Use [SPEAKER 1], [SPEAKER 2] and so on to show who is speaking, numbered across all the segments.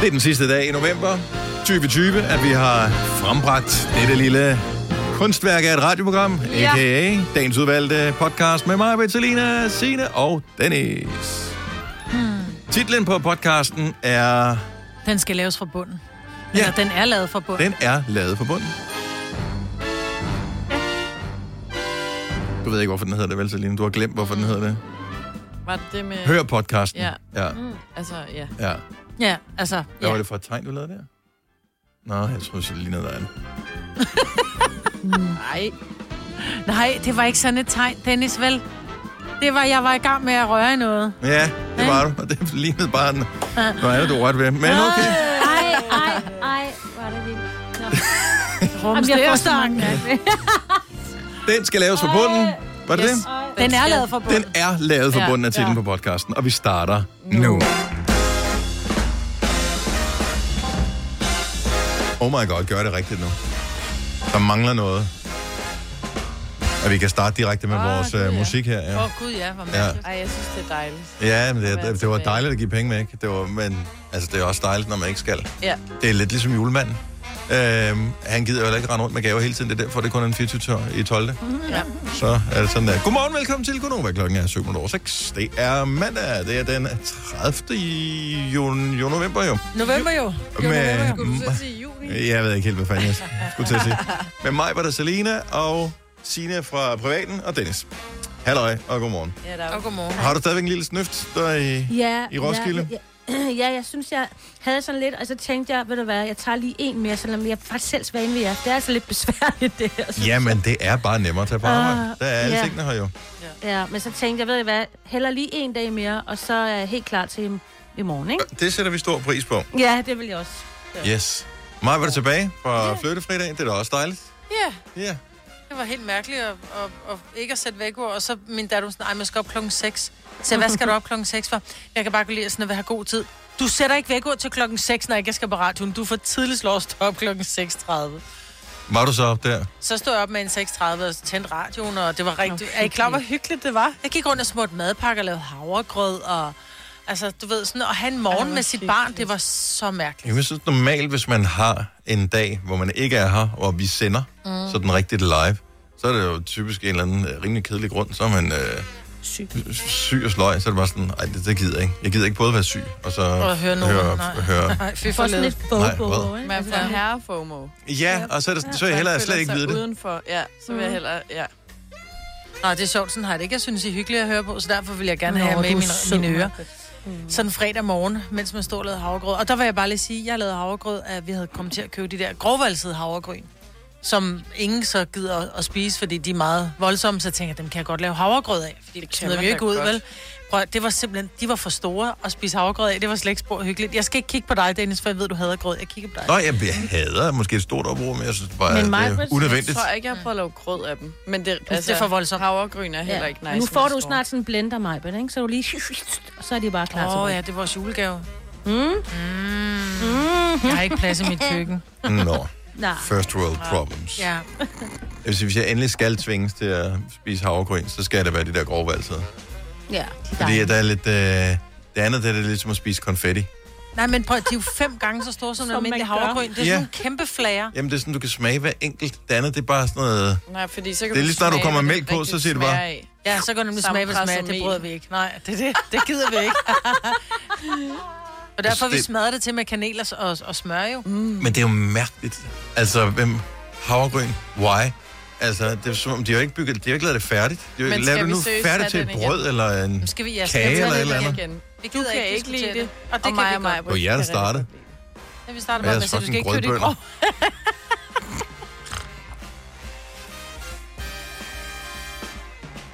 [SPEAKER 1] Det er den sidste dag i november 2020, at vi har frembragt dette lille kunstværk af et radioprogram,
[SPEAKER 2] Ja.
[SPEAKER 1] a.k.a. dagens udvalgte podcast med mig, Bettelina, Sine og Dennis. Titlen på podcasten er...
[SPEAKER 3] Hmm. Den skal laves fra bunden.
[SPEAKER 1] Ja.
[SPEAKER 3] Ja. Eller den er lavet fra bunden.
[SPEAKER 1] Den er lavet på bunden. Du ved ikke, hvorfor den hedder det, vel, Celine? Du har glemt, hvorfor den hedder det.
[SPEAKER 4] Var det det med...
[SPEAKER 1] Hør podcasten.
[SPEAKER 4] Ja.
[SPEAKER 1] Ja.
[SPEAKER 4] Mm, altså, ja.
[SPEAKER 1] ja.
[SPEAKER 3] Ja, altså...
[SPEAKER 1] Hvad var det for et tegn, du lavede der? Nå, jeg troede, det lignede dig andet.
[SPEAKER 4] Nej.
[SPEAKER 3] Nej, det var ikke sådan et tegn, Dennis, vel? Det var, jeg var i gang med at røre i noget.
[SPEAKER 1] Ja, det var du. Og det lignede bare den. Nå, er det, du rørte ved. Men okay.
[SPEAKER 2] Ej, ej, ej, var det vildt. Nå. Jamen, jeg får så
[SPEAKER 3] Rumstærstangen.
[SPEAKER 2] mange mærkelige.
[SPEAKER 1] Den skal laves på bunden. Var det yes. det?
[SPEAKER 2] Ej.
[SPEAKER 3] Den er lavet fra bunden.
[SPEAKER 1] Den er lavet for
[SPEAKER 4] Ja,
[SPEAKER 1] bunden af titlen
[SPEAKER 4] ja.
[SPEAKER 1] på podcasten, og vi starter nu. Oh my god, gør det rigtigt nu. Der mangler noget. Og vi kan starte direkte med
[SPEAKER 4] Ah,
[SPEAKER 1] vores
[SPEAKER 4] gud,
[SPEAKER 1] øh,
[SPEAKER 4] ja.
[SPEAKER 1] musik her.
[SPEAKER 3] Åh,
[SPEAKER 1] Ja,
[SPEAKER 3] oh, gud ja, hvor
[SPEAKER 1] ja.
[SPEAKER 3] mærkeligt.
[SPEAKER 4] Ej, jeg synes, det er dejligt.
[SPEAKER 1] ja men
[SPEAKER 4] være
[SPEAKER 1] det, det var
[SPEAKER 4] tilbage.
[SPEAKER 1] dejligt at give penge væk. Det var, men altså, det er også dejligt, når man ikke skal.
[SPEAKER 4] Ja.
[SPEAKER 1] Det er lidt ligesom julemanden. Øhm, han gider jo heller ikke rende rundt med gaver hele tiden. Det er derfor, det er kun en 24 tør i 12.
[SPEAKER 4] ja.
[SPEAKER 1] Så er det sådan der. Godmorgen, velkommen til Gunova. Klokken er 7.06. Det er mandag. Det er den 30. i jun, jo november jo.
[SPEAKER 3] November jo.
[SPEAKER 1] Med,
[SPEAKER 4] Skulle du så sige juni?
[SPEAKER 1] jeg ved ikke helt, hvad fanden jeg skulle til at sige. Med mig var der Selina og Sine fra Privaten og Dennis. Halløj og godmorgen.
[SPEAKER 4] Ja, der er
[SPEAKER 3] Og
[SPEAKER 4] jo...
[SPEAKER 3] godmorgen.
[SPEAKER 1] Har du stadigvæk en lille snøft der i...
[SPEAKER 2] Ja,
[SPEAKER 1] I Roskilde?
[SPEAKER 2] Ja, ja, ja, jeg synes, jeg havde sådan lidt, og så tænkte jeg, ved du hvad, jeg tager lige en mere, selvom jeg faktisk selv svagen ved jer. Det er altså lidt besværligt, det her. synes jeg.
[SPEAKER 1] Jamen, det er bare nemmere at tage på arbejde.
[SPEAKER 2] Ah,
[SPEAKER 1] Der er alle
[SPEAKER 2] ja.
[SPEAKER 1] tingene her jo.
[SPEAKER 2] Ja, men så tænkte jeg, ved du hvad, heller lige en dag mere, og så er jeg helt klar til i- i morgen, ikke?
[SPEAKER 1] Det sætter vi stor pris på.
[SPEAKER 2] Ja, det vil jeg også.
[SPEAKER 1] Yes. Maja, var du tilbage fra flyttefridag? Det er da også dejligt.
[SPEAKER 3] Ja,
[SPEAKER 1] Ja. Yeah.
[SPEAKER 3] det var helt mærkeligt at, at, at ikke at sætte væk og så min datter, hun sådan, ej, man skal op klokken 6. Så hvad skal du op klokken 6 for? Jeg kan bare gå lige sådan at have god tid. Du sætter ikke væk til klokken 6, når jeg ikke skal på radioen. Du får tidligst lov at stå op klokken 6.30.
[SPEAKER 1] Var du så op der?
[SPEAKER 3] Så stod jeg op med en 6.30 og tændte radioen, og det var rigtig... Er I klar, hvor hyggeligt det var? Jeg gik rundt og smurte madpakker og lavede havregrød, og... Altså, du ved, sådan at have en morgen med sit barn, det var så mærkeligt.
[SPEAKER 1] Jeg synes normalt, hvis man har en dag, hvor man ikke er her, og vi sender mm. sådan rigtigt live, så er det jo typisk en eller anden øh, rimelig kedelig grund. Så er man øh,
[SPEAKER 2] Syg.
[SPEAKER 1] syg og sløj, så er det bare sådan, ej, det, det gider jeg ikke. Jeg gider ikke både være syg, og så
[SPEAKER 3] Og høre nogen,
[SPEAKER 1] høre,
[SPEAKER 3] nej.
[SPEAKER 1] høre.
[SPEAKER 3] Nej, fy
[SPEAKER 2] For
[SPEAKER 3] for
[SPEAKER 2] sådan
[SPEAKER 3] lidt.
[SPEAKER 2] lidt
[SPEAKER 1] Nej,
[SPEAKER 2] bobo,
[SPEAKER 1] hvad?
[SPEAKER 2] ikke?
[SPEAKER 4] Man får herrefomo.
[SPEAKER 1] Ja, og så er, det, så er jeg hellere slet ikke vide det.
[SPEAKER 4] Udenfor. Ja, så
[SPEAKER 3] Mm.
[SPEAKER 4] vil jeg hellere... Ja.
[SPEAKER 3] Nå, det er sjovt, sådan har jeg det ikke. Jeg synes, I er hyggelige at høre på, så derfor vil jeg gerne have
[SPEAKER 2] Nå,
[SPEAKER 3] jer med i
[SPEAKER 2] du er
[SPEAKER 3] mine,
[SPEAKER 2] sød,
[SPEAKER 3] mine ører.
[SPEAKER 2] Margrethe.
[SPEAKER 3] Mm. Sådan fredag morgen, mens man stod og lavede havregrød. Og der vil jeg bare lige sige, at jeg lavede havregrød, at vi havde kommet til at købe de der grovvalsede havregryn, som ingen så gider at- at spise, fordi de er meget voldsomme. Så jeg tænker jeg, dem kan jeg godt lave havregrød af, fordi det, det smider
[SPEAKER 4] man
[SPEAKER 3] vi jo
[SPEAKER 4] da
[SPEAKER 3] ikke ud,
[SPEAKER 4] godt.
[SPEAKER 3] vel? Prøv, at- det var simpelthen, de var for store at spise havregrød af. Det var slet ikke spor hyggeligt. Jeg skal ikke kigge på dig, Dennis, for jeg ved, du hader grød. Jeg kigger på dig.
[SPEAKER 1] Nå, jeg, jeg hader måske et stort opbrug, men jeg synes bare,
[SPEAKER 2] Men
[SPEAKER 1] at
[SPEAKER 2] mig,
[SPEAKER 1] det er
[SPEAKER 2] hvis-
[SPEAKER 4] Jeg
[SPEAKER 1] unødvendigt.
[SPEAKER 4] tror ikke, jeg har fået lavet grød af dem. Men det, altså,
[SPEAKER 3] Det er for voldsomt.
[SPEAKER 4] Havregryn er heller ikke nice.
[SPEAKER 2] nu får
[SPEAKER 4] når
[SPEAKER 2] du
[SPEAKER 4] står.
[SPEAKER 2] snart sådan en blender, Majbet, ikke? Så er du lige... Og så er de bare klar til
[SPEAKER 3] Åh oh,
[SPEAKER 2] oh,
[SPEAKER 3] ja, det var vores julegave. Mm. Mm. Jeg
[SPEAKER 2] Mm-hmm.
[SPEAKER 3] har ikke plads i mit køkken.
[SPEAKER 1] Nå,
[SPEAKER 2] Nej,
[SPEAKER 1] first world problems.
[SPEAKER 3] Ja.
[SPEAKER 1] Jeg vil sige, hvis jeg endelig skal tvinges til at spise havregryn, så skal det være de der grovvalsede.
[SPEAKER 2] ja.
[SPEAKER 1] Fordi at der er lidt... Øh, det andet, det er lidt som at spise konfetti.
[SPEAKER 3] Nej, men prøv, de er jo fem gange så store som, som
[SPEAKER 2] Som man
[SPEAKER 3] almindelig
[SPEAKER 2] gør.
[SPEAKER 3] havregryn. Det er ja.
[SPEAKER 1] Ja.
[SPEAKER 3] sådan nogle kæmpe flager.
[SPEAKER 1] Jamen, det er sådan, du kan smage hver enkelt. Det andet, det er bare sådan noget...
[SPEAKER 4] Nej, fordi så kan
[SPEAKER 1] Det er lige snart, du
[SPEAKER 4] smage,
[SPEAKER 1] kommer
[SPEAKER 4] hvad
[SPEAKER 1] mælk på,
[SPEAKER 4] rigtigt
[SPEAKER 1] så siger du bare-
[SPEAKER 4] smager af.
[SPEAKER 3] Ja, så går det nemlig smage, hvad
[SPEAKER 4] Sammenpresset
[SPEAKER 3] smag, det
[SPEAKER 4] mel.
[SPEAKER 3] bryder vi ikke. Nej, det, er det, det gider vi ikke. Og derfor har vi
[SPEAKER 1] Det-
[SPEAKER 3] smadret det til med kanel og, og, og smør jo.
[SPEAKER 1] Men det er jo mærkeligt. Altså, hvem... Havregryn? Why? Altså, det er som om, de har jo ikke bygget... De har ikke lavet det færdigt. De har
[SPEAKER 4] Men
[SPEAKER 1] ikke
[SPEAKER 4] skal
[SPEAKER 1] lavet det
[SPEAKER 4] vi
[SPEAKER 1] nu
[SPEAKER 4] seriøst
[SPEAKER 1] færdigt
[SPEAKER 4] have
[SPEAKER 1] til et
[SPEAKER 4] den
[SPEAKER 1] brød eller en...
[SPEAKER 3] Skal vi, ja,
[SPEAKER 1] Kage
[SPEAKER 3] vi,
[SPEAKER 1] eller
[SPEAKER 3] tage
[SPEAKER 1] et eller
[SPEAKER 3] det
[SPEAKER 1] andet.
[SPEAKER 3] igen? Vi
[SPEAKER 4] Du
[SPEAKER 3] gider
[SPEAKER 4] kan ikke
[SPEAKER 3] diskutere
[SPEAKER 4] lide det.
[SPEAKER 3] Og det
[SPEAKER 4] mig
[SPEAKER 3] kan vi
[SPEAKER 4] mig,
[SPEAKER 3] godt.
[SPEAKER 1] Det var jer, der startede.
[SPEAKER 3] Ja, vi starter
[SPEAKER 1] Jeg
[SPEAKER 3] bare
[SPEAKER 1] er
[SPEAKER 3] med at sige, du
[SPEAKER 1] fucking
[SPEAKER 3] skal ikke købe det grå.
[SPEAKER 1] grødbønder.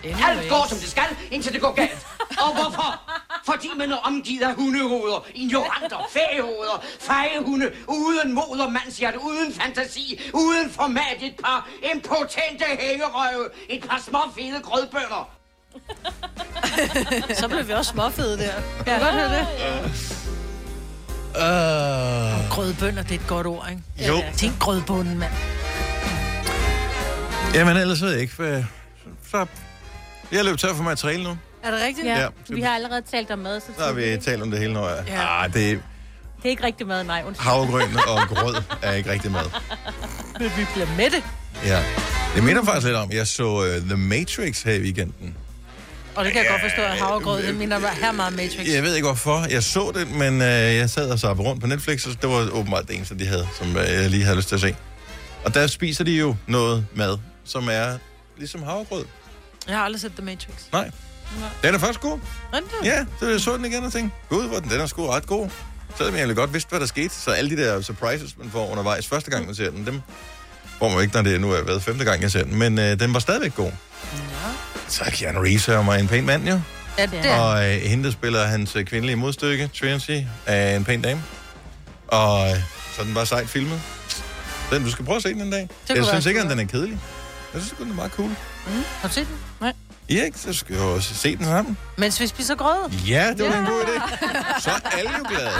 [SPEAKER 5] Alt går, som det skal, indtil det går galt. Og hvorfor? Fordi man er omgivet af hundehoveder, ignoranter, fægehoveder, fejehunde, uden mod og mandshjerte, uden fantasi, uden format, et par impotente hængerøve, et par små fede grødbønder.
[SPEAKER 3] Så blev vi også småfede der.
[SPEAKER 1] Uh...
[SPEAKER 3] Grødbønder, det er et godt ord, ikke?
[SPEAKER 1] Jo.
[SPEAKER 3] Tænk grødbunden, mand.
[SPEAKER 1] Jamen, ellers ved jeg ikke, hvad... Så... Jeg løb tør for materiale nu.
[SPEAKER 3] Er det rigtigt?
[SPEAKER 2] Ja,
[SPEAKER 1] Ja.
[SPEAKER 2] vi har allerede talt om mad, så
[SPEAKER 1] Så har vi talt om det hele, når jeg...
[SPEAKER 3] Ja.
[SPEAKER 1] Ja. Ah, det...
[SPEAKER 2] Det er ikke rigtig mad, nej. Undskyld.
[SPEAKER 1] Havregryn og grød er ikke rigtig mad.
[SPEAKER 3] Men vi bliver med det.
[SPEAKER 1] Ja. Det minder faktisk lidt om, jeg så uh, The Matrix her i weekenden.
[SPEAKER 3] Og det kan jeg godt forstå, at havregrød, det minder mig her meget om Matrix.
[SPEAKER 1] Jeg ved ikke hvorfor. Jeg så det, men uh, jeg sad og så rundt på Netflix, og det var åbenbart det eneste, de havde, som uh, jeg lige havde lyst til at se. Og der spiser de jo noget mad, som er ligesom havregrød.
[SPEAKER 3] Jeg har aldrig set The Matrix.
[SPEAKER 1] Nej. Den er faktisk god.
[SPEAKER 3] Nå, det er-
[SPEAKER 1] Ja, så jeg så den igen og tænkte, gud, hvor den, den er sgu ret god. Selvom jeg egentlig godt vidste, hvad der skete. Så alle de der surprises, man får undervejs første gang, man ser den, dem får man jo ikke, når det nu er været femte gang, jeg ser den. Men øh, den var stadigvæk god. Så er Keanu Reeves er jo mig en pæn mand, jo.
[SPEAKER 3] Ja, det
[SPEAKER 2] Ja.
[SPEAKER 3] er.
[SPEAKER 1] Og øh, hende, der spiller hans øh, kvindelige modstykke, Trinity, er en pæn dame. Og øh, så er den var sejt filmet. Den, du skal prøve at se den en dag.
[SPEAKER 3] kunne
[SPEAKER 1] jeg
[SPEAKER 3] være
[SPEAKER 1] synes ikke, at den er kedelig. Jeg synes, sgu, den er meget cool.
[SPEAKER 3] Har du set den?
[SPEAKER 4] Nej.
[SPEAKER 1] I ikke? Så skal jeg jo også se den sammen.
[SPEAKER 3] Mens vi spiser grød.
[SPEAKER 1] Ja, det var da en god idé. Så er alle jo glade.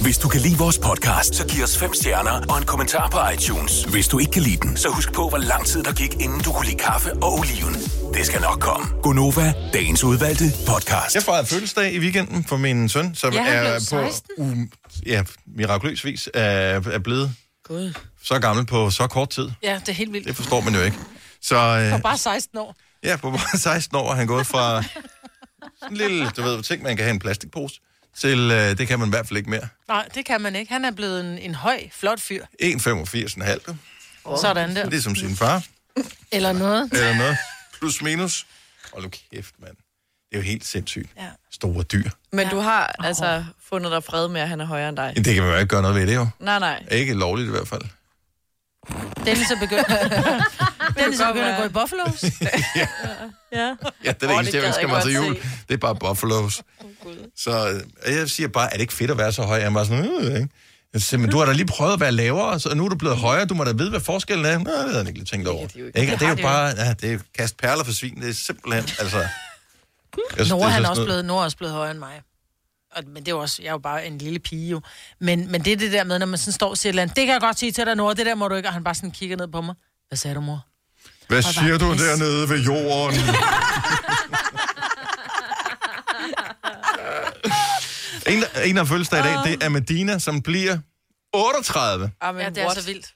[SPEAKER 6] Hvis du kan lide vores podcast, så giv os fem stjerner og en kommentar på iTunes. Hvis du ikke kan lide den, så husk på, hvor lang tid der gik, inden du kunne lide kaffe og oliven. Det skal nok komme. Gonova, dagens udvalgte podcast.
[SPEAKER 1] Jeg fejrede fødselsdag i weekenden for min søn, som
[SPEAKER 3] Ja, han blev
[SPEAKER 1] er på
[SPEAKER 3] 16.
[SPEAKER 1] um, ja, mirakuløs vis er, er blevet
[SPEAKER 4] Gud.
[SPEAKER 1] så gammel på så kort tid.
[SPEAKER 3] Ja, det er helt vildt.
[SPEAKER 1] Det forstår man jo ikke. Så øh,
[SPEAKER 3] Og bare 16 år.
[SPEAKER 1] ja, på bare 16 år er han gået fra sådan en lille, du ved, ting man kan have i en plastikpose, til øh, det kan man i hvert fald ikke mere.
[SPEAKER 3] Nej, det kan man ikke. Han er blevet en, en høj, flot fyr.
[SPEAKER 1] 1,85,5. du.
[SPEAKER 3] Sådan der.
[SPEAKER 1] Det er som Ligesom sin far,
[SPEAKER 3] Eller noget.
[SPEAKER 1] eller noget. Plus minus. Og nu kæft, mand. Det er jo helt sindssygt.
[SPEAKER 3] Ja.
[SPEAKER 1] Store dyr.
[SPEAKER 4] Men du har altså fundet dig fred med, at han er højere end dig.
[SPEAKER 1] Det kan man jo ikke gøre noget ved det, jo.
[SPEAKER 4] Nej, nej.
[SPEAKER 1] Ikke lovligt i hvert fald.
[SPEAKER 3] Dennis er begyndt, Dennis er
[SPEAKER 4] godt
[SPEAKER 3] begyndt at
[SPEAKER 4] være.
[SPEAKER 3] gå i Buffalo's.
[SPEAKER 2] Ja.
[SPEAKER 1] Ja, det er
[SPEAKER 4] Åh,
[SPEAKER 1] det
[SPEAKER 4] det
[SPEAKER 1] eneste, jeg
[SPEAKER 4] gad
[SPEAKER 1] ønsker
[SPEAKER 4] jeg
[SPEAKER 1] mig til
[SPEAKER 4] godt
[SPEAKER 1] jul. Det er bare buffaloes. Så øh, jeg siger bare, er det ikke fedt at være så høj? Jeg er bare sådan, øh, ikke? Jeg siger, men du har da lige prøvet at være lavere, så nu er du blevet højere. Du må da vide, hvad forskellen er. Nå, det havde jeg ikke lige tænkt over.
[SPEAKER 4] de jo
[SPEAKER 1] Ikke?
[SPEAKER 4] ikke.
[SPEAKER 1] Det er jo bare, ja, det er jo kast perler for svin. Det er simpelthen, altså... Jeg synes, Altså,
[SPEAKER 3] Nora,
[SPEAKER 1] det så
[SPEAKER 3] han er
[SPEAKER 1] sådan
[SPEAKER 3] også
[SPEAKER 1] noget-
[SPEAKER 3] blevet, Nora er også blevet højere end mig. Og, men det er jo også, jeg er jo bare en lille pige jo. Men, men det er det der med, når man sådan står og siger et eller andet, det kan jeg godt sige til dig, Nora, det der må du ikke. Og han bare sådan kigger ned på mig. Hvad sagde du, mor?
[SPEAKER 1] Hvad
[SPEAKER 3] Og
[SPEAKER 1] siger du
[SPEAKER 3] bare, "Yes."
[SPEAKER 1] dernede ved jorden? en, der- en, der har fødselsdag i dag, det er Medina, som bliver 38.
[SPEAKER 4] Ah, men
[SPEAKER 3] Ja, det er
[SPEAKER 4] what
[SPEAKER 3] så vildt.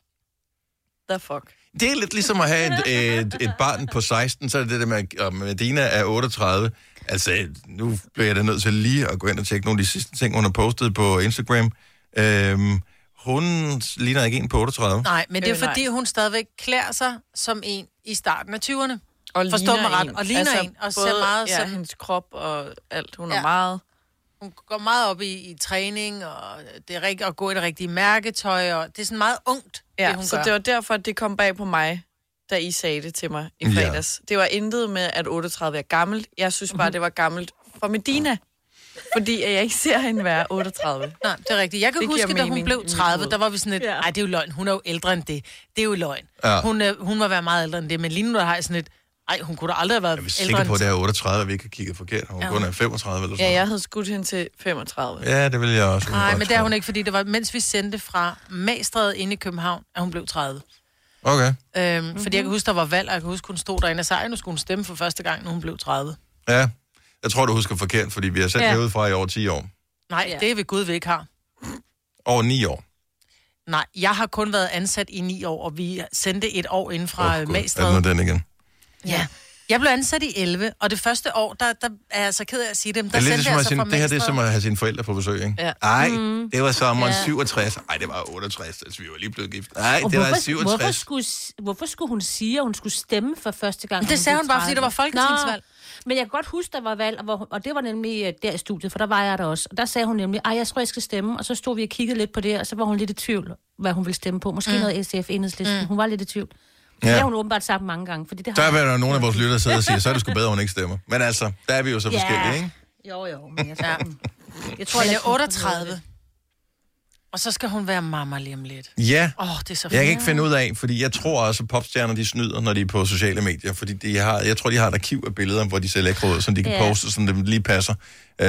[SPEAKER 4] The fuck.
[SPEAKER 1] Det er lidt ligesom at have et, et, et barn på 16, så er det det der med, at Medina er 38. Altså, nu bliver jeg da nødt til lige at gå ind og tjekke nogle af de sidste ting, hun har postet på Instagram. Øhm, hun ligner ikke en på 38.
[SPEAKER 3] Nej, men det er
[SPEAKER 4] Øh, nej.
[SPEAKER 3] fordi, hun stadigvæk klæder sig som en i starten af 20'erne.
[SPEAKER 4] Og
[SPEAKER 3] Forstå
[SPEAKER 4] ligner
[SPEAKER 3] mig ret.
[SPEAKER 4] en. Altså,
[SPEAKER 3] Og ligner en. Og ser meget
[SPEAKER 4] ja,
[SPEAKER 3] sådan-
[SPEAKER 4] hendes krop og alt. Hun
[SPEAKER 3] Ja.
[SPEAKER 4] er meget...
[SPEAKER 3] Hun går meget op i, i træning, og det er rigtigt at gå i det rigtige mærketøj, og det er sådan meget ungt, ja, det hun
[SPEAKER 4] så
[SPEAKER 3] gør.
[SPEAKER 4] det var derfor, at det kom bag på mig, da I sagde det til mig i
[SPEAKER 1] Ja.
[SPEAKER 4] fredags. Det var intet med, at 38 er gammelt. Jeg synes bare, det var gammelt for Medina. Fordi at jeg ikke ser hende være 38.
[SPEAKER 3] Nej, det er rigtigt. Jeg kan
[SPEAKER 4] Det giver
[SPEAKER 3] huske, da hun
[SPEAKER 4] mening i
[SPEAKER 3] blev
[SPEAKER 4] mit
[SPEAKER 3] 30,
[SPEAKER 4] hoved.
[SPEAKER 3] der var vi sådan et,
[SPEAKER 2] Ja.
[SPEAKER 3] nej, det er jo løgn, hun er jo ældre end det. Det er jo løgn.
[SPEAKER 1] Ja.
[SPEAKER 3] Ja. Hun, øh, hun må være meget ældre end det, men lige nu der har jeg sådan et, ej, hun kunne da aldrig have været
[SPEAKER 1] Jeg er
[SPEAKER 3] ældre
[SPEAKER 1] sikker på, at
[SPEAKER 3] end
[SPEAKER 1] det er 38, og vi ikke har kigget forkert. Hun
[SPEAKER 3] Ja.
[SPEAKER 1] kun er 35 eller
[SPEAKER 4] Ja,
[SPEAKER 1] sådan
[SPEAKER 4] jeg havde skudt hende til 35.
[SPEAKER 1] noget. Ja, det vil jeg også.
[SPEAKER 3] Nej,
[SPEAKER 1] godt
[SPEAKER 3] men det er
[SPEAKER 1] tro.
[SPEAKER 3] hun ikke, fordi det var, mens vi sendte fra Magstræde ind i København, at hun blev 30.
[SPEAKER 1] Okay,
[SPEAKER 3] Øhm,
[SPEAKER 2] Mhm.
[SPEAKER 3] mm-hmm. Fordi jeg kan huske, der var valg, og jeg kan huske, hun stod derinde og sagde, "Ej, nu skulle hun stemme for første gang, når hun blev 30.
[SPEAKER 1] ja. Jeg tror, du husker forkert, fordi vi har sendt
[SPEAKER 2] Ja.
[SPEAKER 1] ja. fra i over 10 år.
[SPEAKER 3] Nej, ja.
[SPEAKER 2] Ja.
[SPEAKER 3] det er ved Gud, vi ikke har.
[SPEAKER 1] Over 9 år.
[SPEAKER 3] Nej, jeg har kun været ansat i ni år, og vi sendte et år inden fra oh,
[SPEAKER 1] Åh, Gud, er den,
[SPEAKER 3] Magstræde.
[SPEAKER 1] og den igen?
[SPEAKER 3] Ja. Jeg blev ansat i 11, og det første år, der, der er jeg så ked af at sige det, men
[SPEAKER 1] Det
[SPEAKER 3] der
[SPEAKER 1] er lidt
[SPEAKER 3] sendte
[SPEAKER 1] ligesom
[SPEAKER 3] jeg
[SPEAKER 1] at
[SPEAKER 3] så
[SPEAKER 1] sende,
[SPEAKER 3] fra
[SPEAKER 1] det her det er som
[SPEAKER 3] Magstræde.
[SPEAKER 1] at have sine forældre på besøg, ikke?
[SPEAKER 4] Ja.
[SPEAKER 1] Ej, det var sommeren
[SPEAKER 2] Ja.
[SPEAKER 1] 67. Ej, det var 68, altså vi var lige blevet gift. Nej,
[SPEAKER 2] Og
[SPEAKER 1] det var
[SPEAKER 2] hvorfor, hvorfor,
[SPEAKER 1] 67.
[SPEAKER 2] skulle, hvorfor skulle hun sige, at hun skulle stemme for første gang? når
[SPEAKER 3] Det sagde
[SPEAKER 2] blev
[SPEAKER 3] hun bare, fordi
[SPEAKER 2] 30?
[SPEAKER 3] der var folketingsvalg.
[SPEAKER 2] Nå, Men jeg kan godt huske, der var valg, og, hvor, hun- og det var nemlig øh, der i studiet, for der var jeg der også. Og der sagde hun nemlig, at jeg tror, jeg skal stemme. Og så stod vi og kiggede lidt på det, og så var hun lidt i tvivl, hvad hun ville stemme på. Måske mm. noget SF, enhedslisten. Mm. Hun var lidt i tvivl. Ja. Det har hun åbenbart sagt mange gange, fordi det
[SPEAKER 1] Der
[SPEAKER 2] har
[SPEAKER 1] er der nogle af vores lyttere, der sidder og siger, så er det sgu bedre, at hun ikke stemmer. Men altså, der er vi jo så
[SPEAKER 2] Ja.
[SPEAKER 1] forskellige, ikke?
[SPEAKER 2] Jo, jo, men jeg tror,
[SPEAKER 3] Ja.
[SPEAKER 2] jeg tror,
[SPEAKER 3] Tror
[SPEAKER 2] heller
[SPEAKER 3] jeg er
[SPEAKER 2] ikke, hun får noget af
[SPEAKER 3] 38.
[SPEAKER 2] det.
[SPEAKER 3] Og så skal hun være mamma lige om lidt.
[SPEAKER 1] Ja,
[SPEAKER 3] Åh, oh, det er så
[SPEAKER 1] jeg
[SPEAKER 3] fint.
[SPEAKER 1] kan ikke finde ud af, fordi jeg tror også, at popstjerner de snyder, når de er på sociale medier. Fordi de har, jeg tror, de har et arkiv af billeder, hvor de ser lækre ud, så de kan
[SPEAKER 2] Ja.
[SPEAKER 1] poste, sådan det lige passer.
[SPEAKER 3] Om
[SPEAKER 1] Øh,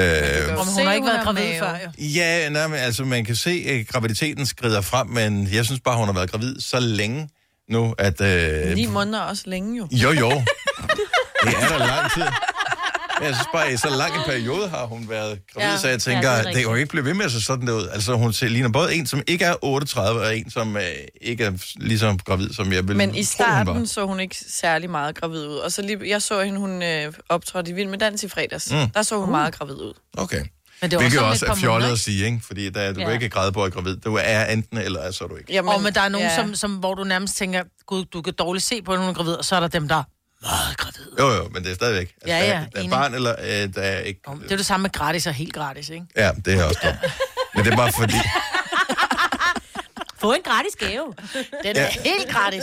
[SPEAKER 3] hun
[SPEAKER 4] Se,
[SPEAKER 3] har ikke
[SPEAKER 4] hun
[SPEAKER 3] været
[SPEAKER 4] har
[SPEAKER 3] gravid
[SPEAKER 4] mave.
[SPEAKER 3] før, jo.
[SPEAKER 1] Ja, nej, men, altså man kan se, at graviditeten skrider frem, men jeg synes bare, hun har været gravid så længe nu, at... Øh,
[SPEAKER 4] Ni måneder er også længe Øhm. jo.
[SPEAKER 1] jo, jo. Det er da lang tid. Men jeg synes bare, i så lang en periode har hun været gravid, ja.
[SPEAKER 3] Ja.
[SPEAKER 1] så jeg
[SPEAKER 2] Ja, det
[SPEAKER 1] tænker,
[SPEAKER 2] er
[SPEAKER 1] ja, det, det
[SPEAKER 2] rigtigt.
[SPEAKER 1] kan jo ikke blive ved med at se sådan der ud. Altså, hun ser- ligner både en, som ikke er 38, og en, som øh, ikke er ligesom gravid, som jeg ville
[SPEAKER 4] Men i
[SPEAKER 1] tro, hun var.
[SPEAKER 4] starten så hun ikke særlig meget gravid ud. Og så lige, jeg så hende, hun øh, optrådte i Vild med Dans i fredags. Mm. Der så hun uh. meget gravid ud.
[SPEAKER 1] Okay.
[SPEAKER 3] Men det var
[SPEAKER 1] Hvilket
[SPEAKER 3] også
[SPEAKER 1] jo
[SPEAKER 3] om
[SPEAKER 1] også
[SPEAKER 3] et
[SPEAKER 1] er
[SPEAKER 3] par
[SPEAKER 1] fjollet
[SPEAKER 3] måneder,
[SPEAKER 1] at sige, ikke? Fordi der, du ja.
[SPEAKER 2] Ja.
[SPEAKER 1] ikke græde på at gravid. Du er enten eller, er, så er du ikke.
[SPEAKER 4] Jamen,
[SPEAKER 3] Og men der er nogen, ja. som, som, hvor du nærmest tænker, gud, du kan dårligt se på, at nogen er gravid, og så er der dem, der er meget gravid.
[SPEAKER 1] Jo, jo, men det er stadigvæk. Altså,
[SPEAKER 3] Ja,
[SPEAKER 1] der,
[SPEAKER 3] ja,
[SPEAKER 1] er- der er
[SPEAKER 3] enig.
[SPEAKER 1] barn, eller øh, der er ikke...
[SPEAKER 3] Det er jo det samme med gratis og helt gratis, ikke?
[SPEAKER 1] Ja, det er også dumt. Men det er bare fordi...
[SPEAKER 2] Få en gratis gave.
[SPEAKER 3] Den er ja. helt gratis.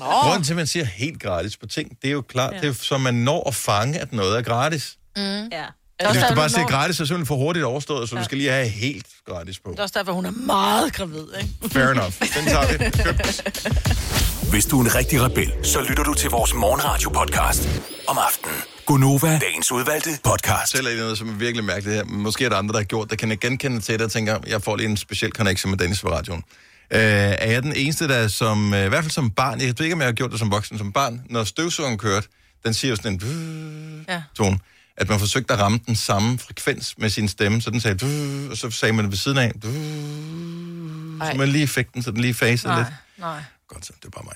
[SPEAKER 1] Oh. Grunden til, at man siger helt gratis på ting, det er jo klart, ja. det er jo, så man når at fange, at noget er gratis.
[SPEAKER 2] Ja.
[SPEAKER 1] Hvis
[SPEAKER 3] Også
[SPEAKER 1] du
[SPEAKER 3] er
[SPEAKER 1] bare
[SPEAKER 3] du
[SPEAKER 1] siger
[SPEAKER 3] når-
[SPEAKER 1] gratis, så er det for hurtigt overstået, så du skal lige have helt gratis på.
[SPEAKER 3] Det er også derfor, hun er meget gravid, ikke?
[SPEAKER 1] Fair enough. Den tager vi. Købt.
[SPEAKER 6] Hvis du er en rigtig rebel, så lytter du til vores morgenradio-podcast om aftenen. Gunova, dagens udvalgte podcast.
[SPEAKER 1] Selv er det noget, som er virkelig mærkeligt her. Måske er der andre, der har gjort det. Kan jeg genkende til det og tænker, jeg får lige en speciel connection med Dennis ved radioen. Øh, er jeg den eneste, der som, øh, i hvert fald som barn, jeg ved ikke, om jeg har gjort det som voksen, som barn, når støvsugeren kørte, den siger jo sådan en ja.
[SPEAKER 3] Ja.
[SPEAKER 1] tone, at man forsøgte at ramme den samme frekvens med sin stemme, så den sagde, "Vuh", og så sagde man det ved siden af, "Vuh", så man lige fik den, så den lige fasede
[SPEAKER 3] Nej,
[SPEAKER 1] lidt.
[SPEAKER 3] nej.
[SPEAKER 1] Godt så, det er bare mig.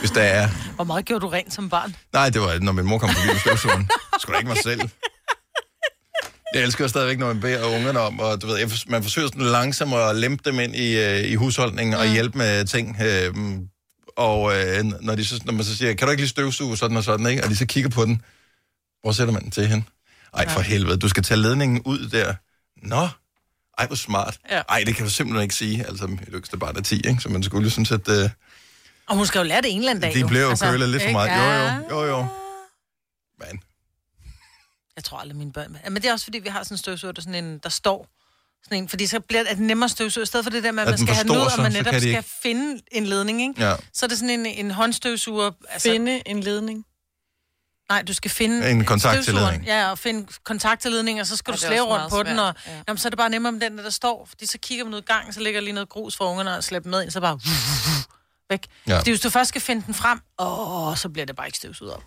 [SPEAKER 1] Hvis der er
[SPEAKER 3] Hvor meget gjorde du rent som barn?
[SPEAKER 1] Nej, det var, når min mor kom forbi med støvsugeren. Skulle da ikke mig selv. Jeg elsker stadigvæk, når man beder ungerne om, og du ved, jeg fors- man forsøger sådan langsomt at lempe dem ind i, øh, i husholdningen og hjælpe med ting. Øh, og øh, n- når, de så, når man så siger, kan du ikke lige støvsuge sådan og sådan, ikke? og de så kigger på den, hvor sætter man den til hen? Ej, for helvede, du skal tage ledningen ud der. Nå, ej, hvor smart.
[SPEAKER 4] Ja.
[SPEAKER 1] Ej, det kan du simpelthen ikke sige. Altså, mit yngste barn er 10, ikke? så man skulle jo sådan set... Øh,
[SPEAKER 3] Og hun skal jo lære det en eller anden dag.
[SPEAKER 1] de
[SPEAKER 3] jo.
[SPEAKER 1] blev jo altså, kølet lidt for
[SPEAKER 3] ikke?
[SPEAKER 1] meget. Jo,
[SPEAKER 3] Ja.
[SPEAKER 1] jo, jo, jo. Man.
[SPEAKER 3] Jeg tror aldrig, mine børn... Ja, Men det er også, fordi vi har sådan en støvsuger, der, sådan en, der står... Sådan en, fordi så bliver det at det nemmere støvsuger, i stedet for det der med, at,
[SPEAKER 1] At
[SPEAKER 3] man
[SPEAKER 1] den
[SPEAKER 3] skal have
[SPEAKER 1] forstår
[SPEAKER 3] den ud,
[SPEAKER 1] sig,
[SPEAKER 3] og man
[SPEAKER 1] så
[SPEAKER 3] netop
[SPEAKER 1] kan de
[SPEAKER 3] skal
[SPEAKER 1] ikke.
[SPEAKER 3] finde en ledning, ikke?
[SPEAKER 1] Ja.
[SPEAKER 3] Så er det sådan en, en håndstøvsuger... Altså,
[SPEAKER 4] Finde en ledning.
[SPEAKER 3] Nej, du skal finde
[SPEAKER 1] En kontakt til
[SPEAKER 3] støvsugeren.
[SPEAKER 1] ledning.
[SPEAKER 3] Ja, og finde kontakt til ledning, og så skal
[SPEAKER 4] Og
[SPEAKER 3] du
[SPEAKER 4] det er
[SPEAKER 3] slæve
[SPEAKER 4] også
[SPEAKER 3] rundt på
[SPEAKER 4] meget
[SPEAKER 3] den, og
[SPEAKER 4] svært, ja.
[SPEAKER 3] jamen, så er det bare nemmere om den, der, der står, fordi så kigger man ud i gang, så ligger lige noget grus for ungerne og slæber med ind, så bare væk.
[SPEAKER 1] Ja.
[SPEAKER 3] Ja. Fordi hvis du først skal finde den frem, åh, så bliver det bare ikke støvsuget op.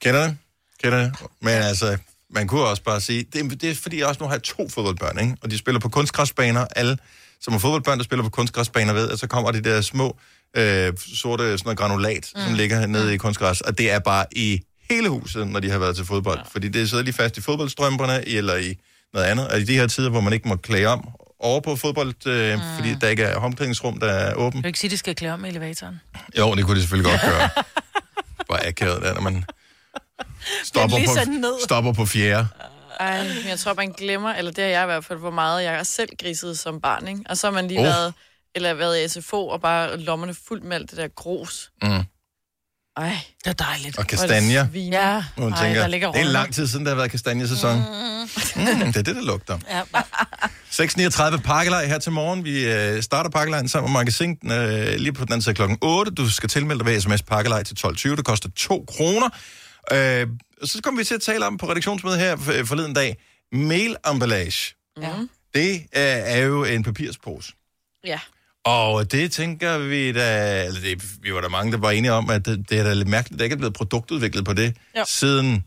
[SPEAKER 1] Kender det? Kender det? Men altså, man kunne også bare sige, det, er- det er fordi, jeg også nu har to fodboldbørn, ikke? og de spiller på kunstgræsbaner. Alle, som har fodboldbørn, der spiller på kunstgræsbaner, ved, at så kommer de der små øh, sorte sådan noget granulat, mm. som ligger nede i kunstgræs, og det er bare i hele huset, når de har været til fodbold. Ja. Fordi det sidder lige fast i fodboldstrømperne, eller i noget andet. Og i de her tider, hvor man ikke må klæde om over på fodbold, øh, mm. fordi der ikke er håndklædningsrum, der er åbent.
[SPEAKER 3] Du kan ikke sige, at de skal klæde om i elevatoren.
[SPEAKER 1] Jo, det kunne de selvfølgelig godt gøre. Bare akavet der, når man stopper,
[SPEAKER 3] lige sådan
[SPEAKER 1] på,
[SPEAKER 3] ned.
[SPEAKER 1] stopper på fjerde.
[SPEAKER 4] Ej, men jeg tror, man glemmer, eller det har jeg i hvert fald, hvor meget jeg selv grisede som barn, ikke? Og så har man lige
[SPEAKER 1] Oh.
[SPEAKER 4] oh. været, eller været i SFO, og bare lommerne fuldt med alt det der grus.
[SPEAKER 1] Mm.
[SPEAKER 4] Ej,
[SPEAKER 3] Det er dejligt.
[SPEAKER 4] hvor
[SPEAKER 1] Og
[SPEAKER 4] er det
[SPEAKER 1] kastanjer.
[SPEAKER 4] sviner.
[SPEAKER 3] Ja,
[SPEAKER 1] Hvor Hun
[SPEAKER 3] Ah, Ej,
[SPEAKER 1] tænker,
[SPEAKER 3] der ligger
[SPEAKER 1] det er
[SPEAKER 3] ruller.
[SPEAKER 1] lang tid siden, der har været kastanjesæson. Mm. Mm, det er det, der lugter.
[SPEAKER 3] Ja.
[SPEAKER 1] 6.39 pakkelej her til morgen. Vi øh, starter pakkelejen sammen med magasin øh, lige på den anden side klokken 8. Du skal tilmelde dig ved sms pakkelej til 12.20. Det koster 2 kroner. Øh, og så kommer vi til at tale om på redaktionsmødet her øh, forleden dag. Mailemballage.
[SPEAKER 4] Ja.
[SPEAKER 2] Mm.
[SPEAKER 1] Det øh, er jo en papirspose.
[SPEAKER 4] ja.
[SPEAKER 1] Og det tænker vi da, eller det, vi var der mange, der var enige om, at det, det er da lidt mærkeligt, at der ikke er blevet produktudviklet på det,
[SPEAKER 4] Jo.
[SPEAKER 1] siden,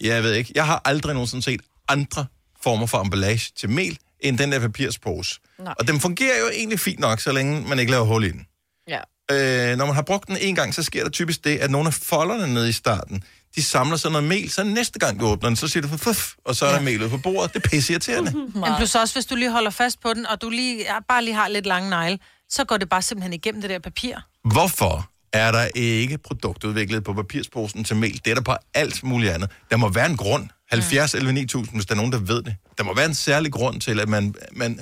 [SPEAKER 1] jeg ved ikke, jeg har aldrig nogensinde set andre former for emballage til mel, end den der papirspose.
[SPEAKER 4] Nej.
[SPEAKER 1] Og den fungerer jo egentlig fint nok, så længe man ikke laver hul i den.
[SPEAKER 4] Ja.
[SPEAKER 1] Øh, når man har brugt den en gang, så sker der typisk det, at nogle af folderne nede i starten, de samler sig noget mel, så næste gang du åbner den, så siger du, fuff, og så er der melet på bordet. Det er pisseirriterende.
[SPEAKER 3] Men plus også, hvis du lige holder fast på den, og du lige, ja, bare lige har lidt lange negle, så går det bare simpelthen igennem det der papir.
[SPEAKER 1] Hvorfor er der ikke produktudviklet på papirsposen til mel? Det er der på alt muligt andet. Der må være en grund. 70 11 9000, hvis der er nogen, der ved det. Der må være en særlig grund til, at man, man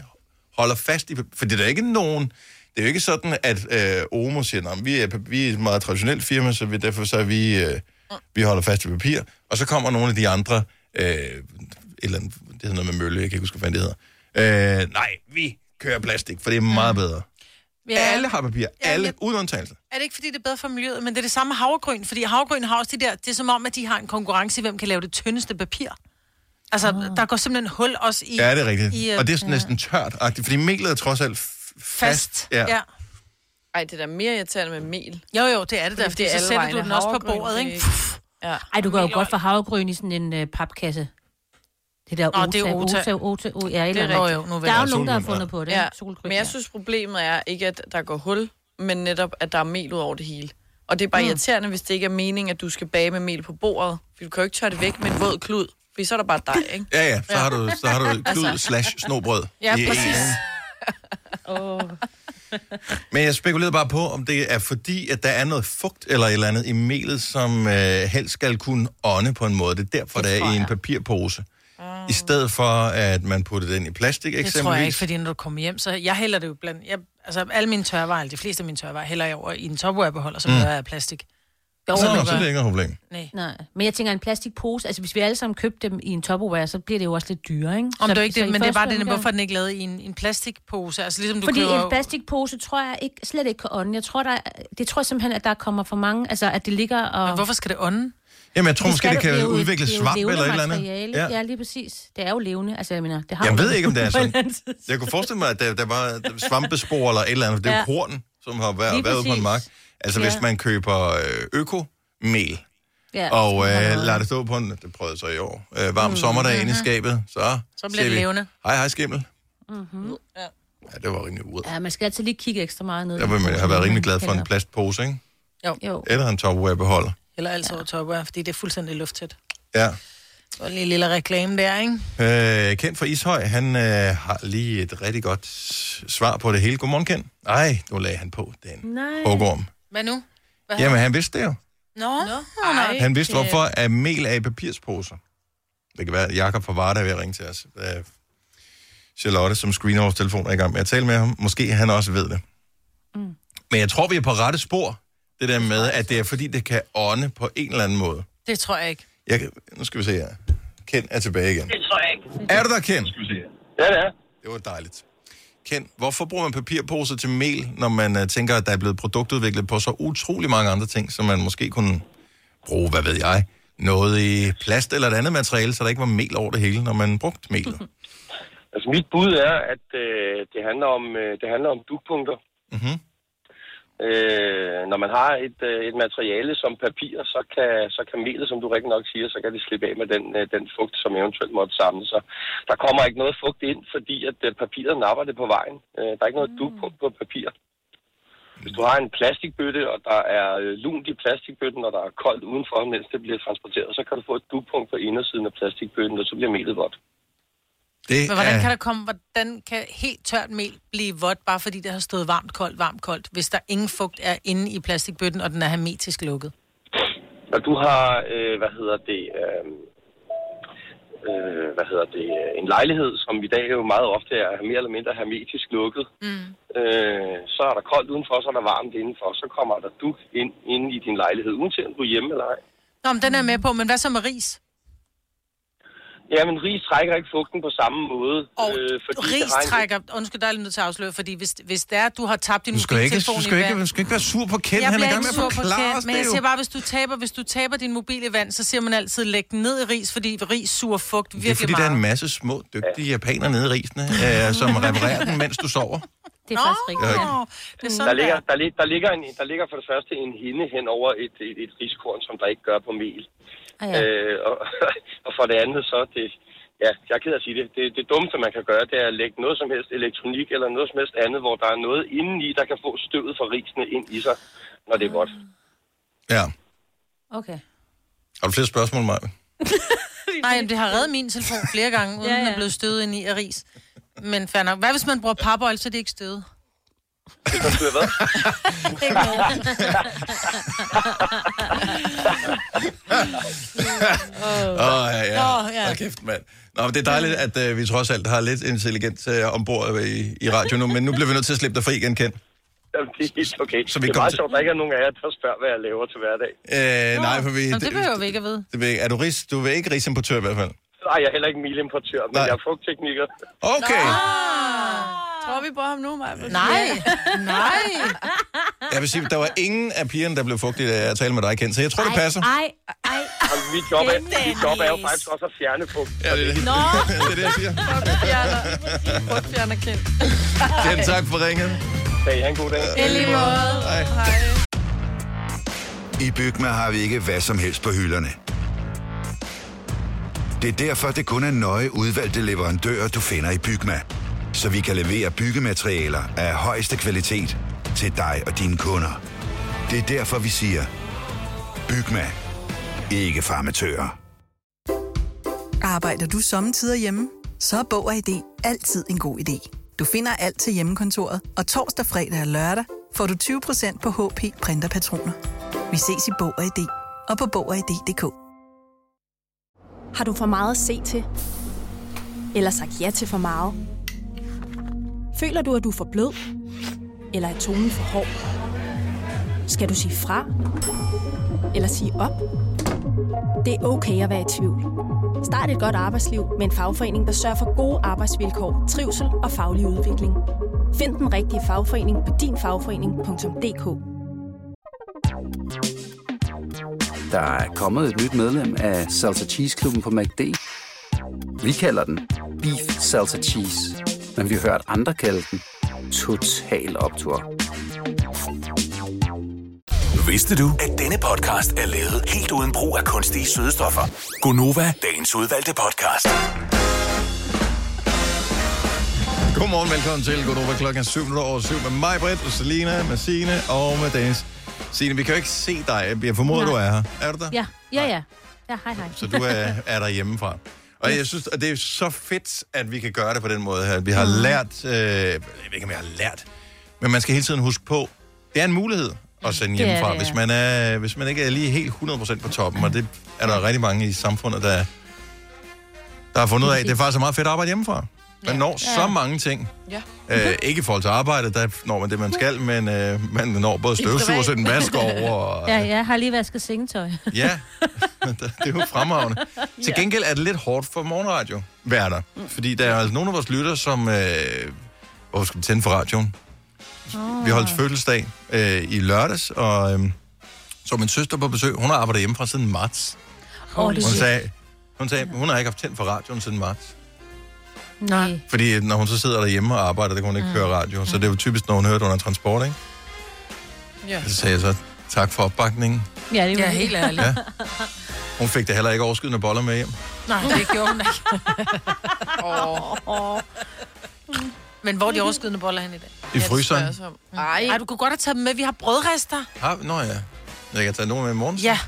[SPEAKER 1] holder fast i... pap- For det er der ikke nogen... Det er jo ikke sådan, at øh, Omo siger, at vi er, vi er et meget traditionelt firma, så vi, derfor så er vi, øh, vi holder fast i papir. Og så kommer nogle af de andre... Øh, et eller andet, det hedder noget med mølle, jeg kan ikke huske, hvad det hedder. Øh, nej, vi kører plastik, for det er meget bedre.
[SPEAKER 3] Ja.
[SPEAKER 1] Alle har papir.
[SPEAKER 3] Ja,
[SPEAKER 1] Alle,
[SPEAKER 3] jeg-
[SPEAKER 1] uden undtagelse.
[SPEAKER 3] Er det ikke, fordi det er bedre for miljøet, men det er det samme med havregryn, fordi havregryn har også de der, det er som om, at de har en konkurrence i, hvem kan lave det tyndeste papir. Altså, oh. der går simpelthen hul også i
[SPEAKER 1] Ja, det er rigtigt.
[SPEAKER 3] I, øh,
[SPEAKER 1] og det er sådan næsten tørt -agtigt, fordi melet er trods alt f- fast.
[SPEAKER 3] fast.
[SPEAKER 1] Ja. ja.
[SPEAKER 4] Ej, det er da mere irriterende med mel.
[SPEAKER 3] Jo, jo, det er det der,
[SPEAKER 4] Fordi
[SPEAKER 3] fordi
[SPEAKER 4] det er
[SPEAKER 3] så
[SPEAKER 4] alle
[SPEAKER 3] sætter
[SPEAKER 4] vegne
[SPEAKER 3] du den også på
[SPEAKER 4] havregryn,
[SPEAKER 3] bordet,
[SPEAKER 4] det er
[SPEAKER 3] ikke?
[SPEAKER 4] ikke-
[SPEAKER 3] Puff.
[SPEAKER 4] Ja.
[SPEAKER 2] Ej, du kan jo godt få havregryn i sådan en øh, papkasse. Det der
[SPEAKER 3] Nå, det er
[SPEAKER 2] Ota,
[SPEAKER 3] Ota.
[SPEAKER 2] Ota, Ota, Ota, ja,
[SPEAKER 3] Det
[SPEAKER 2] eller
[SPEAKER 3] er
[SPEAKER 2] andet.
[SPEAKER 3] rigtigt. Nå, jo, nu vil
[SPEAKER 2] Der er
[SPEAKER 3] jeg-
[SPEAKER 2] jo nogen, der har
[SPEAKER 1] solgrøn,
[SPEAKER 2] fundet på det.
[SPEAKER 4] Ja,
[SPEAKER 2] Ja. Solgrøn,
[SPEAKER 4] men jeg synes, problemet er ikke, at der går hul, men netop, at der er mel ud over det hele. Og det er bare mm. irriterende, hvis det ikke er meningen, at du skal bage med mel på bordet. For du kan jo ikke tørre det væk med en våd klud, for så er der bare dig, ikke? Altså.
[SPEAKER 1] Ja, ja, så har du, så har du klud slash snobrød.
[SPEAKER 3] Ja,
[SPEAKER 1] i en.
[SPEAKER 3] præcis.
[SPEAKER 2] Åh.
[SPEAKER 1] Men jeg spekulerede bare på, om det er fordi, at der er noget fugt eller et eller andet i melet, som øh, helst skal kunne ånde på en måde. Det er derfor, det, er i en papirpose.
[SPEAKER 2] Ah.
[SPEAKER 1] I stedet for, at man putter den i plastik
[SPEAKER 3] Det
[SPEAKER 1] eksempelvis.
[SPEAKER 3] tror jeg ikke, fordi når du kommer hjem, så jeg hælder det jo blandt... Jeg, altså, alle mine tørvejer, de fleste af mine tørvejer, hælder jeg over i en topwarebeholder, som mm. er af plastik. Jo,
[SPEAKER 1] Nå, så det er ikke noget problem.
[SPEAKER 3] Nej.
[SPEAKER 2] Nej, men jeg tænker en plastikpose. Altså, hvis vi alle sammen købte dem i en Tupperware, så bliver det jo også lidt dyrere, ikke?
[SPEAKER 3] Om
[SPEAKER 2] så,
[SPEAKER 3] det er ikke
[SPEAKER 2] så i
[SPEAKER 3] det, men det er bare
[SPEAKER 2] første
[SPEAKER 3] det,
[SPEAKER 2] omgang-
[SPEAKER 3] hvorfor den ikke er lavet i en, en plastikpose. Altså ligesom du
[SPEAKER 2] Fordi
[SPEAKER 3] køber...
[SPEAKER 2] en plastikpose tror jeg ikke, slet ikke kan ånde. Jeg tror, der, er- det tror jeg simpelthen, at der kommer for mange, altså at det ligger og...
[SPEAKER 3] Men hvorfor skal det ånde?
[SPEAKER 1] Jamen, jeg tror
[SPEAKER 2] Det
[SPEAKER 1] måske, det
[SPEAKER 2] skal jo-
[SPEAKER 1] kan
[SPEAKER 2] er jo et-
[SPEAKER 1] udvikle
[SPEAKER 2] det er jo
[SPEAKER 1] svamp
[SPEAKER 2] levende
[SPEAKER 1] eller et eller andet.
[SPEAKER 2] materiale. Ja. lige præcis. Det er jo levende. Altså, jeg mener, det har
[SPEAKER 1] Jeg
[SPEAKER 2] jo
[SPEAKER 1] ved
[SPEAKER 2] noget.
[SPEAKER 1] ikke, om det er
[SPEAKER 2] På en
[SPEAKER 1] sådan.
[SPEAKER 2] anden side.
[SPEAKER 1] Jeg kunne forestille mig, at der, der var svampespor eller et eller andet. for Det er jo
[SPEAKER 2] Ja.
[SPEAKER 1] korn, som har været,
[SPEAKER 2] Lige
[SPEAKER 1] været ude på en
[SPEAKER 2] præcis.
[SPEAKER 1] mark. Altså,
[SPEAKER 2] Ja.
[SPEAKER 1] hvis man køber øh, økomel,
[SPEAKER 2] Ja,
[SPEAKER 1] og
[SPEAKER 2] sådan noget.
[SPEAKER 1] øh,
[SPEAKER 2] Mm, mm-hmm.
[SPEAKER 1] lader det stå på en, det prøvede jeg så i år, øh, varm sommerdag inde i skabet, så,
[SPEAKER 3] Så bliver
[SPEAKER 1] siger
[SPEAKER 3] det
[SPEAKER 1] vi,
[SPEAKER 3] levende.
[SPEAKER 1] Hej, hej skimmel. Mm-hmm. Ja. det var rimelig ud.
[SPEAKER 2] Mhm. Ja, man skal altid lige kigge ekstra meget ned.
[SPEAKER 1] Jeg vil jeg har været rimelig glad for en plastpose, ikke?
[SPEAKER 2] Jo.
[SPEAKER 1] Eller en topware-beholder.
[SPEAKER 3] Eller altså over topware, fordi det er fuldstændig lufttæt.
[SPEAKER 1] Ja.
[SPEAKER 3] Det var lige en lille reklame der, ikke?
[SPEAKER 1] Øh, Kent fra Ishøj, han øh, har lige et rigtig godt svar på det hele. Godmorgen, Kent. Ej, nu lagde han på den.
[SPEAKER 2] Nej.
[SPEAKER 1] Hukorm.
[SPEAKER 3] Hvad nu?
[SPEAKER 1] Jamen, han vidste det jo.
[SPEAKER 3] Nå, Nå.
[SPEAKER 1] Han vidste, hvorfor er mel af i papirsposer. Det kan være, at Jacob fra Varda er ved at ringe til os. Øh, Charlotte, som screener vores telefon, er i gang med at tale med ham. Måske han også ved det. Mm. Men jeg tror, vi er på rette spor. Det der med, at det er fordi, det kan ånde på en eller anden måde.
[SPEAKER 3] det tror jeg ikke.
[SPEAKER 1] Jeg, kan- nu skal vi se her. Ken er tilbage igen. Det tror jeg ikke. Er du der, Ken?
[SPEAKER 7] Ja, det er.
[SPEAKER 1] Det var dejligt. Ken, hvorfor bruger man papirposer til mel, når man uh, tænker, at der er blevet produktudviklet på så utrolig mange andre ting, som man måske kunne bruge, hvad ved jeg, noget i plast eller et andet materiale, så der ikke var mel over det hele, når man brugte melet.
[SPEAKER 7] Altså, mit bud er, at øh, det, handler om, øh, det handler om dugpunkter.
[SPEAKER 1] Mhm.
[SPEAKER 7] Øh, når man har et, øh, et materiale som papir, så kan, så kan melet, som du rigtig nok siger, så kan det slippe af med den, øh, den fugt, som eventuelt måtte samle sig. Der kommer ikke noget fugt ind, fordi at øh, papiret napper det på vejen. Øh, der er ikke noget mm. dugpunkt på papir. Hvis du har en plastikbøtte, og der er øh, lunt i plastikbøtten, og der er koldt udenfor, mens det bliver transporteret, så kan du få et dugpunkt på indersiden af plastikbøtten, og så bliver melet vådt.
[SPEAKER 1] Det
[SPEAKER 3] Men hvordan
[SPEAKER 1] er,
[SPEAKER 3] kan der komme, hvordan kan helt tørt mel blive vådt, bare fordi det har stået varmt, koldt, varmt, koldt, hvis der ingen fugt er inde i plastikbøtten, og den er hermetisk lukket?
[SPEAKER 7] Når du har, øh, hvad hedder det, øh, øh, hvad hedder det, øh, en lejlighed, som i dag jo meget ofte er mere eller mindre hermetisk lukket, mm. øh, så er der koldt udenfor, så er der varmt indenfor, så kommer der duk ind, ind i din lejlighed, uanset om du er hjemme eller ej.
[SPEAKER 3] Nå, men den er jeg med på, men hvad så med ris?
[SPEAKER 7] Ja, men ris trækker ikke fugten på samme måde. øh,
[SPEAKER 3] Og
[SPEAKER 7] fordi det
[SPEAKER 3] ris
[SPEAKER 7] har en-
[SPEAKER 3] trækker... Undskyld, der er jeg lige nødt til at afsløre, fordi hvis, hvis det er, at du har tabt din
[SPEAKER 1] du skal, ikke,
[SPEAKER 3] mobiltelefon
[SPEAKER 1] du, skal
[SPEAKER 3] i
[SPEAKER 1] ikke,
[SPEAKER 3] vand...
[SPEAKER 1] du skal ikke være sur på Ken,
[SPEAKER 3] jeg
[SPEAKER 1] han er i
[SPEAKER 3] bliver
[SPEAKER 1] gang
[SPEAKER 3] ikke
[SPEAKER 1] med at
[SPEAKER 3] sur på
[SPEAKER 1] forklare os
[SPEAKER 3] Ken, men jeg
[SPEAKER 1] det
[SPEAKER 3] siger
[SPEAKER 1] jo.
[SPEAKER 3] bare, hvis du taber, hvis du taber din mobil i vand, så siger man altid, læg den ned i ris, fordi ris suger fugt
[SPEAKER 1] Det er
[SPEAKER 3] virkelig
[SPEAKER 1] fordi, der er en
[SPEAKER 3] meget.
[SPEAKER 1] masse små, dygtige japanere nede i risene, øh, som reparerer den, mens du sover.
[SPEAKER 2] Det er faktisk rigtigt.
[SPEAKER 1] Ja.
[SPEAKER 3] Nå, det er sådan,
[SPEAKER 7] Mm. Der ligger, der, lig, der, ligger en, der ligger for det første en hinde hen over et, et, et riskorn, som der ikke gør på mel.
[SPEAKER 2] Ah,
[SPEAKER 7] Ja.
[SPEAKER 2] ja.
[SPEAKER 7] Øh, og, og for det andet så, det, ja, jeg er ked af at sige det, det, det dummeste man kan gøre, det er at lægge noget som helst elektronik eller noget som helst andet, hvor der er noget indeni, der kan få støvet fra risene ind i sig, når det er vådt.
[SPEAKER 1] Ja.
[SPEAKER 2] Okay.
[SPEAKER 1] Har du flere spørgsmål, Maja?
[SPEAKER 3] Nej, men det har reddet min telefon flere gange, uden
[SPEAKER 2] Ja,
[SPEAKER 3] ja, ja.
[SPEAKER 2] ja.
[SPEAKER 3] den er blevet stødet ind i af ris. Men fair nok. Hvad hvis man bruger papbøjle, så er det ikke stødet?
[SPEAKER 7] Så skulle jeg hvad?
[SPEAKER 1] Åh, Ah, ja, ja.
[SPEAKER 3] Nå, ja.
[SPEAKER 1] Hold kæft, mand. Nå, men det er dejligt, at øh, vi trods alt har lidt intelligent øh, ombord øh, i, i radio nu, men nu bliver vi nødt til at slippe dig fri igen, Ken.
[SPEAKER 7] Jamen, det er helt okay.
[SPEAKER 1] Så
[SPEAKER 7] Så
[SPEAKER 1] vi
[SPEAKER 7] vi det er meget
[SPEAKER 1] kommer til-
[SPEAKER 7] sjovt, at der ikke er nogen af jer, der spørger, hvad jeg laver til hverdag.
[SPEAKER 1] Øh, nej, for vi...
[SPEAKER 3] Nå, det behøver vi ikke at vide.
[SPEAKER 1] Det ved jeg, ikke. er du ris? Du er ikke risimportør i hvert fald.
[SPEAKER 7] Nej, jeg er heller ikke milimportør, men
[SPEAKER 1] Nej.
[SPEAKER 7] Nej. jeg er frugttekniker.
[SPEAKER 1] Okay.
[SPEAKER 4] Ah. Tror vi på ham nu, Maja?
[SPEAKER 3] Nej, nej.
[SPEAKER 1] Jeg vil sige, der var ingen af pigerne, der blev fugtige, da jeg talte med dig, Kent, så jeg tror, det passer.
[SPEAKER 2] Ej, ej,
[SPEAKER 7] Og mit job er,
[SPEAKER 4] Dennis.
[SPEAKER 7] mit job er jo faktisk også at fjerne fugt.
[SPEAKER 1] Ja, det er det. det, er det, jeg siger.
[SPEAKER 4] Frugtfjerner. Frugtfjerner kendt.
[SPEAKER 1] Kent, tak for ringet.
[SPEAKER 7] Kan I have en god dag?
[SPEAKER 1] Hej.
[SPEAKER 8] I Bygma har vi ikke hvad som helst på hylderne. Det er derfor, det kun er nøje udvalgte leverandører, du finder i Bygma. Så vi kan levere byggematerialer af højeste kvalitet til dig og dine kunder. Det er derfor, vi siger, Bygma. Ikke farmatører.
[SPEAKER 9] Arbejder du sommetider hjemme? Så er Bog og ID altid en god idé. Du finder alt til hjemmekontoret, og torsdag, fredag og lørdag får du 20% på HP printerpatroner. Vi ses i Bog og ID og på Bog og ID.dk.
[SPEAKER 10] Har du for meget at se til? Eller sagt ja til for meget? Føler du, at du er for blød? Eller er tonen for hård? Skal du sige fra? Eller sige op? Det er okay at være i tvivl. Start et godt arbejdsliv med en fagforening, der sørger for gode arbejdsvilkår, trivsel og faglig udvikling. Find den rigtige fagforening på dinfagforening.dk.
[SPEAKER 11] Der er kommet et nyt medlem af Salsa Cheese Klubben på MACD. Vi kalder den Beef Salsa Cheese, men vi har hørt andre kalde den Total Optor.
[SPEAKER 6] Vidste du, at denne podcast er lavet helt uden brug af kunstige sødestoffer? Gonova, dagens udvalgte podcast.
[SPEAKER 1] Godmorgen, velkommen til Godnova klokken er 7 minutter over 7 med mig, Britt, med Selina, med Signe og med Dennis. Signe, vi kan jo ikke se dig. Jeg formoder,
[SPEAKER 2] Nej.
[SPEAKER 1] du er her. Er du der?
[SPEAKER 2] Ja, ja, ja. Ja, hej, hej.
[SPEAKER 1] Så du er, er der hjemmefra. Og jeg synes, at det er så fedt, at vi kan gøre det på den måde her. Vi har lært, øh, jeg ved ikke, om jeg har lært, men man skal hele tiden huske på, det er en mulighed at sende
[SPEAKER 12] Det er
[SPEAKER 1] hjemmefra,
[SPEAKER 12] det, ja.
[SPEAKER 1] hvis, man er, hvis man ikke er lige helt 100% på toppen, og det er der rigtig mange i samfundet, der, der har fundet ud af, at det er faktisk er meget fedt at arbejde hjemmefra. Man når så mange ting.
[SPEAKER 4] Ja.
[SPEAKER 1] Øh, ikke i forhold til arbejde, der når man det, man skal, men øh, man når både støvsuger og sætte en vask over. Og,
[SPEAKER 2] Ja, jeg har lige vasket sengetøj.
[SPEAKER 1] Ja, det er jo fremragende. Til gengæld er det lidt hårdt for morgenradio værter, fordi der er altså nogle af vores lytter, som... Øh, hvor skal vi tænde for radioen? Vi holdt fødselsdag øh, i lørdags, og øh, så var min søster på besøg. Hun har arbejdet hjemmefra siden marts.
[SPEAKER 2] Åh,
[SPEAKER 1] hun,
[SPEAKER 2] det er shit.
[SPEAKER 1] sagde, hun sagde, hun har ikke haft tændt for radioen siden marts.
[SPEAKER 2] Nej.
[SPEAKER 1] Fordi øh, når hun så sidder derhjemme og arbejder, der kan hun ikke
[SPEAKER 2] Mm.
[SPEAKER 1] høre radio. Så det var typisk, når hun hørte under transport, ikke?
[SPEAKER 4] Ja.
[SPEAKER 1] Så sagde jeg så, tak for opbakningen.
[SPEAKER 2] Ja, det
[SPEAKER 3] er ja, helt ærligt.
[SPEAKER 1] Ja. Hun fik det heller ikke overskydende boller med hjem.
[SPEAKER 3] Nej, det gjorde hun ikke. oh. Men hvor er de overskydende boller hen i dag?
[SPEAKER 1] I fryseren.
[SPEAKER 3] Nej. Ej, du kunne godt have taget dem med. Vi har brødrester.
[SPEAKER 1] Har, nå ja. Jeg kan tage nogen med i morgen.
[SPEAKER 3] Ja.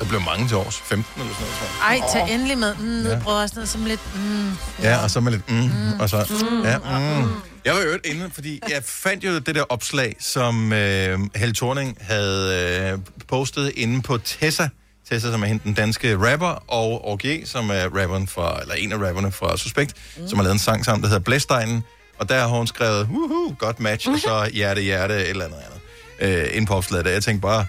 [SPEAKER 1] Der blev mange til års. 15 eller sådan noget, tror jeg.
[SPEAKER 3] Ej, tag endelig med. Mm,
[SPEAKER 1] Ja.
[SPEAKER 3] ja. Brødrester som lidt... Mm.
[SPEAKER 1] Ja, og så med lidt mm, mm. og så...
[SPEAKER 3] Mm.
[SPEAKER 1] Mm. Ja, mm. Jeg var i øvrigt inde, fordi jeg fandt jo det der opslag, som øh, Helle Thorning havde øh, postet inde på Tessa. Tessa, som er hende, den danske rapper, og Org, som er rapperen fra, eller en af rapperne fra Suspekt, mm. som har lavet en sang sammen, der hedder Blæstegnen. Og der har hun skrevet, uhu, godt match, og så hjerte, hjerte, et eller andet andet. Øh, inde på opslaget der. Jeg tænkte bare,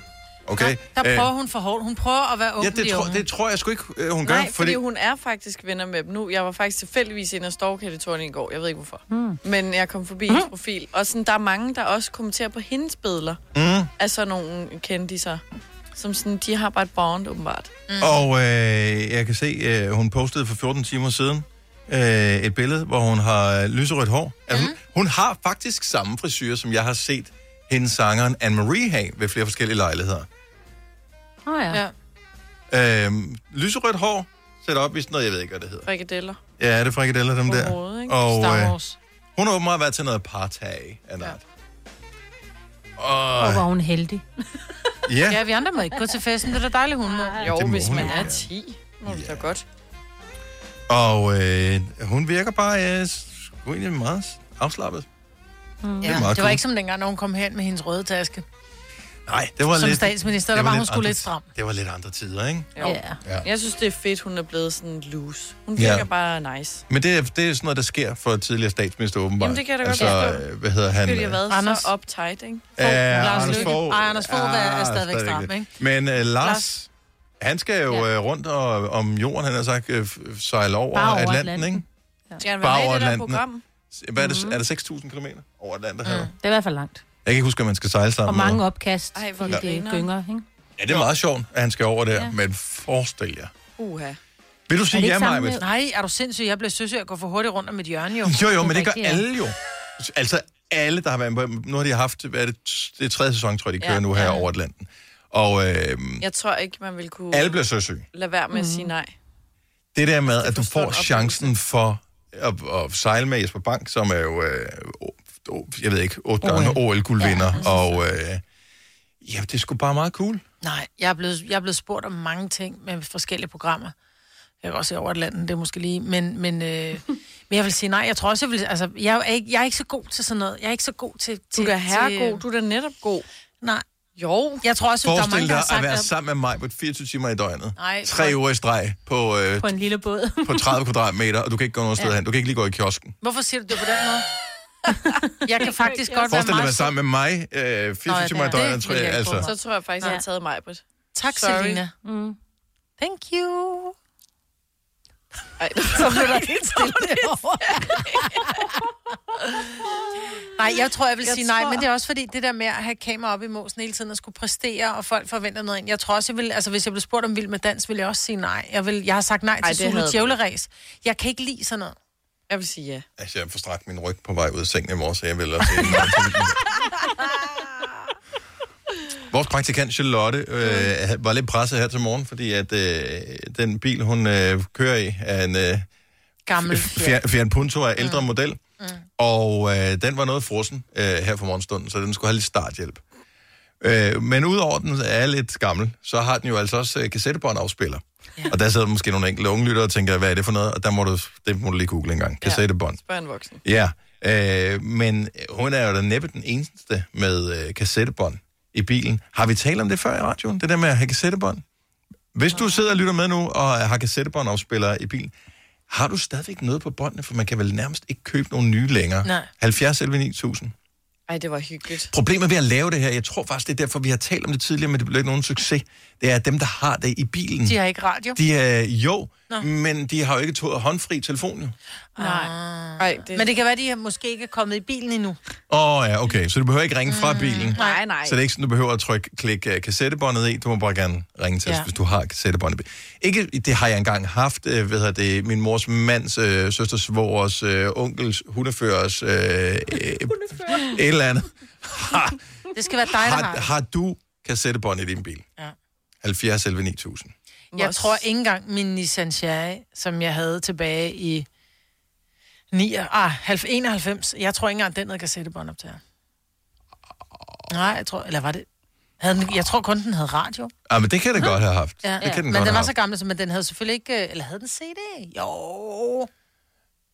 [SPEAKER 1] okay.
[SPEAKER 4] der
[SPEAKER 1] øh,
[SPEAKER 4] prøver
[SPEAKER 3] Og hun for hårdt. Hun prøver at være
[SPEAKER 1] Ja,
[SPEAKER 3] åben
[SPEAKER 1] det, tror, det tror jeg sgu ikke, øh, hun gør.
[SPEAKER 4] Nej, fordi... fordi hun er faktisk venner med dem nu. Jeg var faktisk tilfældigvis inde og stalke Helle Thorning i går. Jeg ved ikke hvorfor. Mm. Men jeg kom forbi mm. hendes profil. Og sådan, der er mange, der også kommenterer på hendes billeder.
[SPEAKER 1] Mm.
[SPEAKER 4] Af sådan nogle kendisser. Som sådan, de har bare et bond, åbenbart.
[SPEAKER 1] Mm. Og øh, jeg kan se, øh, hun postede for 14 timer siden øh, et billede, hvor hun har øh, lyserødt hår. Altså, hun, hun har faktisk samme frisyr, som jeg har set hendes sangeren Anne-Marie have ved flere forskellige lejligheder.
[SPEAKER 2] Åh oh, ja.
[SPEAKER 4] ja.
[SPEAKER 1] Øh, lyserødt hår, sæt op i sådan noget, jeg ved ikke, hvad det hedder.
[SPEAKER 4] Frikadeller.
[SPEAKER 1] Ja, er det frikadeller, dem der?
[SPEAKER 4] Overhovedet, ikke?
[SPEAKER 1] Og
[SPEAKER 4] Star
[SPEAKER 1] øh,
[SPEAKER 4] Wars.
[SPEAKER 1] hun har åbenbart været til noget partag af en art.
[SPEAKER 2] Og
[SPEAKER 1] Og,
[SPEAKER 2] hvor er hun heldig.
[SPEAKER 1] ja,
[SPEAKER 3] Ja, vi andre må ikke gå til festen. Det er da dejligt, hun må.
[SPEAKER 1] Jo, Det må hvis hun man jo, er ja.
[SPEAKER 4] 10, må det da godt.
[SPEAKER 1] og øh, hun virker bare øh, sgu egentlig meget afslappet.
[SPEAKER 3] Mm.
[SPEAKER 1] Det er
[SPEAKER 3] Ja,
[SPEAKER 1] meget
[SPEAKER 3] det var
[SPEAKER 1] cool.
[SPEAKER 3] ikke som dengang, når hun kom hen med hendes røde taske.
[SPEAKER 1] Nej, det var
[SPEAKER 3] Som
[SPEAKER 1] lidt...
[SPEAKER 3] statsminister,
[SPEAKER 1] det
[SPEAKER 3] der var hun
[SPEAKER 1] lidt
[SPEAKER 3] sgu
[SPEAKER 1] andre-
[SPEAKER 3] lidt stram.
[SPEAKER 1] Det var lidt andre tider, ikke?
[SPEAKER 4] Jo.
[SPEAKER 1] Ja.
[SPEAKER 4] Ja. Jeg synes, det er fedt, hun er blevet sådan loose. Hun
[SPEAKER 1] Ja.
[SPEAKER 4] virker bare nice.
[SPEAKER 1] Men det er, det er sådan noget, der sker for tidligere statsminister, åbenbart.
[SPEAKER 4] Jamen, det kan jeg da godt
[SPEAKER 1] altså,
[SPEAKER 4] forstå.
[SPEAKER 1] øh, hvad hedder han?
[SPEAKER 4] Skulle de have
[SPEAKER 1] øh,
[SPEAKER 4] været Anders. så uptight, ikke?
[SPEAKER 1] Ja,
[SPEAKER 3] Lars
[SPEAKER 1] Anders
[SPEAKER 3] Løkke.
[SPEAKER 1] Fogh.
[SPEAKER 3] Ej, Anders Fogh er- er stadigvæk stram,
[SPEAKER 1] lidt.
[SPEAKER 3] ikke?
[SPEAKER 1] Ah, Men øh, Lars,
[SPEAKER 3] Lars.
[SPEAKER 1] han skal jo øh, rundt og, om jorden, han har sagt, øh, f- f- sejle over,
[SPEAKER 3] Bare
[SPEAKER 1] over
[SPEAKER 3] over
[SPEAKER 1] Atlanten,
[SPEAKER 3] Atlanten.
[SPEAKER 1] ikke?
[SPEAKER 4] Skal han
[SPEAKER 1] Bare
[SPEAKER 4] være med i
[SPEAKER 1] over
[SPEAKER 4] det der
[SPEAKER 1] Atlanten.
[SPEAKER 4] program?
[SPEAKER 1] Hvad er,
[SPEAKER 3] Mhm.
[SPEAKER 1] det, er det 6.000 km over Atlanten? Mm. Jeg
[SPEAKER 2] Det er i hvert fald langt.
[SPEAKER 1] kan ikke huske, at man skal sejle sammen.
[SPEAKER 2] Og mange opkast,
[SPEAKER 4] Ej,
[SPEAKER 2] Ej,
[SPEAKER 4] hvor
[SPEAKER 2] fordi det
[SPEAKER 4] griner.
[SPEAKER 2] er gynger, ikke?
[SPEAKER 1] Ja, det er meget sjovt, at han skal over der, ja.
[SPEAKER 2] Ja.
[SPEAKER 1] men forestil jer.
[SPEAKER 4] Uha.
[SPEAKER 1] Vil du
[SPEAKER 3] Er det
[SPEAKER 1] sige ja,
[SPEAKER 3] ikke
[SPEAKER 1] Maja?
[SPEAKER 3] sammen med- Nej, er du sindssyg? Jeg blev søsyg og går for hurtigt rundt om et hjørne, jo.
[SPEAKER 1] Jo, jo, men det gør
[SPEAKER 3] rigtigt, ja.
[SPEAKER 1] alle jo. Altså alle, der har været med, nu har de haft, hvad er det, det er tredje sæson, tror jeg, de kører ja,
[SPEAKER 3] Ja,
[SPEAKER 1] nu her
[SPEAKER 3] ja.
[SPEAKER 1] over Atlanten. Og øh,
[SPEAKER 4] Jeg tror ikke, man vil kunne
[SPEAKER 1] alle bliver søsyge.
[SPEAKER 4] lade være med at
[SPEAKER 3] Mm.
[SPEAKER 4] sige nej.
[SPEAKER 1] Det der med, at du
[SPEAKER 4] forstår
[SPEAKER 1] får
[SPEAKER 4] en
[SPEAKER 1] chancen for at, at sejle med Jesper Bank, som er jo, øh, o- o- jeg ved ikke, otte gange OL-guldvinder. og øh, ja, det er sgu bare meget cool.
[SPEAKER 3] Nej, jeg er, blevet, jeg er blevet spurgt om mange ting med forskellige programmer. Jeg kan også se over Atlanten, det er måske lige, men, men, øh, men jeg vil sige nej. Jeg tror også, jeg vil, altså, jeg er, ikke, jeg er ikke så god til sådan noget. Jeg er ikke så god til... til
[SPEAKER 4] Du er da herregod,
[SPEAKER 3] til-
[SPEAKER 4] du er da netop god.
[SPEAKER 3] Nej,
[SPEAKER 4] Jo.
[SPEAKER 3] jeg tror også, at der er mange, der
[SPEAKER 1] Forestil dig
[SPEAKER 3] har
[SPEAKER 1] at
[SPEAKER 3] sagt...
[SPEAKER 1] være
[SPEAKER 3] at-
[SPEAKER 1] sammen med mig på 24 timer i døgnet.
[SPEAKER 3] Nej,
[SPEAKER 1] Tre
[SPEAKER 3] for-
[SPEAKER 1] uger i streg på, øh,
[SPEAKER 2] på en lille båd.
[SPEAKER 1] på 30 kvadratmeter, og du kan ikke gå nogen sted hen. Du kan ikke lige gå i kiosken.
[SPEAKER 3] Hvorfor siger du det på den måde? Jeg kan faktisk godt være
[SPEAKER 1] Forestil dig at være
[SPEAKER 3] meget...
[SPEAKER 1] sammen med mig øh, 24
[SPEAKER 3] Nå, ja,
[SPEAKER 1] timer i
[SPEAKER 3] det er-
[SPEAKER 1] døgnet.
[SPEAKER 3] det
[SPEAKER 1] Tre,
[SPEAKER 3] vil jeg ikke
[SPEAKER 1] altså.
[SPEAKER 3] prøve.
[SPEAKER 4] Så tror jeg faktisk, jeg har
[SPEAKER 2] Ja.
[SPEAKER 4] taget mig, Britt.
[SPEAKER 3] Tak,
[SPEAKER 4] Sorry.
[SPEAKER 3] Selina.
[SPEAKER 2] Mm.
[SPEAKER 3] Thank you.
[SPEAKER 4] Ej,
[SPEAKER 3] Så blev der helt stille derovre. Nej, jeg tror, jeg vil
[SPEAKER 4] Jeg
[SPEAKER 3] sige nej,
[SPEAKER 4] tror-
[SPEAKER 3] men det er også fordi, det der med at have kamera op i måsen hele tiden og skulle præstere, og folk forventer noget ind. Jeg tror også, jeg vil, altså hvis jeg blev spurgt om vild med dans, ville jeg også sige nej. Jeg, vil, jeg har sagt nej
[SPEAKER 4] Ej, det
[SPEAKER 3] til Zulu
[SPEAKER 4] havde du.
[SPEAKER 3] Djævleræs. Jeg kan ikke lide sådan noget.
[SPEAKER 4] Jeg vil sige ja.
[SPEAKER 1] Altså, jeg forstrakte min ryg på vej ud af sengen i morges, så jeg vil også sige nej til den. Vores praktikant Charlotte øh,
[SPEAKER 3] Mm.
[SPEAKER 1] var lidt presset her til morgen, fordi at øh, den bil, hun øh, kører i, er en øh,
[SPEAKER 3] Gammel.
[SPEAKER 1] Fiat- Fiat Punto af ældre model, og øh, den var noget frossen øh, her for morgenstunden, så den skulle have lidt starthjælp. Øh, men udover at den er lidt gammel, så har den jo altså også øh, kassettebåndafspiller. Ja. Og der sidder måske nogle enkelte unge lyttere og tænker, hvad er det for noget? Og der må du, det må du lige google en gang. Kassettebånd.
[SPEAKER 4] Spørg en voksen.
[SPEAKER 1] Ja, øh, men hun er jo da næppe den eneste med øh, kassettebånd i bilen. Har vi talt om det før i radioen, det der med at have kassettebånd? Hvis du sidder og lytter med nu og har kassettebåndafspillere i bilen, har du stadigvæk noget på båndene, for man kan vel nærmest ikke købe nogen nye længere?
[SPEAKER 3] Nej.
[SPEAKER 1] 70 11 9000.
[SPEAKER 4] Ej, det var hyggeligt.
[SPEAKER 1] Problemet ved at lave det her, jeg tror faktisk, det er derfor, vi har talt om det tidligere, men det blev ikke nogen succes, det er, at dem, der har det i bilen,
[SPEAKER 3] De har ikke radio.
[SPEAKER 1] Mm. de er jo, Nå. men de har jo ikke to- håndfri telefon. jo.
[SPEAKER 4] Nej. Ej, det...
[SPEAKER 3] Men det kan være, de måske ikke er kommet i bilen endnu.
[SPEAKER 1] Åh oh, ja, okay, så du behøver ikke ringe fra bilen.
[SPEAKER 4] Nej, nej.
[SPEAKER 1] Så det er ikke sådan, du behøver at trykke, klikke uh, kassettebåndet i. Du må bare gerne ringe til os, ja.
[SPEAKER 3] Ja.
[SPEAKER 1] hvis du har kassettebåndet. Ikke, det har jeg engang haft. Øh, hvad hedder det? Min mors mands, øh, søsters, svogers, øh, onkels, hundeførers, øh, øh, et eller andet. Har,
[SPEAKER 3] Det skal være dig, der
[SPEAKER 1] har,
[SPEAKER 3] har.
[SPEAKER 1] har du kassettebånd i din bil?
[SPEAKER 3] Ja.
[SPEAKER 1] 70 11 9000.
[SPEAKER 3] Jeg tror ikke engang min Nissan Sherry, som jeg havde tilbage i 9, ah, 91, jeg tror ikke engang, den havde kassettebånd op til Nej, jeg tror, eller var det... Havde den, jeg tror kun, den havde radio.
[SPEAKER 1] Ah, men det kan det godt have haft. Ja, det kan
[SPEAKER 3] ja.
[SPEAKER 1] den
[SPEAKER 3] men
[SPEAKER 1] godt
[SPEAKER 3] den
[SPEAKER 1] have
[SPEAKER 3] var
[SPEAKER 1] haft.
[SPEAKER 3] så gammel, så men den havde selvfølgelig ikke... øh, Eller havde den CD? Jo.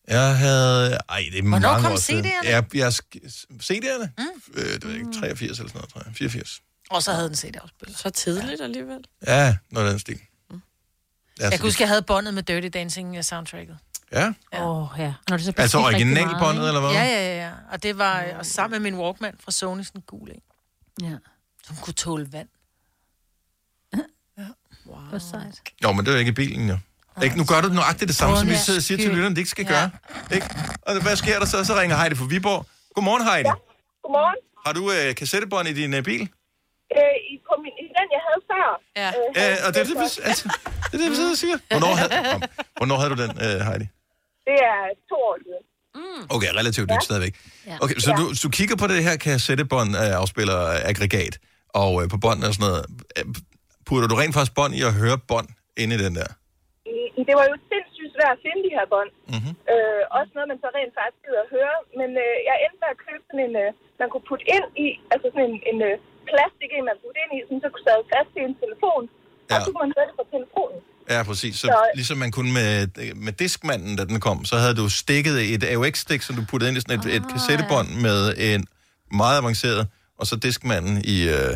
[SPEAKER 1] Jeg havde... Ej, det er Hvornår mange
[SPEAKER 3] kom
[SPEAKER 1] år siden.
[SPEAKER 3] CD'erne?
[SPEAKER 1] Ja, jeg, sk- CD'erne? Mm. Øh, det ved jeg ikke, 83 eller sådan noget, tror jeg. 84.
[SPEAKER 3] Og så havde den CD-afspiller.
[SPEAKER 4] Så tidligt alligevel.
[SPEAKER 1] Ja, noget af den stil. Altså, Ja,
[SPEAKER 3] Jeg
[SPEAKER 1] så-
[SPEAKER 3] kan huske, jeg havde båndet med Dirty øh, Dancing-soundtracket.
[SPEAKER 1] Ja.
[SPEAKER 2] Åh, oh, ja. Og Når det så blev
[SPEAKER 1] Altså
[SPEAKER 2] smidt rigtig
[SPEAKER 1] originalbåndet,
[SPEAKER 2] meget,
[SPEAKER 1] eller hvad?
[SPEAKER 3] Ja, ja, ja. Og det var... øh, Og sammen med min Walkman fra Sony, sådan en gul en.
[SPEAKER 2] ikke? Ja.
[SPEAKER 3] Som kunne tåle vand.
[SPEAKER 2] Det var sejt.
[SPEAKER 1] Jo, men det er jo ikke i bilen, jo. Ikke? Nu gør du nøjagtigt det samme, som vi
[SPEAKER 2] Ja.
[SPEAKER 1] sidder og siger til lytterne, det ikke skal
[SPEAKER 3] Ja.
[SPEAKER 1] gøre. Ikke? Og hvad sker der så? Så ringer Heidi fra Viborg. Godmorgen, Heidi.
[SPEAKER 13] Godmorgen.
[SPEAKER 1] Har du øh, kassettebånd i din øh, bil?
[SPEAKER 13] Øh, i, på min, I den, jeg havde før.
[SPEAKER 4] Ja.
[SPEAKER 1] Øh, og det er det, vi- altså, det, er det, vi sidder og siger. Hvornår havde, om, hvornår havde du den, øh, Heidi?
[SPEAKER 13] Det er to år siden.
[SPEAKER 1] Okay, relativt nyt stadigvæk.
[SPEAKER 2] Ja.
[SPEAKER 1] Okay, så du, så du kigger på det her kassettebånd, øh, afspiller aggregat, og øh, på bånd og sådan noget. Øh, Putter du rent faktisk bånd i at høre bånd inde i den der?
[SPEAKER 13] Mm, Det var jo sindssygt svært at finde de her bånd.
[SPEAKER 1] Mhm.
[SPEAKER 13] Øh, også noget, man så rent faktisk gider at høre. Men øh, jeg endte med at købe sådan en, øh, man kunne putte ind i, altså sådan en, en øh, plastik, en, man putte ind i, som så kunne sad fast til en telefon. Ja. Og
[SPEAKER 1] Ja.
[SPEAKER 13] så kunne man høre det fra telefonen.
[SPEAKER 1] Ja, præcis. Så
[SPEAKER 13] Så-
[SPEAKER 1] ligesom man kunne med, med diskmanden, da den kom, så havde du stikket et AUX-stik, som du puttede ind i sådan et, ah, et kassettebånd ja. med en meget avanceret, og så diskmanden i, øh, hvad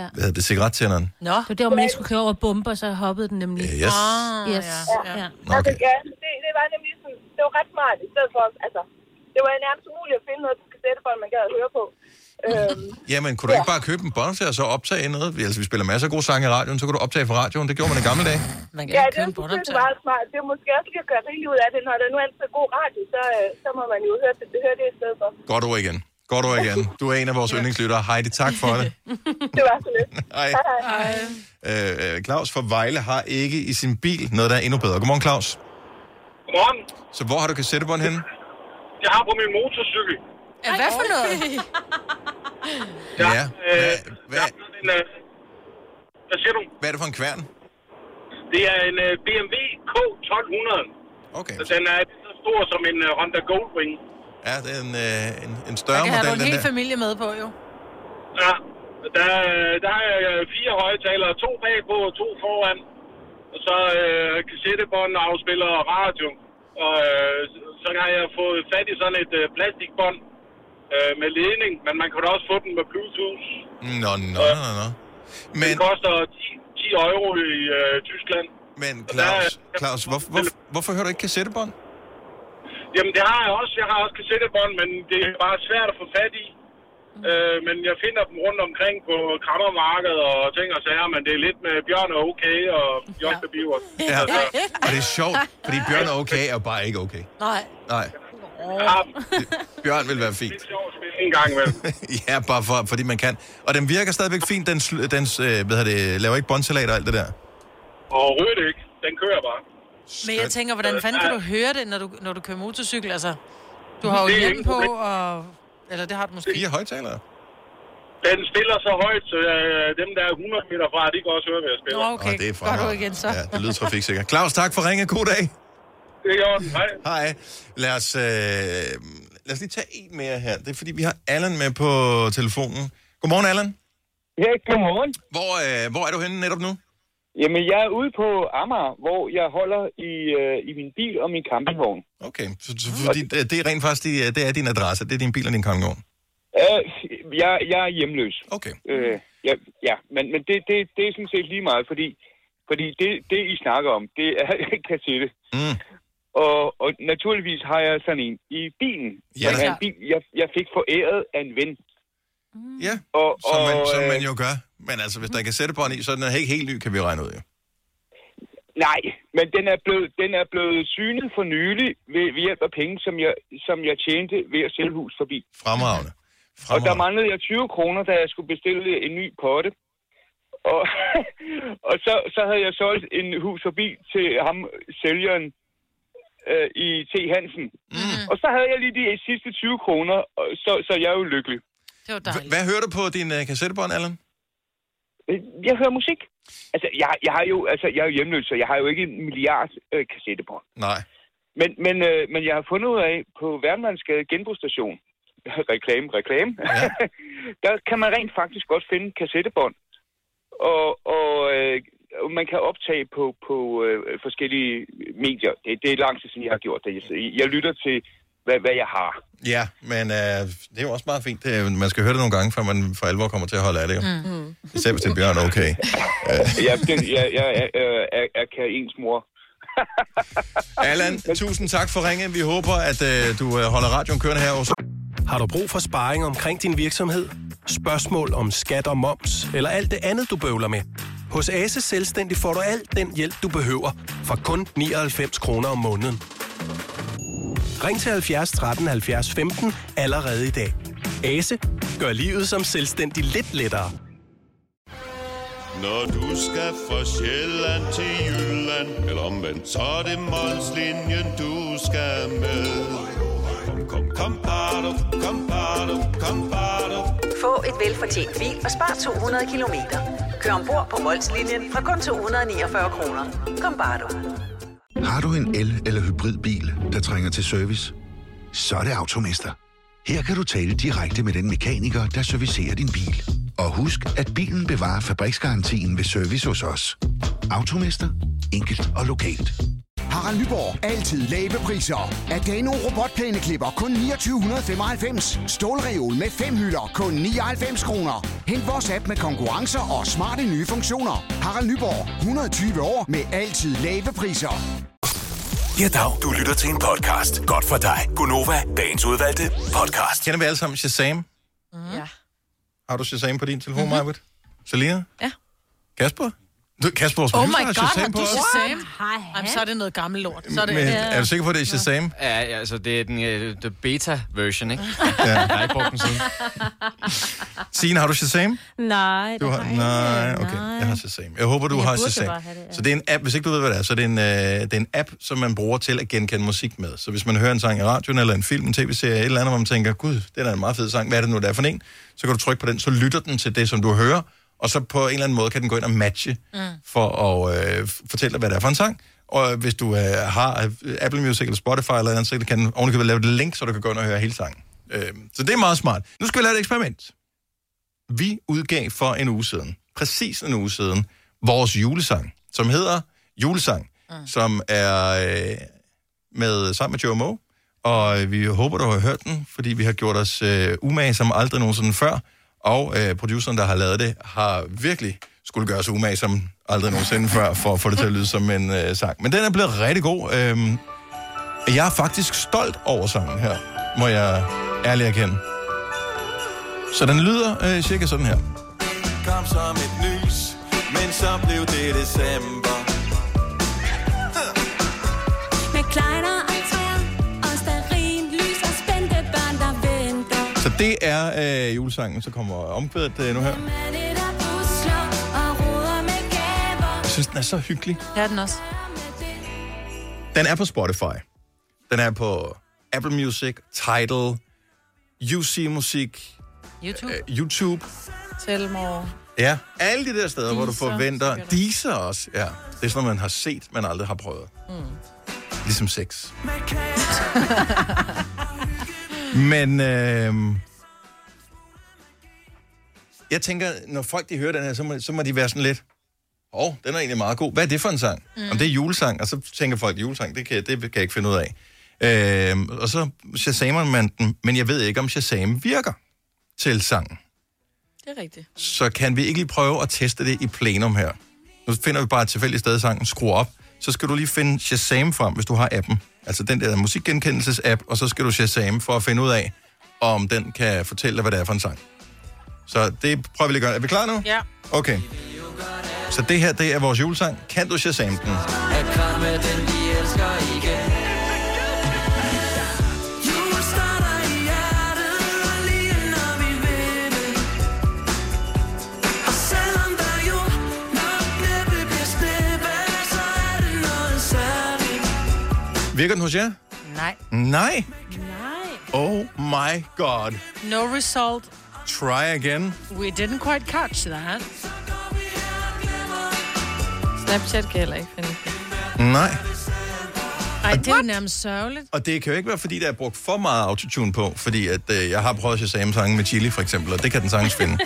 [SPEAKER 2] Ja.
[SPEAKER 1] hedder det, cigarettænderen.
[SPEAKER 3] Nå.
[SPEAKER 2] Det var der, hvor man ikke skulle køre over bomber, så hoppede den nemlig.
[SPEAKER 1] Øh, yes.
[SPEAKER 3] Ah,
[SPEAKER 2] Yes.
[SPEAKER 3] ja.
[SPEAKER 2] Ja. ja.
[SPEAKER 1] Nå,
[SPEAKER 13] Altså,
[SPEAKER 1] okay.
[SPEAKER 13] ja, det, det var nemlig sådan, det var ret smart, i stedet for, altså, det var nærmest umuligt at finde noget på kassettebånd, man gad at høre på. Øhm,
[SPEAKER 1] Jamen, kunne du ikke bare købe en bånd til og så optage noget? Vi- Altså, vi spiller masser af gode sange i radioen, så kunne du optage fra radioen. Det gjorde man i gamle dage.
[SPEAKER 3] Man kan ikke
[SPEAKER 13] ja, det
[SPEAKER 3] købe
[SPEAKER 13] er
[SPEAKER 3] en
[SPEAKER 13] selvfølgelig
[SPEAKER 3] båndoptager.
[SPEAKER 13] meget smart. Det er måske også lige at gøre rigeligt ud af det. Når der nu er en så god radio, så, øh, så må man jo høre det, høre det i stedet for.
[SPEAKER 1] Godt ord igen. Godt ord igen. Du er en af vores yndlingslyttere. Heidi, tak for det.
[SPEAKER 13] Det var så lidt.
[SPEAKER 1] Hej.
[SPEAKER 13] Hej, hej.
[SPEAKER 1] Øh, øh, Claus fra Vejle har ikke i sin bil noget, der er endnu bedre. Godmorgen, Claus.
[SPEAKER 7] Godmorgen.
[SPEAKER 1] Så hvor har du kassettebånd henne?
[SPEAKER 7] Jeg har på min motorcykel.
[SPEAKER 3] Ja, hvad for noget?
[SPEAKER 1] Ja. Hvad,
[SPEAKER 7] jeg,
[SPEAKER 1] hvad,
[SPEAKER 7] har sådan en, øh,
[SPEAKER 14] Hvad siger du?
[SPEAKER 1] Hvad er det for en kværn?
[SPEAKER 14] Det er en øh, BMW K1200.
[SPEAKER 1] Okay.
[SPEAKER 14] Så den er så stor som en øh, Honda Goldwing.
[SPEAKER 1] Ja, det er en, øh, en, en
[SPEAKER 3] Der
[SPEAKER 1] større
[SPEAKER 3] kan have du
[SPEAKER 1] model,
[SPEAKER 3] en
[SPEAKER 1] den
[SPEAKER 3] hel
[SPEAKER 1] der.
[SPEAKER 3] familie med på, jo.
[SPEAKER 14] Ja, der, øh, der er øh, fire højtalere, to bagpå og to foran. Og så øh, kassettebånd, afspiller og radio. Og øh, så- så har jeg fået fat i sådan et øh, plastikbånd øh, med ledning, men man kan da også få den med Bluetooth.
[SPEAKER 1] Nå, nå, nå, nå. Men,
[SPEAKER 14] Det koster 10, 10 euro i øh, Tyskland.
[SPEAKER 1] men Claus, Claus hvor, hvor, hvorfor hører du ikke kassettebånd?
[SPEAKER 14] Jamen, det har jeg også. Jeg har også kassettebånd, men det er bare svært at få fat i.
[SPEAKER 3] Mm.
[SPEAKER 14] Øh, men jeg finder dem rundt omkring på krammermarkedet og ting og sager, men det er lidt med Bjørn og Okay og Bjørn ja. Biver.
[SPEAKER 1] Ja. Og det er sjovt, fordi Bjørn er okay, og bare ikke okay.
[SPEAKER 3] Nej.
[SPEAKER 1] Nej,
[SPEAKER 14] Ja,
[SPEAKER 1] Bjørn vil være fint.
[SPEAKER 14] en gang imellem.
[SPEAKER 1] ja, bare for, fordi man kan. Og den virker stadigvæk fint, den, sl- den øh, hvad hedder det, laver ikke båndsalat og alt det der.
[SPEAKER 14] Og rødt ikke. Den kører bare.
[SPEAKER 3] Men jeg tænker, hvordan fanden kan du høre det, når du, når du kører motorcykel? Altså, du har jo
[SPEAKER 14] Det er
[SPEAKER 3] hjelm
[SPEAKER 14] ingen
[SPEAKER 3] på,
[SPEAKER 14] problem.
[SPEAKER 3] og... Eller det har du måske.
[SPEAKER 1] Fire højtalere.
[SPEAKER 14] Den spiller så højt, så øh, dem, der er 100 meter fra, de kan også høre, hvad jeg
[SPEAKER 3] Nå,
[SPEAKER 14] spiller.
[SPEAKER 3] okay.
[SPEAKER 1] Åh, det er
[SPEAKER 3] Går du
[SPEAKER 1] fremragende.
[SPEAKER 3] igen så?
[SPEAKER 1] Ja, det lyder trafiksikkert. Claus, tak for ringet. God dag.
[SPEAKER 14] Det er i orden. Hej.
[SPEAKER 1] Hej. Lad os, øh, lad os lige tage en mere her. Det er, fordi vi har Allan med på telefonen. Godmorgen, Allan.
[SPEAKER 15] Ja, godmorgen.
[SPEAKER 1] Hvor, øh, hvor er du henne netop nu?
[SPEAKER 15] Jamen, jeg er ude på Amager, hvor jeg holder i, øh, i min bil og min campingvogn.
[SPEAKER 1] Okay, så, så
[SPEAKER 15] Mm.
[SPEAKER 1] fordi, øh, det, det er rent faktisk det, det er din adresse. Det er din bil og din kongevogn.
[SPEAKER 15] Øh, jeg, jeg er hjemløs.
[SPEAKER 1] Okay.
[SPEAKER 15] Øh, ja, ja, men, men det, det, det er sådan set lige meget, fordi, fordi det, det, I snakker om, det er kassette.
[SPEAKER 1] Mm.
[SPEAKER 15] Og, og naturligvis har jeg sådan en i bilen.
[SPEAKER 1] Ja,
[SPEAKER 15] Jeg,
[SPEAKER 1] da.
[SPEAKER 15] har en bil, jeg, jeg fik foræret af en ven.
[SPEAKER 1] Ja,
[SPEAKER 15] og,
[SPEAKER 1] som, man,
[SPEAKER 15] og,
[SPEAKER 1] som
[SPEAKER 15] øh,
[SPEAKER 1] man jo gør. Men altså, hvis der kan sætte bånd i, så er den ikke helt ny, kan vi regne ud. Jo.
[SPEAKER 15] Nej, men den er blevet, den er blevet synet for nylig ved, ved hjælp af penge, som jeg, som jeg tjente ved at sælge hus forbi.
[SPEAKER 1] Fremragende.
[SPEAKER 15] Og der manglede jeg 20 kroner, da jeg skulle bestille en ny potte. Og, og så, så havde jeg solgt en hus forbi til ham, sælgeren øh, i T. Hansen. Mm. Og så havde jeg lige de sidste 20 kroner, og så, så jeg er jo lykkelig.
[SPEAKER 3] Det var
[SPEAKER 1] H- hvad hører du på din uh, kassettebånd, Allan?
[SPEAKER 15] Øh, Jeg hører musik. Altså, jeg, jeg, har jo, altså, jeg er jo hjemløs, så jeg har jo ikke en milliard øh, kassettebånd.
[SPEAKER 1] Nej.
[SPEAKER 15] Men, men, øh, men jeg har fundet ud af, på Værmlandsgade genbrugsstation, reklame, reklame, ja. der kan man rent faktisk godt finde kassettebånd. Og, og, øh, og man kan optage på, på øh, forskellige medier. Det, det er lang tid siden, jeg har gjort det. Jeg, jeg lytter til, hvad, hvad jeg har.
[SPEAKER 1] Ja, men uh, det er jo også meget fint. Det, er- man skal høre det nogle gange, før man for alvor kommer til at holde af det. Jo. Mm. Især hvis det er Bjørn, okay.
[SPEAKER 15] jeg, jeg, jeg, jeg, jeg, jeg, jeg kan ens mor.
[SPEAKER 1] Allan, tusind tak for ringen. Vi håber, at uh, du uh, holder radioen kørende her også.
[SPEAKER 12] Har du brug for sparring omkring din virksomhed? Spørgsmål om skat og moms, eller alt det andet, du bøvler med? Hos Ase Selvstændig får du alt den hjælp, du behøver, for kun 99 kroner om måneden. Ring til 70 13 70 15 allerede i dag. Ase gør livet som selvstændig lidt lettere.
[SPEAKER 16] Når du skal fra Sjælland til Jylland, eller omvendt, så er det Molslinjen, du skal med. Kom, kom, kom, bado, kom, bado, kom, bado.
[SPEAKER 17] Få et velfortjent bil og spar 200 kilometer. Kør ombord på Molslinjen fra kun 249 kroner. Kom bare du.
[SPEAKER 18] Har du en el- eller hybridbil, der trænger til service? Så er det Automester. Her kan du tale direkte med den mekaniker, der servicerer din bil. Og husk, at bilen bevarer fabriksgarantien ved service hos os. Automester. Enkelt og lokalt.
[SPEAKER 19] Harald Nyborg. Altid lave priser. Adano robotplæneklipper kun 2995. Stålreol med fem hylder kun 99 kroner. Hent vores app med konkurrencer og smarte nye funktioner. Harald Nyborg. 120 år med altid lave priser.
[SPEAKER 6] Ja, dag. Du lytter til en podcast. Godt for dig. Gunova, dagens udvalgte podcast.
[SPEAKER 1] Kender vi alle sammen Shazam?
[SPEAKER 4] Ja.
[SPEAKER 1] Har du Shazam på din telefon, mm-hmm. Marvitt? Selina?
[SPEAKER 4] Ja.
[SPEAKER 1] Kasper? Du, Kasper, vores
[SPEAKER 3] Oh
[SPEAKER 1] producer,
[SPEAKER 3] my
[SPEAKER 1] har
[SPEAKER 3] god, har
[SPEAKER 1] Shazam på
[SPEAKER 3] du
[SPEAKER 1] også.
[SPEAKER 3] Shazam? Jamen, så er det noget gammelt lort. Så er det,
[SPEAKER 1] Men, er du sikker på, at det er Shazam?
[SPEAKER 20] Ja, altså det er den øh, the beta-version, ikke? ja. Jeg har ikke brugt den siden.
[SPEAKER 1] Signe, har du Shazam?
[SPEAKER 2] Nej,
[SPEAKER 1] Du har, nej, okay. Jeg har Shazam. Jeg håber, du
[SPEAKER 2] Men jeg
[SPEAKER 1] har
[SPEAKER 2] burde jo
[SPEAKER 1] Shazam.
[SPEAKER 2] bare have det, ja.
[SPEAKER 1] Så det er en app, hvis ikke du ved, hvad det er, så er det en, øh, det er en app, som man bruger til at genkende musik med. Så hvis man hører en sang i radioen, eller en film, en tv-serie, et eller andet, hvor man tænker, gud, det er da en meget fed sang, hvad er det nu, der er for en? Så kan du trykke på den, så lytter den til det, som du hører, og så på en eller anden måde kan den gå ind og matche
[SPEAKER 21] Mm.
[SPEAKER 1] for at øh, f- fortælle dig, hvad det er for en sang. Og hvis du øh, har øh, Apple Music eller Spotify eller andet, så kan den ovenikøbet lave et link, så du kan gå ind og høre hele sangen. Øh, så det er meget smart. Nu skal vi lave et eksperiment. Vi udgav for en uge siden, præcis en uge siden, vores julesang, som hedder Julesang, mm. som er øh, med sammen med Joe Moe. Og øh, vi håber, du har hørt den, fordi vi har gjort os øh, umage som aldrig nogensinde før. Og øh, produceren, der har lavet det, har virkelig skulle gøre sig umage som aldrig nogensinde før, for at få det til at lyde som en øh, sang. Men den er blevet rigtig god. Øhm, jeg er faktisk stolt over sangen her, må jeg ærligt erkende. Så den lyder øh, cirka sådan her.
[SPEAKER 22] kom som et nys, men så blev det december.
[SPEAKER 23] Med kleider og træer, og starin, lys og spændte børn, der venter.
[SPEAKER 1] Så det er øh, julesangen, så kommer omkvædet øh, nu her.
[SPEAKER 23] Man er der pusler og roder med gaver.
[SPEAKER 1] Jeg synes, den er så hyggelig.
[SPEAKER 3] Det er den også.
[SPEAKER 1] Den er på Spotify. Den er på Apple Music, Tidal, UC Musik,
[SPEAKER 3] YouTube.
[SPEAKER 1] øh, YouTube.
[SPEAKER 4] Telmore.
[SPEAKER 1] Ja, alle de der steder, Deezer, hvor du
[SPEAKER 4] Deezer,
[SPEAKER 1] forventer...
[SPEAKER 4] sikkert.
[SPEAKER 1] Deezer også, ja. Det er sådan noget, man har set, men aldrig har prøvet.
[SPEAKER 4] Mm.
[SPEAKER 1] Ligesom sex. Men øh, jeg tænker, når folk de hører den her, så må, så må de være sådan lidt, åh, oh, den er egentlig meget god. Hvad er det for en sang?
[SPEAKER 24] Mm.
[SPEAKER 1] Mm. Om det er julesang, og så tænker folk, julesang, det kan, jeg- det kan jeg ikke finde ud af. Øh, og så shazamer man den, men jeg ved ikke, om Shazam virker til sangen
[SPEAKER 4] Det er rigtigt.
[SPEAKER 1] så kan vi ikke lige prøve at teste det i plenum her. Nu finder vi bare et tilfældigt sted i sangen, skru op. Så skal du lige finde Shazam frem, hvis du har appen. Altså den der musikgenkendelses-app, og så skal du Shazam for at finde ud af, om den kan fortælle dig, hvad det er for en sang. Så det prøver vi lige at gøre. Er vi klar nu?
[SPEAKER 3] Ja.
[SPEAKER 1] Okay. Så det her, det er vores julesang. Kan du Shazam den?
[SPEAKER 24] At kramme den, de elsker igen. Jul starter i hjertet, og lige når vi ved det. Og selvom der jo nok næppe bliver snippe, så er det noget særligt.
[SPEAKER 1] Virker den hos jer?
[SPEAKER 3] Nej.
[SPEAKER 1] Nej.
[SPEAKER 3] Nej.
[SPEAKER 1] Oh my god.
[SPEAKER 3] No result.
[SPEAKER 1] Try again.
[SPEAKER 3] We didn't quite catch that.
[SPEAKER 4] Snapchat kan heller ikke finde det.
[SPEAKER 1] Nej.
[SPEAKER 3] Ej, det er jo nærmest sørgeligt.
[SPEAKER 1] Og det kan jo ikke være, fordi der er brugt for meget autotune på, fordi at, øh, jeg har prøvet Shazam-sangen med Chili for eksempel, og det kan den sagtens finde.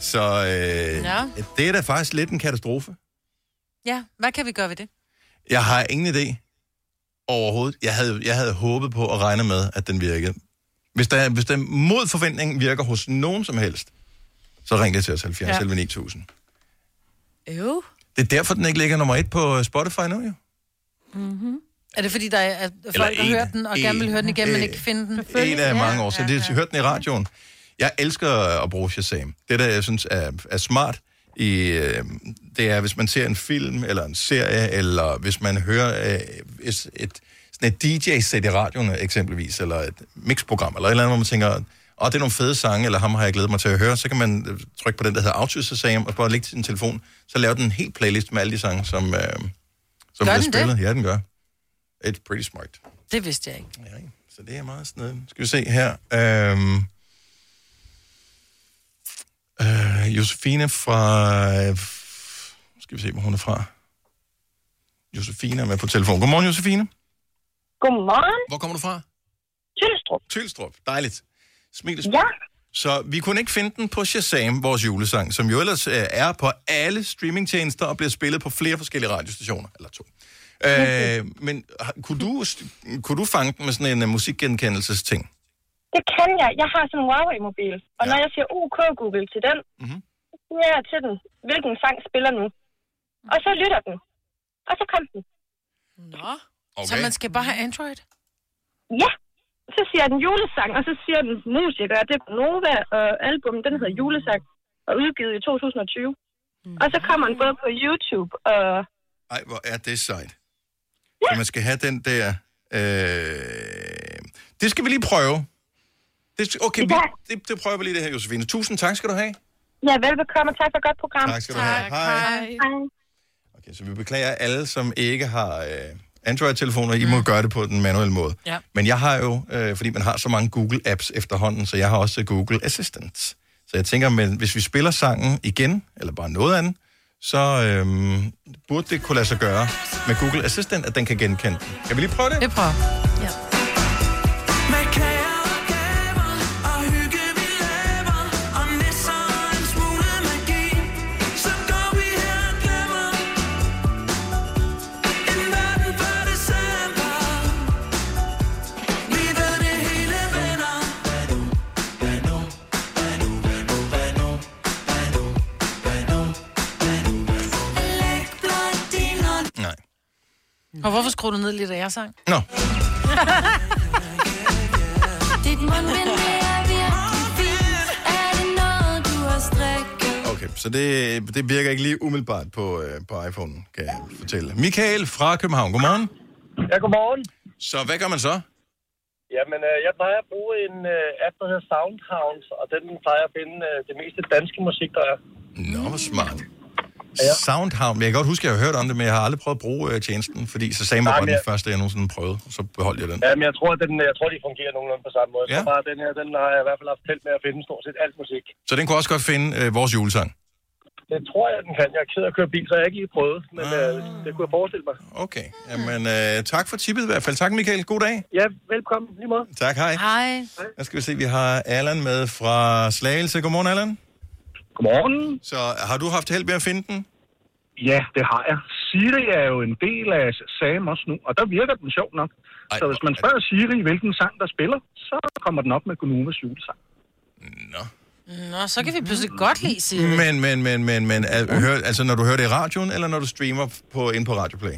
[SPEAKER 1] Så øh,
[SPEAKER 3] Ja.
[SPEAKER 1] det er da faktisk lidt en katastrofe.
[SPEAKER 3] ja, hvad kan vi gøre ved det?
[SPEAKER 1] Jeg har ingen idé overhovedet. Jeg havde, jeg havde håbet på at regne med, at den virkede. Hvis, der, hvis den mod forventning virker hos nogen som helst, så ring det til os 70
[SPEAKER 4] Ja.
[SPEAKER 1] ja. 9000.
[SPEAKER 4] Øv.
[SPEAKER 1] Det er derfor, den ikke ligger nummer et på øh, Spotify nu, jo.
[SPEAKER 3] Mm-hmm. Er det fordi, der er at folk, der
[SPEAKER 1] en-
[SPEAKER 3] hører den, og gerne vil høre den igen, men
[SPEAKER 1] en-
[SPEAKER 3] ikke kan finde den?
[SPEAKER 1] En af mange år siden. Ja, ja. hørte den i radioen. Jeg elsker at bruge Shazam. Det, der jeg synes er, er smart, i, øh, det er, hvis man ser en film, eller en serie, eller hvis man hører øh, et, et, sådan et DJ-sæt i radioen eksempelvis, eller et mixprogram, eller et eller andet, hvor man tænker, åh, det er nogle fede sange, eller ham har jeg glædet mig til at høre, så kan man øh, trykke på den, der hedder Auto Shazam, og bare lægge til sin telefon, så laver den en hel playlist med alle de sange, som, øh, som
[SPEAKER 3] Gør
[SPEAKER 1] bliver
[SPEAKER 3] den
[SPEAKER 1] spillet.
[SPEAKER 3] det?
[SPEAKER 1] Ja, den gør. It's pretty smart.
[SPEAKER 3] Det vidste jeg ikke.
[SPEAKER 1] Så det er meget sådan noget. Skal vi se her. Øhm, øh, Josefine fra... øh, Skal vi se, hvor hun er fra. Josefine er med på telefon. Godmorgen, Josefine.
[SPEAKER 25] Godmorgen.
[SPEAKER 1] Hvor kommer du fra?
[SPEAKER 25] Tylstrup.
[SPEAKER 1] Tylstrup. Dejligt. Smil, smil. Ja. Så vi kunne ikke finde den på Shazam, vores julesang, som jo ellers øh, er på alle streamingtjenester og bliver spillet på flere forskellige radiostationer, eller to. Øh, men har- kunne du, st- kunne du fange den med sådan en uh, musikgenkendelsesting?
[SPEAKER 25] Det kan jeg. Jeg har sådan en Huawei-mobil. Og ja. når jeg siger OK Google til den,
[SPEAKER 1] Mhm.
[SPEAKER 25] så siger jeg til den, hvilken sang spiller nu. Og så lytter den. Og så kom den.
[SPEAKER 4] Nå.
[SPEAKER 3] Okay. Så man skal bare have Android?
[SPEAKER 25] Ja. Så siger den julesang, og så siger den musiker, det er på Nova, og albumen, den hedder Julesang, og udgivet i 2020.
[SPEAKER 3] Mm.
[SPEAKER 25] Og så kommer den både på YouTube og...
[SPEAKER 1] Ej, hvor er det sejt. Ja. Så man skal have den der... Øh... Det skal vi lige prøve. Det, okay, vi, det, det prøver vi lige det her, Josefine. Tusind tak skal du have.
[SPEAKER 25] Ja, velbekomme, og tak for et godt program.
[SPEAKER 1] Tak skal du have. Hej.
[SPEAKER 25] Hej.
[SPEAKER 1] Okay, så vi beklager alle, som ikke har øh, Android-telefoner. I
[SPEAKER 25] Mm.
[SPEAKER 1] må gøre det på den manuelle måde.
[SPEAKER 3] Ja.
[SPEAKER 1] Men jeg har jo, øh, fordi man har så mange Google-apps efterhånden, så jeg har også Google Assistant, Så jeg tænker, men hvis vi spiller sangen igen, eller bare noget andet, så øhm, burde det kunne lade sig gøre med Google Assistant, at den kan genkende den. Kan vi lige prøve det?
[SPEAKER 3] Det prøver.
[SPEAKER 24] Med kager og gaver og hygge vi laver og nisser og en smule magi. Så går vi her og glemmer en verden før december. Vi ved det hele vender. Læg blot din hånd
[SPEAKER 1] Nej.
[SPEAKER 3] Og hvorfor skruer du ned lidt af jeres sang?
[SPEAKER 1] Nå.
[SPEAKER 24] Dit mundbind, det er virkelig fint. Er det noget, du har strikket?
[SPEAKER 1] Okay, så det, det virker ikke lige umiddelbart på, øh, på iPhone, kan jeg fortælle. Michael fra København, godmorgen.
[SPEAKER 5] Ja, godmorgen.
[SPEAKER 1] Så hvad gør man så?
[SPEAKER 5] Jamen, øh, jeg plejer at bruge en øh, app, der hedder Soundhound, og den plejer at finde øh, det meste danske musik, der er.
[SPEAKER 1] Nå, hvor smart. Soundhound, jeg kan godt huske, at jeg har hørt om det, men jeg har aldrig prøvet at bruge øh, tjenesten, fordi så sagde man
[SPEAKER 5] Nej,
[SPEAKER 1] bare
[SPEAKER 5] men
[SPEAKER 1] den
[SPEAKER 5] jeg-
[SPEAKER 1] første, jeg nogensinde prøvede, og så beholdt jeg den.
[SPEAKER 5] Jamen, jeg tror, at den, jeg tror, de fungerer nogenlunde på samme måde.
[SPEAKER 1] Ja.
[SPEAKER 5] Ja. Så bare den her, den har jeg i hvert fald haft held med at finde stort set alt musik.
[SPEAKER 1] Så den kunne også godt finde øh, vores julesang.
[SPEAKER 5] Det tror jeg, den kan. Jeg er ked af at køre bil, så jeg har ikke lige prøvet, men øh, det kunne jeg forestille mig.
[SPEAKER 1] Ah. Okay. Jamen, øh, tak for tippet i hvert fald. Tak, Michael. God dag.
[SPEAKER 5] Ja, velkommen. Lige måde.
[SPEAKER 1] Tak, hej.
[SPEAKER 3] Hej.
[SPEAKER 1] Nu skal vi se, vi har Allan med fra Slagelse. Godmorgen, Allan.
[SPEAKER 9] Godmorgen.
[SPEAKER 1] Så har du haft held med at finde den?
[SPEAKER 9] Ah, Ja, det har jeg. Siri er jo en del af SAM også nu, og der virker den sjov nok. Ej, så hvis man spørger Siri, hvilken sang der spiller, så kommer den op med Gonomas julesang.
[SPEAKER 3] Nå, så kan vi pludselig godt lide Siri.
[SPEAKER 1] Men, men, men, men, men, al- hør, altså når du hører det i radioen, eller når du streamer på, ind på Radioplay?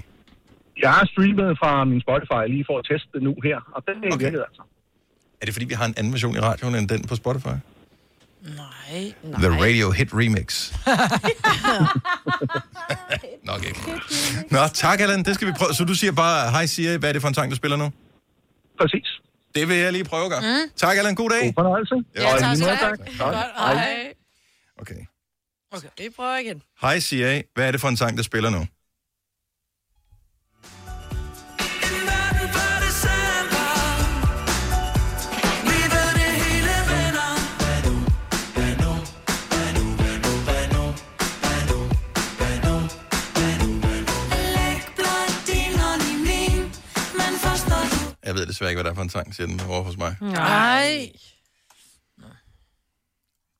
[SPEAKER 9] Jeg har streamet fra min Spotify lige for at teste det nu her, og den er okay. virkelig altså.
[SPEAKER 1] Er det fordi, vi har en anden version i radioen, end den på Spotify? Nej,
[SPEAKER 9] nej.
[SPEAKER 1] The Radio Hit Remix. Nok ikke. Nå, tak, Allan. Det skal vi prøve. Så du siger bare, hej Siri, hvad er det for en sang, du spiller nu?
[SPEAKER 9] Præcis.
[SPEAKER 1] Det vil jeg lige prøve at gøre. Mm. Tak, Allan. God dag. God
[SPEAKER 9] fornøjelse.
[SPEAKER 1] Ja, tak,
[SPEAKER 9] tak,
[SPEAKER 1] tak.
[SPEAKER 4] Hej.
[SPEAKER 1] Okay.
[SPEAKER 4] Okay, vi prøver igen.
[SPEAKER 1] Hej Siri, hvad er det for en sang, der spiller nu?
[SPEAKER 24] før december. Vi ved det hele vender. Læg blot din hånd i min, men forstår du
[SPEAKER 1] Jeg ved desværre ikke, hvad det er for en sang, siger den over hos mig.
[SPEAKER 3] Nej.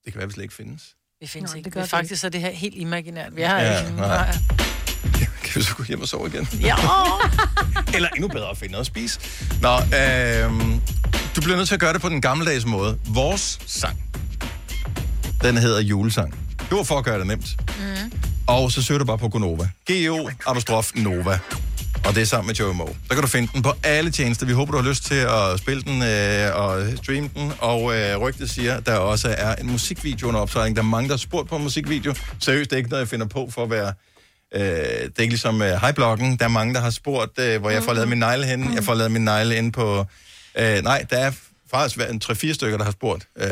[SPEAKER 1] Det kan være, at vi slet ikke findes.
[SPEAKER 3] Vi findes
[SPEAKER 2] Nå, det
[SPEAKER 3] ikke. Det
[SPEAKER 2] gør
[SPEAKER 3] gør
[SPEAKER 2] vi
[SPEAKER 3] faktisk er det her helt imaginært. Vi har
[SPEAKER 1] Ja,
[SPEAKER 3] ikke.
[SPEAKER 1] nej. Kan vi så gå hjem og sove igen?
[SPEAKER 3] Ja.
[SPEAKER 1] Eller endnu bedre at finde noget at spise. Nå, øhm, du bliver nødt til at gøre det på den gammeldags måde. Vores sang, den hedder julesang. Det var for at gøre det nemt.
[SPEAKER 24] Mm.
[SPEAKER 1] Og så søger du bare på Gonova. G-O, apostrof, Nova. Og det er sammen med Joey Moe. Der kan du finde den på alle tjenester. Vi håber, du har lyst til at spille den øh, og streame den. Og øh, rygtet siger, at der også er en musikvideo under opsejling. Der er mange, der har spurgt på en musikvideo. Seriøst, det er ikke noget, jeg finder på for at være... Øh, det er ikke ligesom øh, hejbloggen. Der er mange, der har spurgt, øh, hvor jeg får lavet min negle henne. Jeg får lavet min negle inde på... Øh, nej, der er faktisk været en 3-4 stykker, der har spurgt, øh,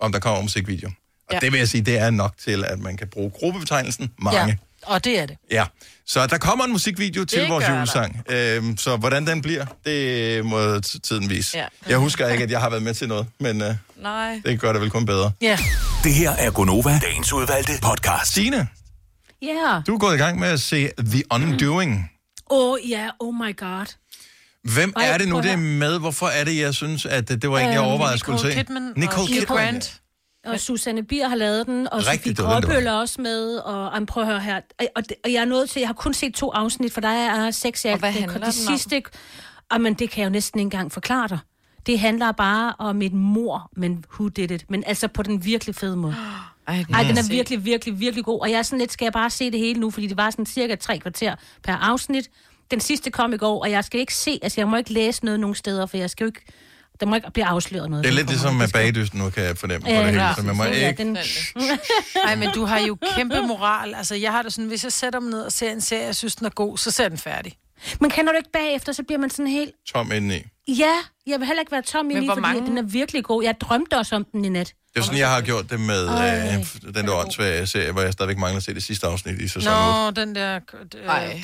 [SPEAKER 1] om der kommer en musikvideo. Og
[SPEAKER 3] Ja.
[SPEAKER 1] ja. det vil jeg sige, det er nok til, at man kan bruge gruppebetegnelsen mange. Ja.
[SPEAKER 3] Og det er det.
[SPEAKER 1] Ja, så der kommer en musikvideo til
[SPEAKER 3] Det
[SPEAKER 1] vores
[SPEAKER 3] gør
[SPEAKER 1] julesang. Øhm, så hvordan den bliver, det må t- tiden vise.
[SPEAKER 4] Ja.
[SPEAKER 1] Ja. Jeg husker ikke, at jeg har været med til noget, men øh,
[SPEAKER 4] Nej.
[SPEAKER 1] det gør det vel kun bedre.
[SPEAKER 3] Ja.
[SPEAKER 1] Det her er Gonova, dagens udvalgte podcast. Signe,
[SPEAKER 2] Ja.
[SPEAKER 1] du er gået i gang med at se The Undoing.
[SPEAKER 2] Åh, ja. Oh my god.
[SPEAKER 1] Hvem
[SPEAKER 2] Ej,
[SPEAKER 1] er det nu,
[SPEAKER 2] prøv
[SPEAKER 1] det
[SPEAKER 2] at Øhm,
[SPEAKER 1] er med? Hvorfor er det, jeg synes, at det, det var en, jeg
[SPEAKER 4] Øhm,
[SPEAKER 1] overvejede, jeg skulle se? Nicole Kidman.
[SPEAKER 2] Og Susanne Bier har lavet den, og
[SPEAKER 1] Rigtig
[SPEAKER 2] Sofie
[SPEAKER 1] dårlig, det var.
[SPEAKER 2] Gråbøl er også med, og jamen, prøv at høre her. Og, og, det- og jeg er nået til, jeg har kun set to afsnit, for der er seks i alt.
[SPEAKER 4] hvad
[SPEAKER 2] Det-
[SPEAKER 4] handler
[SPEAKER 2] det
[SPEAKER 4] den om?
[SPEAKER 2] sidste, jamen, det kan jeg jo næsten ikke engang forklare dig. Det handler bare om et mor, men who did it? Men altså på den virkelig fede måde.
[SPEAKER 4] Ej,
[SPEAKER 2] den,
[SPEAKER 4] den
[SPEAKER 2] Ej,
[SPEAKER 4] må
[SPEAKER 2] den
[SPEAKER 4] jeg
[SPEAKER 2] er
[SPEAKER 4] se.
[SPEAKER 2] virkelig, virkelig, virkelig god. Og jeg er sådan lidt, skal jeg bare se det hele nu, fordi det var sådan cirka tre kvarter per afsnit. Den sidste kom i går, og jeg skal ikke se, altså jeg må ikke læse noget nogen steder, for jeg skal jo ikke, der må ikke blive afsløret noget.
[SPEAKER 1] Det er lidt ligesom med bagdysten, nu kan jeg fornemme på
[SPEAKER 2] Ja,
[SPEAKER 1] det hele,
[SPEAKER 2] ja.
[SPEAKER 1] så man må
[SPEAKER 2] Ja,
[SPEAKER 1] ikke...
[SPEAKER 2] den-
[SPEAKER 3] Nej, men du har jo kæmpe moral. Altså, jeg har det sådan, hvis jeg sætter mig ned og ser en serie, jeg synes, den er god, så ser jeg den færdig.
[SPEAKER 2] Men kender du ikke bagefter, så bliver man sådan helt,
[SPEAKER 1] Tom indeni.
[SPEAKER 2] ja, jeg vil heller ikke være tom i
[SPEAKER 3] Men
[SPEAKER 2] lige,
[SPEAKER 3] hvor
[SPEAKER 2] fordi
[SPEAKER 3] mange-
[SPEAKER 2] mange... den er virkelig god. Jeg drømte også om den i nat.
[SPEAKER 1] Det er sådan, jeg har gjort det med
[SPEAKER 2] Ej,
[SPEAKER 1] øh, den der åndssvage serie, hvor jeg stadigvæk mangler at se det sidste afsnit i sæson 8.
[SPEAKER 3] Nå, den der, øh,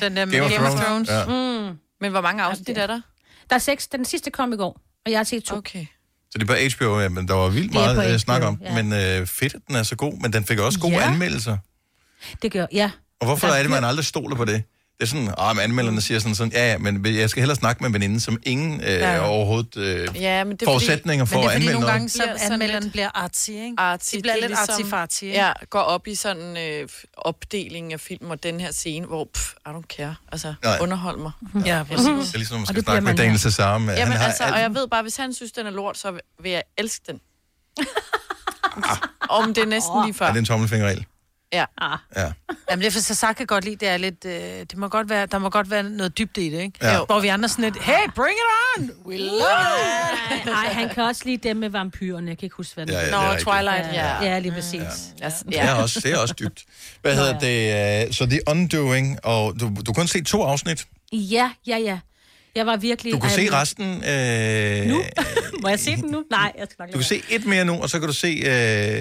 [SPEAKER 3] den der
[SPEAKER 1] Game of Thrones.
[SPEAKER 3] Ja.
[SPEAKER 1] Ja.
[SPEAKER 2] Mm.
[SPEAKER 4] Men hvor mange afsnit er der?
[SPEAKER 2] Der er seks. Den sidste kom i går, og jeg har set to.
[SPEAKER 4] Okay.
[SPEAKER 1] Så det er på HBO, ja, men der var vildt
[SPEAKER 2] Det er på
[SPEAKER 1] meget ja, snak
[SPEAKER 2] HBO,
[SPEAKER 1] om.
[SPEAKER 2] ja.
[SPEAKER 1] Ja. Men øh, fedt, at den er så god, men den fik også gode
[SPEAKER 2] Ja.
[SPEAKER 1] ja. anmeldelser.
[SPEAKER 2] Det gør, ja.
[SPEAKER 1] Og hvorfor
[SPEAKER 2] Der
[SPEAKER 1] er det, man
[SPEAKER 2] bliver-
[SPEAKER 1] aldrig stoler på det? Det er sådan, ah, men anmelderne siger sådan, sådan, ja, ja, men jeg skal hellere snakke med en veninde, som ingen øh,
[SPEAKER 3] Ja.
[SPEAKER 1] ja. overhovedet øh,
[SPEAKER 4] Ja, men det er
[SPEAKER 1] forudsætninger
[SPEAKER 3] men
[SPEAKER 1] for
[SPEAKER 3] det
[SPEAKER 1] at
[SPEAKER 3] er fordi
[SPEAKER 1] anmelde
[SPEAKER 3] nogle
[SPEAKER 1] noget.
[SPEAKER 3] gange, så
[SPEAKER 4] Ja, sådan
[SPEAKER 3] anmelderen bliver artsy, ikke?
[SPEAKER 4] Artsy,
[SPEAKER 3] de bliver
[SPEAKER 4] det er
[SPEAKER 3] lidt ligesom, artsy-fartsy, ikke?
[SPEAKER 4] Ja, går op i sådan øh, f- opdelingen af film og den her scene, hvor, pff, I don't care, altså,
[SPEAKER 1] Nej.
[SPEAKER 4] Nej. underhold mig.
[SPEAKER 3] Ja,
[SPEAKER 1] præcis. Det er ligesom, når man Og skal det snakke bliver med man Daniel her. Cesar, men øh, han
[SPEAKER 4] Jamen,
[SPEAKER 1] har
[SPEAKER 4] altså,
[SPEAKER 1] alt-
[SPEAKER 4] og jeg ved bare, hvis han synes, den er lort, så vil jeg elske den. Om det er næsten lige
[SPEAKER 1] Ja,
[SPEAKER 4] før.
[SPEAKER 1] det er en tommelfingerregel.
[SPEAKER 4] Ja.
[SPEAKER 1] Ja.
[SPEAKER 3] Jamen, det er for Sasaka godt lide, det er lidt... Øh, det må godt være, der må godt være noget dybde i det, ikke?
[SPEAKER 1] Ja.
[SPEAKER 3] Ja.
[SPEAKER 1] Jo.
[SPEAKER 3] Hvor vi andre sådan lidt, hey, bring it on! We love it!
[SPEAKER 2] Nej, han kan også lide dem med vampyrerne. Jeg kan ikke huske, hvad det
[SPEAKER 1] Ja, ja,
[SPEAKER 2] er.
[SPEAKER 1] det er Nå, rigtigt.
[SPEAKER 3] Twilight,
[SPEAKER 2] Ja,
[SPEAKER 3] ja.
[SPEAKER 2] ja lige præcis. Ja.
[SPEAKER 1] Ja. Det, er også, det er også dybt. Hvad hedder det? øh, Så The Undoing, og du, du kunne kun se to afsnit.
[SPEAKER 2] Ja, ja, ja. Jeg var virkelig... Øhm,
[SPEAKER 1] Du kunne
[SPEAKER 2] Ej,
[SPEAKER 1] se
[SPEAKER 2] men-
[SPEAKER 1] resten. Øh,
[SPEAKER 2] Nu? Må jeg se den nu? Nej, jeg skal nok
[SPEAKER 1] Du kan se et mere nu, og så kan du se øh,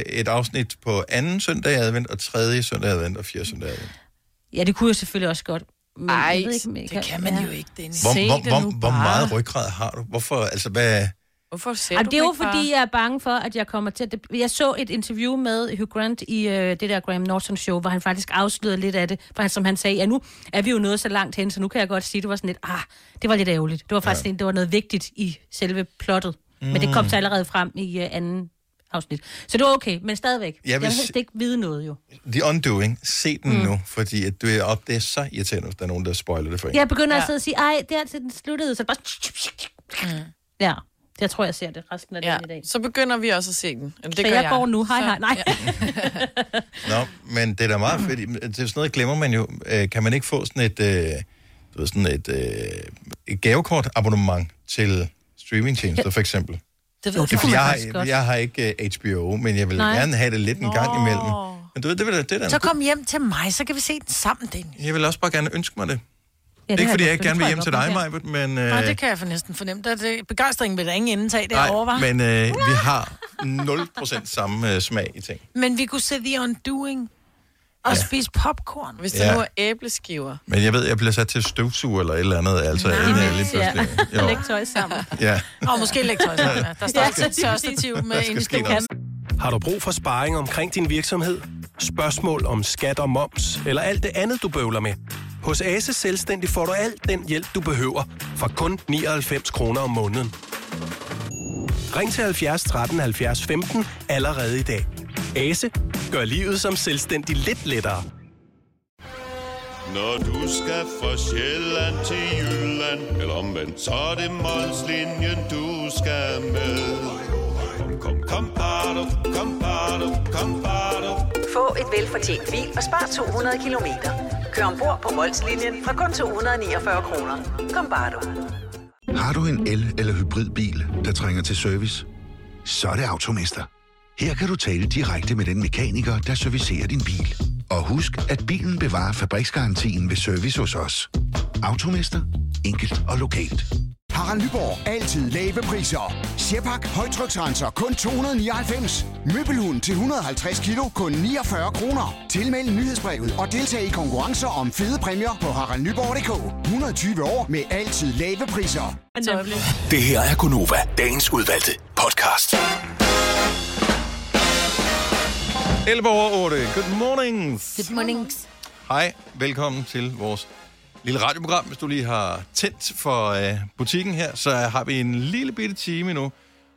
[SPEAKER 1] et afsnit på anden søndag i advent, og tredje søndag i advent, og fjerde søndag i advent.
[SPEAKER 2] Ja, det kunne jeg selvfølgelig også godt. Men
[SPEAKER 4] Ej,
[SPEAKER 2] jeg ved ikke, om jeg
[SPEAKER 4] det kan man jo ikke,
[SPEAKER 2] Dennis.
[SPEAKER 1] Hvor, hvor, hvor, hvor meget ryggrad har du? Hvorfor, altså hvad...
[SPEAKER 4] Hvorfor ser
[SPEAKER 2] Jamen, det er jo fordi, jeg er bange for, at jeg kommer til at... det- Jeg så et interview med Hugh Grant i øh, det der Graham Norton show, hvor han faktisk afslørede lidt af det. For han, som han sagde, ja, nu er vi jo nået så langt hen, så nu kan jeg godt sige, det var sådan lidt, ah, det var lidt ærgerligt. Det var faktisk ja. det var noget vigtigt i selve plottet. Mm. Men det kom
[SPEAKER 1] Mm.
[SPEAKER 2] så allerede frem i øh, anden afsnit. Så det var okay, men stadigvæk.
[SPEAKER 1] vil
[SPEAKER 2] Jeg vil
[SPEAKER 1] s-
[SPEAKER 2] helst ikke vide noget jo.
[SPEAKER 1] The Undoing, se den
[SPEAKER 2] Mm.
[SPEAKER 1] mm. nu, fordi at du er op, det er så irriterende, hvis der er nogen, der spoiler det for en.
[SPEAKER 2] Jeg begynder ja. at sidde og sige, ej, det er til den sluttede, så er det bare... Mm. Ja, jeg tror, jeg ser det resten af ja.
[SPEAKER 4] Ja,
[SPEAKER 2] dagen i dag.
[SPEAKER 4] så begynder vi også at se den. Eller det
[SPEAKER 2] Så
[SPEAKER 4] gør
[SPEAKER 2] jeg
[SPEAKER 4] jeg.
[SPEAKER 2] går nu. Hej, hej. Nej.
[SPEAKER 1] Nå, men det er da meget fedt. Det er sådan noget, glemmer man jo. Øh, Kan man ikke få sådan et, øh, du ved, sådan et, øh, et gavekort abonnement til streamingtjenester, for eksempel?
[SPEAKER 3] Det
[SPEAKER 2] ved
[SPEAKER 1] er, fordi jeg, har, jeg har ikke øh, HBO, men jeg vil
[SPEAKER 3] Nej.
[SPEAKER 1] Nej. gerne have det lidt en gang imellem. Men du ved, det, vil, det er da
[SPEAKER 3] Så kom hjem til mig, så kan vi se den sammen, Dennis.
[SPEAKER 1] Jeg vil også bare gerne ønske mig det.
[SPEAKER 3] Ja,
[SPEAKER 1] Ja,
[SPEAKER 3] det
[SPEAKER 1] det ikke
[SPEAKER 3] har
[SPEAKER 1] fordi
[SPEAKER 3] du
[SPEAKER 1] jeg
[SPEAKER 3] selvfølgelig.
[SPEAKER 1] ikke gerne vil
[SPEAKER 3] Tror
[SPEAKER 1] hjem
[SPEAKER 3] jeg
[SPEAKER 1] til
[SPEAKER 3] godt,
[SPEAKER 1] dig,
[SPEAKER 3] man
[SPEAKER 1] Majbert, men...
[SPEAKER 3] Nej, det kan jeg for næsten fornemme. Der er det, begejstringen vil der ingen indtag derovre, var.
[SPEAKER 1] Øh. nej, men øh, vi har 0% samme øh, smag i ting.
[SPEAKER 3] men vi kunne se The Undoing og ja. spise popcorn.
[SPEAKER 4] Hvis
[SPEAKER 1] det Ja. nu er
[SPEAKER 4] æbleskiver.
[SPEAKER 1] Men jeg ved, jeg bliver sat til støvsuger eller et eller andet, altså. Nej. Inden jeg lige pludselig... Jo.
[SPEAKER 2] Læg tøj sammen.
[SPEAKER 1] Ja.
[SPEAKER 3] Og måske lægge tøj sammen. ja. Der står
[SPEAKER 2] Ja,
[SPEAKER 3] også et tørstativ med en stor kasse.
[SPEAKER 12] Har du brug for sparring omkring din virksomhed? Spørgsmål om skat og moms, eller alt det andet, du bøvler med? Hos Ase Selvstændig får du alt den hjælp, du behøver, for kun 99 kroner om måneden. Ring til 70 13 70 15 allerede i dag. Ase gør livet som selvstændig lidt lettere.
[SPEAKER 16] Når du skal fra Sjælland til Jylland, eller omvendt, så er det Molslinjen, du skal med. Kom, kom, kom, bado, kom, bado, kom, bado.
[SPEAKER 17] Få et velfortjent bil og spar 200 kilometer. Kør ombord på Molslinjen fra kun 249 kroner. Kom bare du.
[SPEAKER 18] Har du en el- eller hybridbil, der trænger til service? Så er det Automester. Her kan du tale direkte med den mekaniker, der servicerer din bil. Og husk, at bilen bevarer fabriksgarantien ved service hos os. Automester. Enkelt og lokalt.
[SPEAKER 19] Harald Nyborg. Altid lave priser. Sjehpak. Højtryksrenser. Kun 299. Møbelhund til 150 kilo. Kun 49 kroner. Tilmeld nyhedsbrevet og deltag i konkurrencer om fede præmier på haraldnyborg.dk. 120 år med altid lave priser.
[SPEAKER 6] Det her er Gunova, dagens udvalgte podcast.
[SPEAKER 1] 11 over 8. Good morning.
[SPEAKER 2] Good mornings.
[SPEAKER 1] Hej, velkommen til vores lille radioprogram. Hvis du lige har tændt for øh, butikken her, så har vi en lille bitte time nu,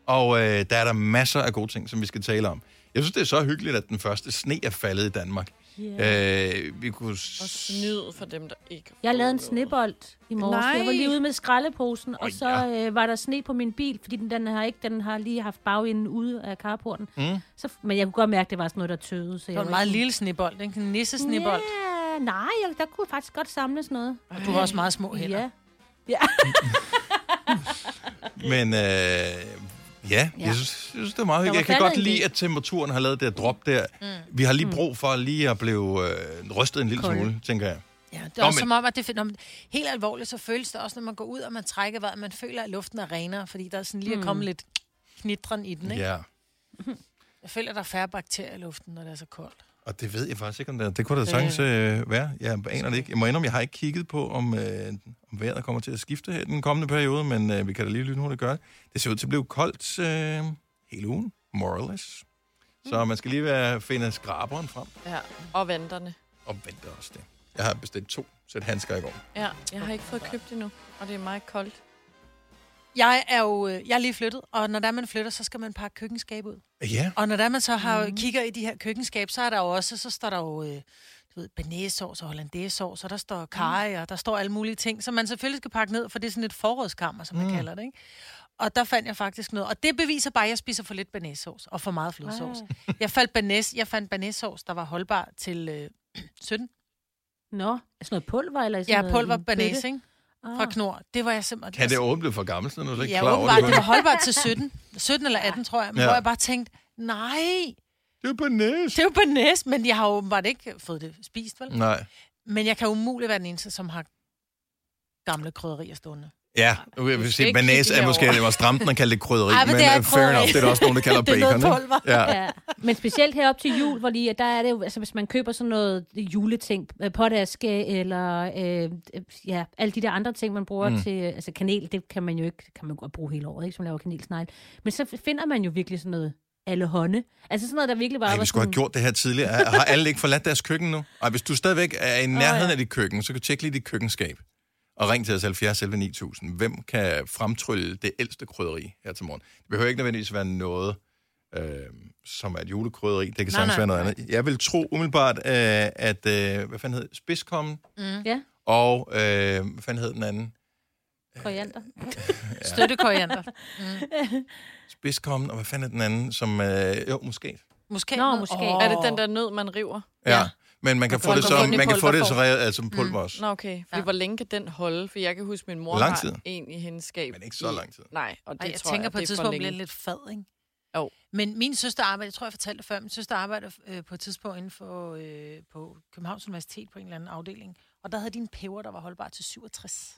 [SPEAKER 1] og øh, der er der masser af gode ting, som vi skal tale om. Jeg synes, det er så hyggeligt, at den første sne er faldet i Danmark. Yeah. Øh, vi kunne... s-
[SPEAKER 4] Og snyd for dem, der ikke...
[SPEAKER 2] Jeg lavede en snebold i morges.
[SPEAKER 4] Nej.
[SPEAKER 2] Jeg var lige ude med skraldeposen, og så øh, var der sne på min bil, fordi den, den har ikke, den har lige haft bagenden ude af carporten.
[SPEAKER 3] Mm.
[SPEAKER 2] Så, men jeg kunne godt mærke, at det var sådan noget, der tøvede. Så
[SPEAKER 3] Det
[SPEAKER 2] jeg
[SPEAKER 3] var en meget lille snebold, ikke? En nisse-snebold.
[SPEAKER 2] Ja, nej, jeg, der kunne faktisk godt samles noget.
[SPEAKER 3] Og du har også meget små hænder.
[SPEAKER 2] Ja.
[SPEAKER 1] Men øh, ja, jeg synes, jeg synes, det er meget hyggeligt. Jeg kan
[SPEAKER 2] faldet
[SPEAKER 1] godt
[SPEAKER 2] en
[SPEAKER 1] lide,
[SPEAKER 2] del.
[SPEAKER 1] at temperaturen har lavet det her drop der. Mm. Vi har lige brug for lige at blive øh, rystet en lille
[SPEAKER 3] Kold.
[SPEAKER 1] smule, tænker jeg.
[SPEAKER 3] Ja, det er
[SPEAKER 1] Nå,
[SPEAKER 3] også
[SPEAKER 1] men-
[SPEAKER 3] som om, at det finder... Helt alvorligt, så føles det også, når man går ud, og man trækker vejret, man føler, at luften er renere, fordi der er sådan lige at
[SPEAKER 2] Mm.
[SPEAKER 3] komme lidt knitren i den, ikke?
[SPEAKER 1] Ja.
[SPEAKER 3] Jeg føler, at der er færre bakterier i luften, når det er så koldt.
[SPEAKER 1] Og det ved jeg faktisk ikke, om det er. Det kunne da sagtens øh, være. Jeg aner det ikke. Jeg må indrømme, jeg har ikke kigget på, om, øh, om vejret kommer til at skifte her i den kommende periode, men øh, vi kan da lige lynhurtigt gøre det. Det ser ud til at blive koldt øh, hele ugen, more or less. Så man skal lige være, finde skraberen frem
[SPEAKER 4] Ja, og venterne.
[SPEAKER 1] og vente også det. Jeg har bestilt to sæt handsker i går.
[SPEAKER 4] Ja, jeg har ikke fået købt endnu, og det er meget koldt.
[SPEAKER 3] Jeg er jo øh, jeg er lige flyttet, og når der er man flytter, så skal man pakke køkkenskab ud.
[SPEAKER 1] Ja.
[SPEAKER 3] Og når der man så har, mm. kigger i de her køkkenskab, så er der jo også, så står der jo, øh, du ved, banæsauce og hollandaisesauce, og der står karry, og der står alle mulige ting, som man selvfølgelig skal pakke ned, for det er sådan et forrådskammer, som man
[SPEAKER 26] Mm.
[SPEAKER 3] kalder det, ikke? Og der fandt jeg faktisk noget. Og det beviser bare, at jeg spiser for lidt banæssauce og for meget flødesauce. Jeg, faldt banæs, jeg fandt banæssauce, der var holdbar til øh, 17.
[SPEAKER 2] Nå, sådan noget pulver eller
[SPEAKER 4] Altså,
[SPEAKER 2] sådan
[SPEAKER 3] Ja,
[SPEAKER 2] noget
[SPEAKER 3] pulver
[SPEAKER 2] lille
[SPEAKER 3] banæs,
[SPEAKER 2] bøtte?
[SPEAKER 3] ikke? Fra
[SPEAKER 2] Ah.
[SPEAKER 3] Knor. Det var jeg simpelthen...
[SPEAKER 1] Kan det åbne blive for gammelt, så er du ikke
[SPEAKER 3] Ja,
[SPEAKER 1] klar over
[SPEAKER 3] åbenbart. Det var
[SPEAKER 1] vel?
[SPEAKER 3] holdbart til 17. 17 eller 18, tror jeg. Men
[SPEAKER 1] Ja.
[SPEAKER 3] ja. hvor jeg bare tænkte, nej.
[SPEAKER 1] Det er på næs.
[SPEAKER 3] Det er jo på næs, men jeg har åbenbart ikke fået det spist, vel?
[SPEAKER 1] Nej.
[SPEAKER 3] Men jeg kan umuligt være den eneste, som har gamle krydderier stående.
[SPEAKER 1] Ja, nu vil jeg
[SPEAKER 3] skal
[SPEAKER 1] sige,
[SPEAKER 3] ikke
[SPEAKER 1] banæs
[SPEAKER 3] kigge
[SPEAKER 1] er måske,
[SPEAKER 3] derover.
[SPEAKER 1] det var stramt, man kaldte det krydderi,
[SPEAKER 2] Ej,
[SPEAKER 1] men,
[SPEAKER 2] det
[SPEAKER 1] øh, fair enough, det er der også nogen, der kalder bacon.
[SPEAKER 2] det er noget
[SPEAKER 1] ikke?
[SPEAKER 2] pulver.
[SPEAKER 1] Ja.
[SPEAKER 2] Ja. ja. Men specielt herop til jul, hvor lige, der er det jo, altså hvis man køber sådan noget juleting, øh, potaske eller øh, øh, ja, alle de der andre ting, man bruger
[SPEAKER 27] Mm.
[SPEAKER 2] mm. til, øh, altså kanel, det kan man jo ikke, kan man godt bruge hele året, ikke, som laver kanelsnegl. Men så finder man jo virkelig sådan noget alle hånde. Altså sådan noget, der virkelig bare
[SPEAKER 1] Ej,
[SPEAKER 2] var
[SPEAKER 1] vi skulle have
[SPEAKER 2] sådan...
[SPEAKER 1] gjort det her tidligere. Har alle ikke forladt deres køkken nu? Ej, hvis du stadigvæk er i nærheden af dit køkken, så kan du tjekke lige dit køkkenskab. Og ring til os 70 11 9000. Hvem kan fremtrylle det ældste krydderi her til morgen? Det behøver ikke nødvendigvis være noget, øh, som er et julekrydderi. Det kan
[SPEAKER 13] Nej,
[SPEAKER 1] sagtens
[SPEAKER 13] nej,
[SPEAKER 1] være noget
[SPEAKER 13] nej.
[SPEAKER 1] andet. Jeg vil tro umiddelbart, øh, at... Øh, hvad fanden hed det? Spidskommen
[SPEAKER 3] Mm. Ja,
[SPEAKER 1] og... Øh, hvad fanden hed den anden?
[SPEAKER 2] koriander.
[SPEAKER 3] Støttekoriander.
[SPEAKER 2] Mm.
[SPEAKER 1] Spidskommen, og hvad fanden er den anden, som... Øh, jo, måske.
[SPEAKER 3] Måske.
[SPEAKER 4] Nå,
[SPEAKER 2] måske.
[SPEAKER 4] Er det den der nød, man river?
[SPEAKER 1] Ja. ja. Men man kan, få
[SPEAKER 4] Folk
[SPEAKER 1] det,
[SPEAKER 4] har
[SPEAKER 1] som,
[SPEAKER 4] fundet
[SPEAKER 1] man kan få det
[SPEAKER 4] pulverform.
[SPEAKER 1] som, altså, som pulver
[SPEAKER 3] Mm.
[SPEAKER 1] også.
[SPEAKER 4] Nå, okay. Fordi, Hvor længe kan den holde? For jeg kan huske, min mor
[SPEAKER 1] Lang
[SPEAKER 4] har
[SPEAKER 1] tid.
[SPEAKER 4] en i hendes skab. Men
[SPEAKER 1] ikke så lang tid.
[SPEAKER 4] Nej, og det
[SPEAKER 3] Ej, jeg
[SPEAKER 4] tror
[SPEAKER 3] tænker
[SPEAKER 4] jeg,
[SPEAKER 3] på et
[SPEAKER 4] det er for
[SPEAKER 3] tidspunkt bliver
[SPEAKER 4] længe.
[SPEAKER 3] lidt fad, ikke?
[SPEAKER 4] Jo.
[SPEAKER 3] Men min søster arbejder, jeg tror, jeg fortalte det før, min søster arbejder øh, på et tidspunkt inden for øh, på Københavns Universitet på en eller anden afdeling, og der havde de en peber, der var holdbar til 67.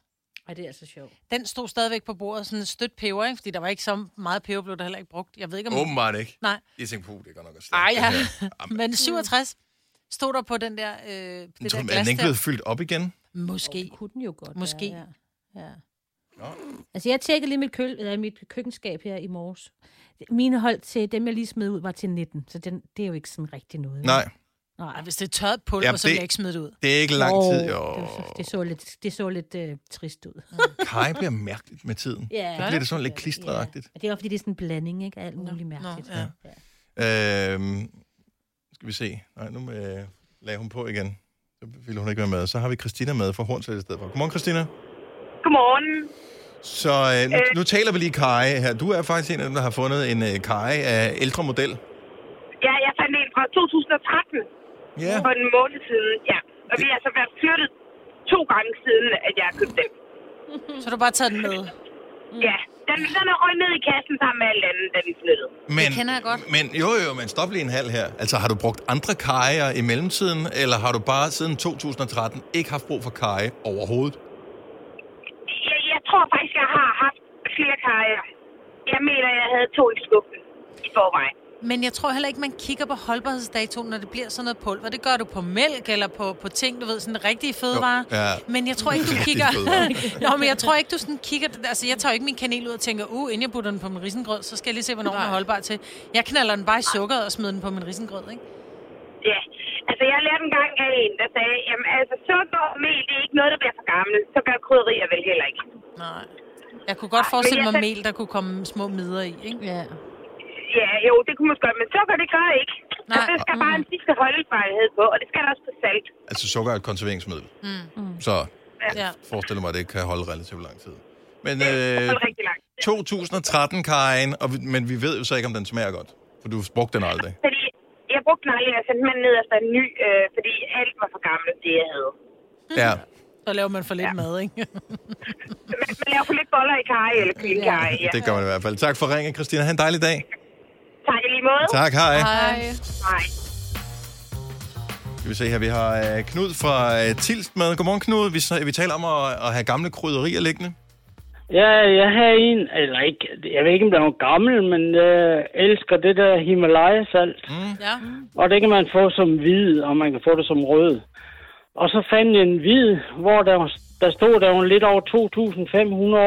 [SPEAKER 2] Ej, det er altså sjovt.
[SPEAKER 3] Den stod stadigvæk på bordet, sådan en stødt peber, ikke? fordi der var ikke så meget peber, blev der heller ikke brugt. Jeg ved ikke, om...
[SPEAKER 1] Åbenbart ikke.
[SPEAKER 3] Nej.
[SPEAKER 1] Jeg tænkte, puh, det er godt nok også slemt.
[SPEAKER 3] Ej, ja.
[SPEAKER 1] det her.
[SPEAKER 3] Men 67 stod der på den der, øh, det
[SPEAKER 1] Men
[SPEAKER 3] der
[SPEAKER 1] tror du, Er
[SPEAKER 3] glas
[SPEAKER 1] den ikke blevet
[SPEAKER 3] der.
[SPEAKER 1] fyldt op igen?
[SPEAKER 3] Måske.
[SPEAKER 2] Oh, kunne den jo godt
[SPEAKER 3] Måske.
[SPEAKER 2] Være, ja. ja. Altså, jeg tjekkede lige mit, køl, eller mit køkkenskab her i morges. Mine hold til dem, jeg lige smed ud, var til 19, så den, det er jo ikke sådan rigtig noget.
[SPEAKER 1] Nej.
[SPEAKER 3] Nej, hvis det er tørret pulver,
[SPEAKER 1] Ja,
[SPEAKER 3] så vil
[SPEAKER 1] det-
[SPEAKER 3] jeg ikke smide det ud.
[SPEAKER 1] Det er ikke lang
[SPEAKER 2] Åh,
[SPEAKER 1] tid,
[SPEAKER 2] det
[SPEAKER 1] jo.
[SPEAKER 2] var- Det så lidt, det så lidt øh, trist ud.
[SPEAKER 3] Mm.
[SPEAKER 1] Kaj bliver mærkeligt med tiden.
[SPEAKER 2] Ja.
[SPEAKER 1] Så bliver det sådan lidt klistreagtigt.
[SPEAKER 2] Og det er jo, fordi det er sådan en blanding, ikke? af Alt muligt mærkeligt.
[SPEAKER 1] ja. Øhm, skal vi se. Nej, nu øh, lagde hun på igen. Så ville hun ikke være med. Så har vi Christina med fra Hornsæt i stedet for. Godmorgen, Christina.
[SPEAKER 21] Godmorgen.
[SPEAKER 1] Så øh, nu, nu taler vi lige Kai her. Du er faktisk en af dem, der har fundet en øh, Kai af ældre model.
[SPEAKER 21] Ja, jeg fandt en fra 2013.
[SPEAKER 1] Ja.
[SPEAKER 21] For en måned siden, ja. Og vi har så været flyttet to gange siden, at jeg købte den. Mm.
[SPEAKER 3] Så du har bare taget den med?
[SPEAKER 21] Ja, den, den er røget ned i kassen sammen med alt andet, da vi flyttede.
[SPEAKER 1] Men, Men jo, jo, men stop lige en halv her. Altså, har du brugt andre kajer i mellemtiden, eller har du bare siden 2013 ikke haft brug for kaje overhovedet?
[SPEAKER 21] Jeg, jeg tror faktisk, jeg har haft flere kajer. Jeg mener, jeg havde to i skuffen i forvejen.
[SPEAKER 3] Men jeg tror heller ikke, man kigger på holdbarhedsdatoen, når det bliver sådan noget pulver. Det gør du på mælk eller på, på ting, du ved, sådan rigtige fødevarer.
[SPEAKER 21] ja.
[SPEAKER 3] Men jeg tror ikke, du
[SPEAKER 21] Rigtige
[SPEAKER 3] kigger...
[SPEAKER 21] fødevarer.
[SPEAKER 3] Nå, men jeg tror ikke, du sådan kigger... Altså, jeg tager jo ikke min kanel ud og tænker, uh, inden jeg putter den på min risengrød, så skal jeg lige se, hvornår den er holdbar til. Jeg knaller den bare i sukkeret og smider den på min risengrød, ikke?
[SPEAKER 21] Ja, altså jeg lærte en gang af en, der sagde, jamen altså sukker og mel, det er ikke noget, der bliver for gammelt. Så gør krydderier vel heller ikke.
[SPEAKER 3] Nej. Jeg kunne godt
[SPEAKER 21] Ej,
[SPEAKER 3] forestille
[SPEAKER 21] men
[SPEAKER 3] mig
[SPEAKER 21] jeg
[SPEAKER 3] mel, der kunne komme små midder i, ikke?
[SPEAKER 2] Ja.
[SPEAKER 21] Ja, jo, det kunne man godt, men sukker, det gør jeg ikke. Nej. Der skal bare en sidste holdbarhed på, og det skal der også på salt.
[SPEAKER 1] Altså, sukker er et konserveringsmiddel,
[SPEAKER 21] Mm.
[SPEAKER 1] så øh,
[SPEAKER 21] Ja.
[SPEAKER 1] forestiller mig, at det kan holde relativt lang tid. Men øh,
[SPEAKER 21] holde rigtig lang
[SPEAKER 1] 2013, Kajen, og vi, men vi ved jo så ikke, om den smager godt, for du brugte den aldrig.
[SPEAKER 21] Fordi jeg brugte den aldrig, jeg sendte mig ned efter en ny, øh, fordi alt var for gammelt, det jeg havde. Mm.
[SPEAKER 1] Ja.
[SPEAKER 3] Så laver man for lidt ja. mad, ikke?
[SPEAKER 21] Men, men jeg kunne lidt boller i kaj eller kvindekaj. Ja.
[SPEAKER 1] Det gør man i hvert fald. Tak for ringen, Christina. Ha' en dejlig dag.
[SPEAKER 21] Tak i lige måde.
[SPEAKER 1] Tak, hej.
[SPEAKER 21] Hej. Hej.
[SPEAKER 1] Skal vi se her, vi har øh, Knud fra øh, Tilst med. Godmorgen, Knud. Vi, s- vi taler om at, at have gamle krydderier liggende.
[SPEAKER 28] Ja, jeg har en, eller ikke, jeg ved ikke, om den er gammel, men jeg elsker det der Himalaya-salt. Mm.
[SPEAKER 3] Ja.
[SPEAKER 28] Og det kan man få som hvid, og man kan få det som rød. Og så fandt jeg en hvid, hvor der, var- der stod, der var lidt over 2.500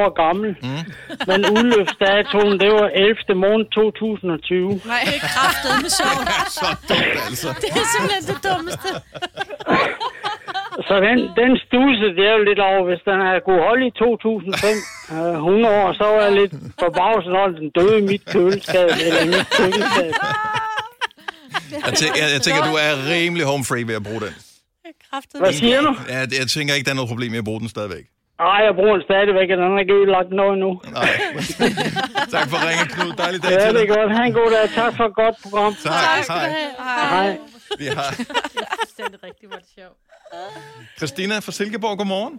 [SPEAKER 28] år gammel. Mm. Men udløbsdatoen, det var 11. måned 2020.
[SPEAKER 3] Nej, det er kraftedeme sjovt.
[SPEAKER 1] så dumt, altså.
[SPEAKER 3] Det er simpelthen det dummeste.
[SPEAKER 28] Så den, den stusse, det er jo lidt over, hvis den havde kunne holde i 2500 øh, år, så var jeg lidt forbavset, når den døde i mit køleskab, eller i mit køleskab.
[SPEAKER 1] Jeg, tæ- jeg, jeg tænker, du er rimelig home free ved at bruge den.
[SPEAKER 28] Hvad siger du?
[SPEAKER 1] Ja, det- jeg tænker ikke, der er noget problem med at bruge den stadigvæk.
[SPEAKER 28] Ej, jeg bruger den stadigvæk, og den er ikke ødelagt noget endnu.
[SPEAKER 1] Nej. tak for ringen, Knud. Dejlig dag
[SPEAKER 28] Ja,
[SPEAKER 1] til
[SPEAKER 28] det
[SPEAKER 1] dig.
[SPEAKER 28] er godt. Ha' en god dag. Tak for et godt program.
[SPEAKER 1] Tak, Tak skal du hej. have.
[SPEAKER 28] Hej.
[SPEAKER 1] Vi har
[SPEAKER 24] Fuldstændig rigtigt, hvor det sjovt.
[SPEAKER 1] Christina fra Silkeborg. Godmorgen.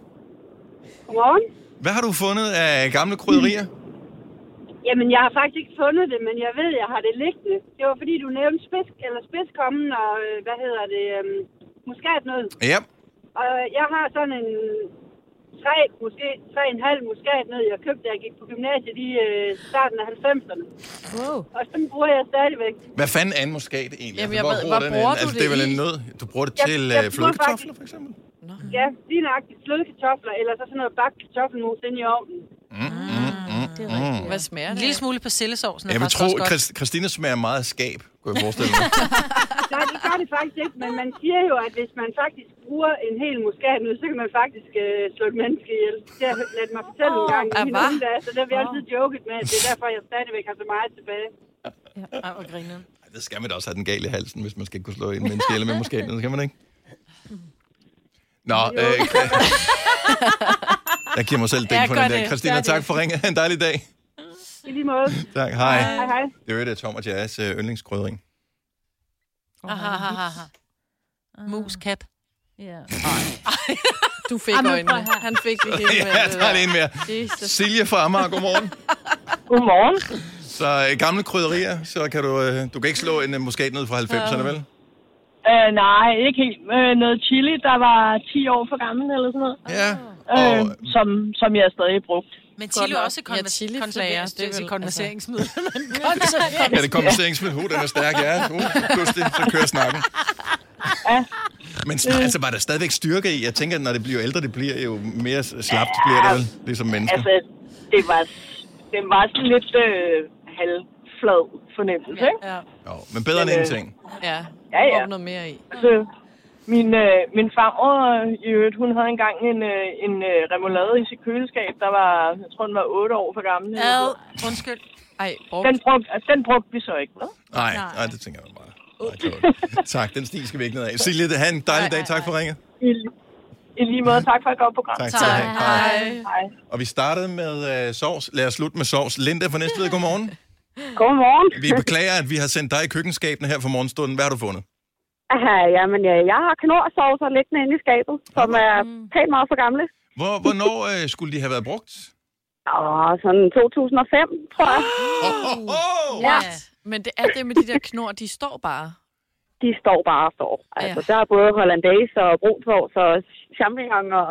[SPEAKER 26] Godmorgen.
[SPEAKER 1] Hvad har du fundet af gamle krydderier?
[SPEAKER 26] Jamen, jeg har faktisk ikke fundet det, men jeg ved, jeg har det liggende. Det var fordi, du nævnte spids, eller spidskommen og, øh, hvad hedder det, øhm, muskatnød.
[SPEAKER 1] Ja.
[SPEAKER 26] Og øh, jeg har sådan en tre, måske tre en halv muskatnød, jeg købte, da jeg gik på gymnasiet i øh, starten af 90'erne. Wow. Og sådan bruger jeg stadigvæk.
[SPEAKER 1] Hvad fanden er en muskat egentlig?
[SPEAKER 26] Jamen,
[SPEAKER 1] Altså,
[SPEAKER 26] jeg
[SPEAKER 1] hvor
[SPEAKER 26] ved- hvor
[SPEAKER 1] den
[SPEAKER 26] bruger
[SPEAKER 1] henne?
[SPEAKER 26] du
[SPEAKER 1] altså,
[SPEAKER 26] det
[SPEAKER 1] det er vel
[SPEAKER 26] i?
[SPEAKER 1] en nød. Du bruger det til
[SPEAKER 26] jeg
[SPEAKER 1] øh,
[SPEAKER 26] bruger
[SPEAKER 1] flødekartofler?
[SPEAKER 26] faktisk-
[SPEAKER 1] for eksempel?
[SPEAKER 26] Ja, lige nøjagtigt. Flødekartofler, eller så sådan noget bagt kartoffelmos inde i ovnen. Ah,
[SPEAKER 1] Mm, mm.
[SPEAKER 3] Hvad smager det? En lille smule persillesovsen. er
[SPEAKER 1] Jeg vil
[SPEAKER 3] faktisk
[SPEAKER 1] tro,
[SPEAKER 3] også
[SPEAKER 1] at
[SPEAKER 3] godt.
[SPEAKER 1] Christ- Christina smager meget af skab, kunne jeg forestille mig.
[SPEAKER 26] Nej, det gør det faktisk ikke, men man siger jo, at hvis man faktisk bruger en hel muskatnød, så kan man faktisk øh, slå et menneske ihjel. Det har jeg ladt mig fortælle en gang i
[SPEAKER 3] ah,
[SPEAKER 26] mine
[SPEAKER 3] hva?
[SPEAKER 26] unge dage, så det har vi altid joket med, at det er derfor, jeg stadigvæk har så meget tilbage.
[SPEAKER 3] Ej, hvor griner.
[SPEAKER 1] Ej, Det skal man da også have den gale i halsen, hvis man skal kunne slå en menneske ihjel med muskat. Det skal man ikke. Nå, øh, jeg giver mig selv den
[SPEAKER 26] Ja,
[SPEAKER 1] på
[SPEAKER 26] gør
[SPEAKER 1] den der.
[SPEAKER 26] det.
[SPEAKER 1] Christina,
[SPEAKER 26] Gør det.
[SPEAKER 1] tak for ringet. Ha' En dejlig dag.
[SPEAKER 26] I lige måde.
[SPEAKER 1] Tak, hej.
[SPEAKER 26] Hej, hej.
[SPEAKER 1] Det er jo det, er Tom og Jazz øh, yndlingskryddering.
[SPEAKER 3] Aha, aha, aha. Mus, kat.
[SPEAKER 24] Ja.
[SPEAKER 4] Du fik
[SPEAKER 3] Ah. Ej, men prøv
[SPEAKER 4] øjnene.
[SPEAKER 3] at høre.
[SPEAKER 4] Han fik det hele med.
[SPEAKER 1] Ja,
[SPEAKER 4] det
[SPEAKER 1] der er
[SPEAKER 4] der.
[SPEAKER 1] en mere.
[SPEAKER 4] Jesus.
[SPEAKER 1] Silje fra Amager, godmorgen.
[SPEAKER 28] Godmorgen.
[SPEAKER 1] Så øh, gamle krydderier, så kan du, øh, du kan ikke slå en øh, muskat ned fra 90'erne, vel?
[SPEAKER 28] Øh, nej, ikke helt. Øh, noget chili, der var 10 år for gammel eller sådan noget.
[SPEAKER 1] Ja.
[SPEAKER 28] Øh, som, som jeg stadig brugt.
[SPEAKER 3] Men chili er også konver- ja, konserverings- det er vel- altså- konserveringsmiddel. Konserveringsmiddel.
[SPEAKER 1] Ja, det kommer seringsmiddel. Uh, den er stærk, ja. Uh, pludselig, så kører snakken. Men
[SPEAKER 28] Øh.
[SPEAKER 1] sn- altså, var der stadigvæk styrke i? Jeg tænker, at når det bliver ældre, det bliver jo mere s- slapt, bliver det vel, ligesom mennesker.
[SPEAKER 28] Altså, det var, det var sådan lidt øh, halvflad fornemmelse, ja, ikke? Ja.
[SPEAKER 1] Jo, men bedre end
[SPEAKER 28] Men, øh,
[SPEAKER 1] ingenting.
[SPEAKER 4] Ja,
[SPEAKER 28] Ja, ja.
[SPEAKER 4] Råb noget mere i.
[SPEAKER 28] Altså, min, øh, min farmor, øh, i øvrigt, hun havde engang en, øh, en øh, remoulade i sit køleskab, der var, jeg tror, den var 8 år for gammel. eller
[SPEAKER 3] Ad,
[SPEAKER 28] sådan noget.
[SPEAKER 3] undskyld. Ej,
[SPEAKER 28] Den brugte, den brugte vi så ikke, vel?
[SPEAKER 1] Nej, nej, det tænker jeg bare. Nej, det var det. tak, den stil skal vi ikke ned af. Silje, det have en dejlig dag. Tak for ringet.
[SPEAKER 28] I, I lige måde, tak for et godt program.
[SPEAKER 1] Tak skal du have.
[SPEAKER 28] Hej.
[SPEAKER 1] Og vi startede med øh, sovs. Lad os slutte med sovs. Linda fra Næstved, godmorgen.
[SPEAKER 27] Godmorgen.
[SPEAKER 1] Vi beklager, at vi har sendt dig i køkkenskabene her for morgenstunden. Hvad har du fundet?
[SPEAKER 27] Aha, jamen, ja, jeg har knorrsovser liggende inde i skabet, som er pænt meget for gamle.
[SPEAKER 1] Hvor, hvornår øh, skulle de have været brugt?
[SPEAKER 27] Åh, sådan 2005, tror jeg.
[SPEAKER 1] Oh, oh,
[SPEAKER 27] Ja.
[SPEAKER 4] Men det er det med de der knor, de står bare.
[SPEAKER 27] De står bare og står. Altså, der er både hollandaise og brunsovs og champignon og...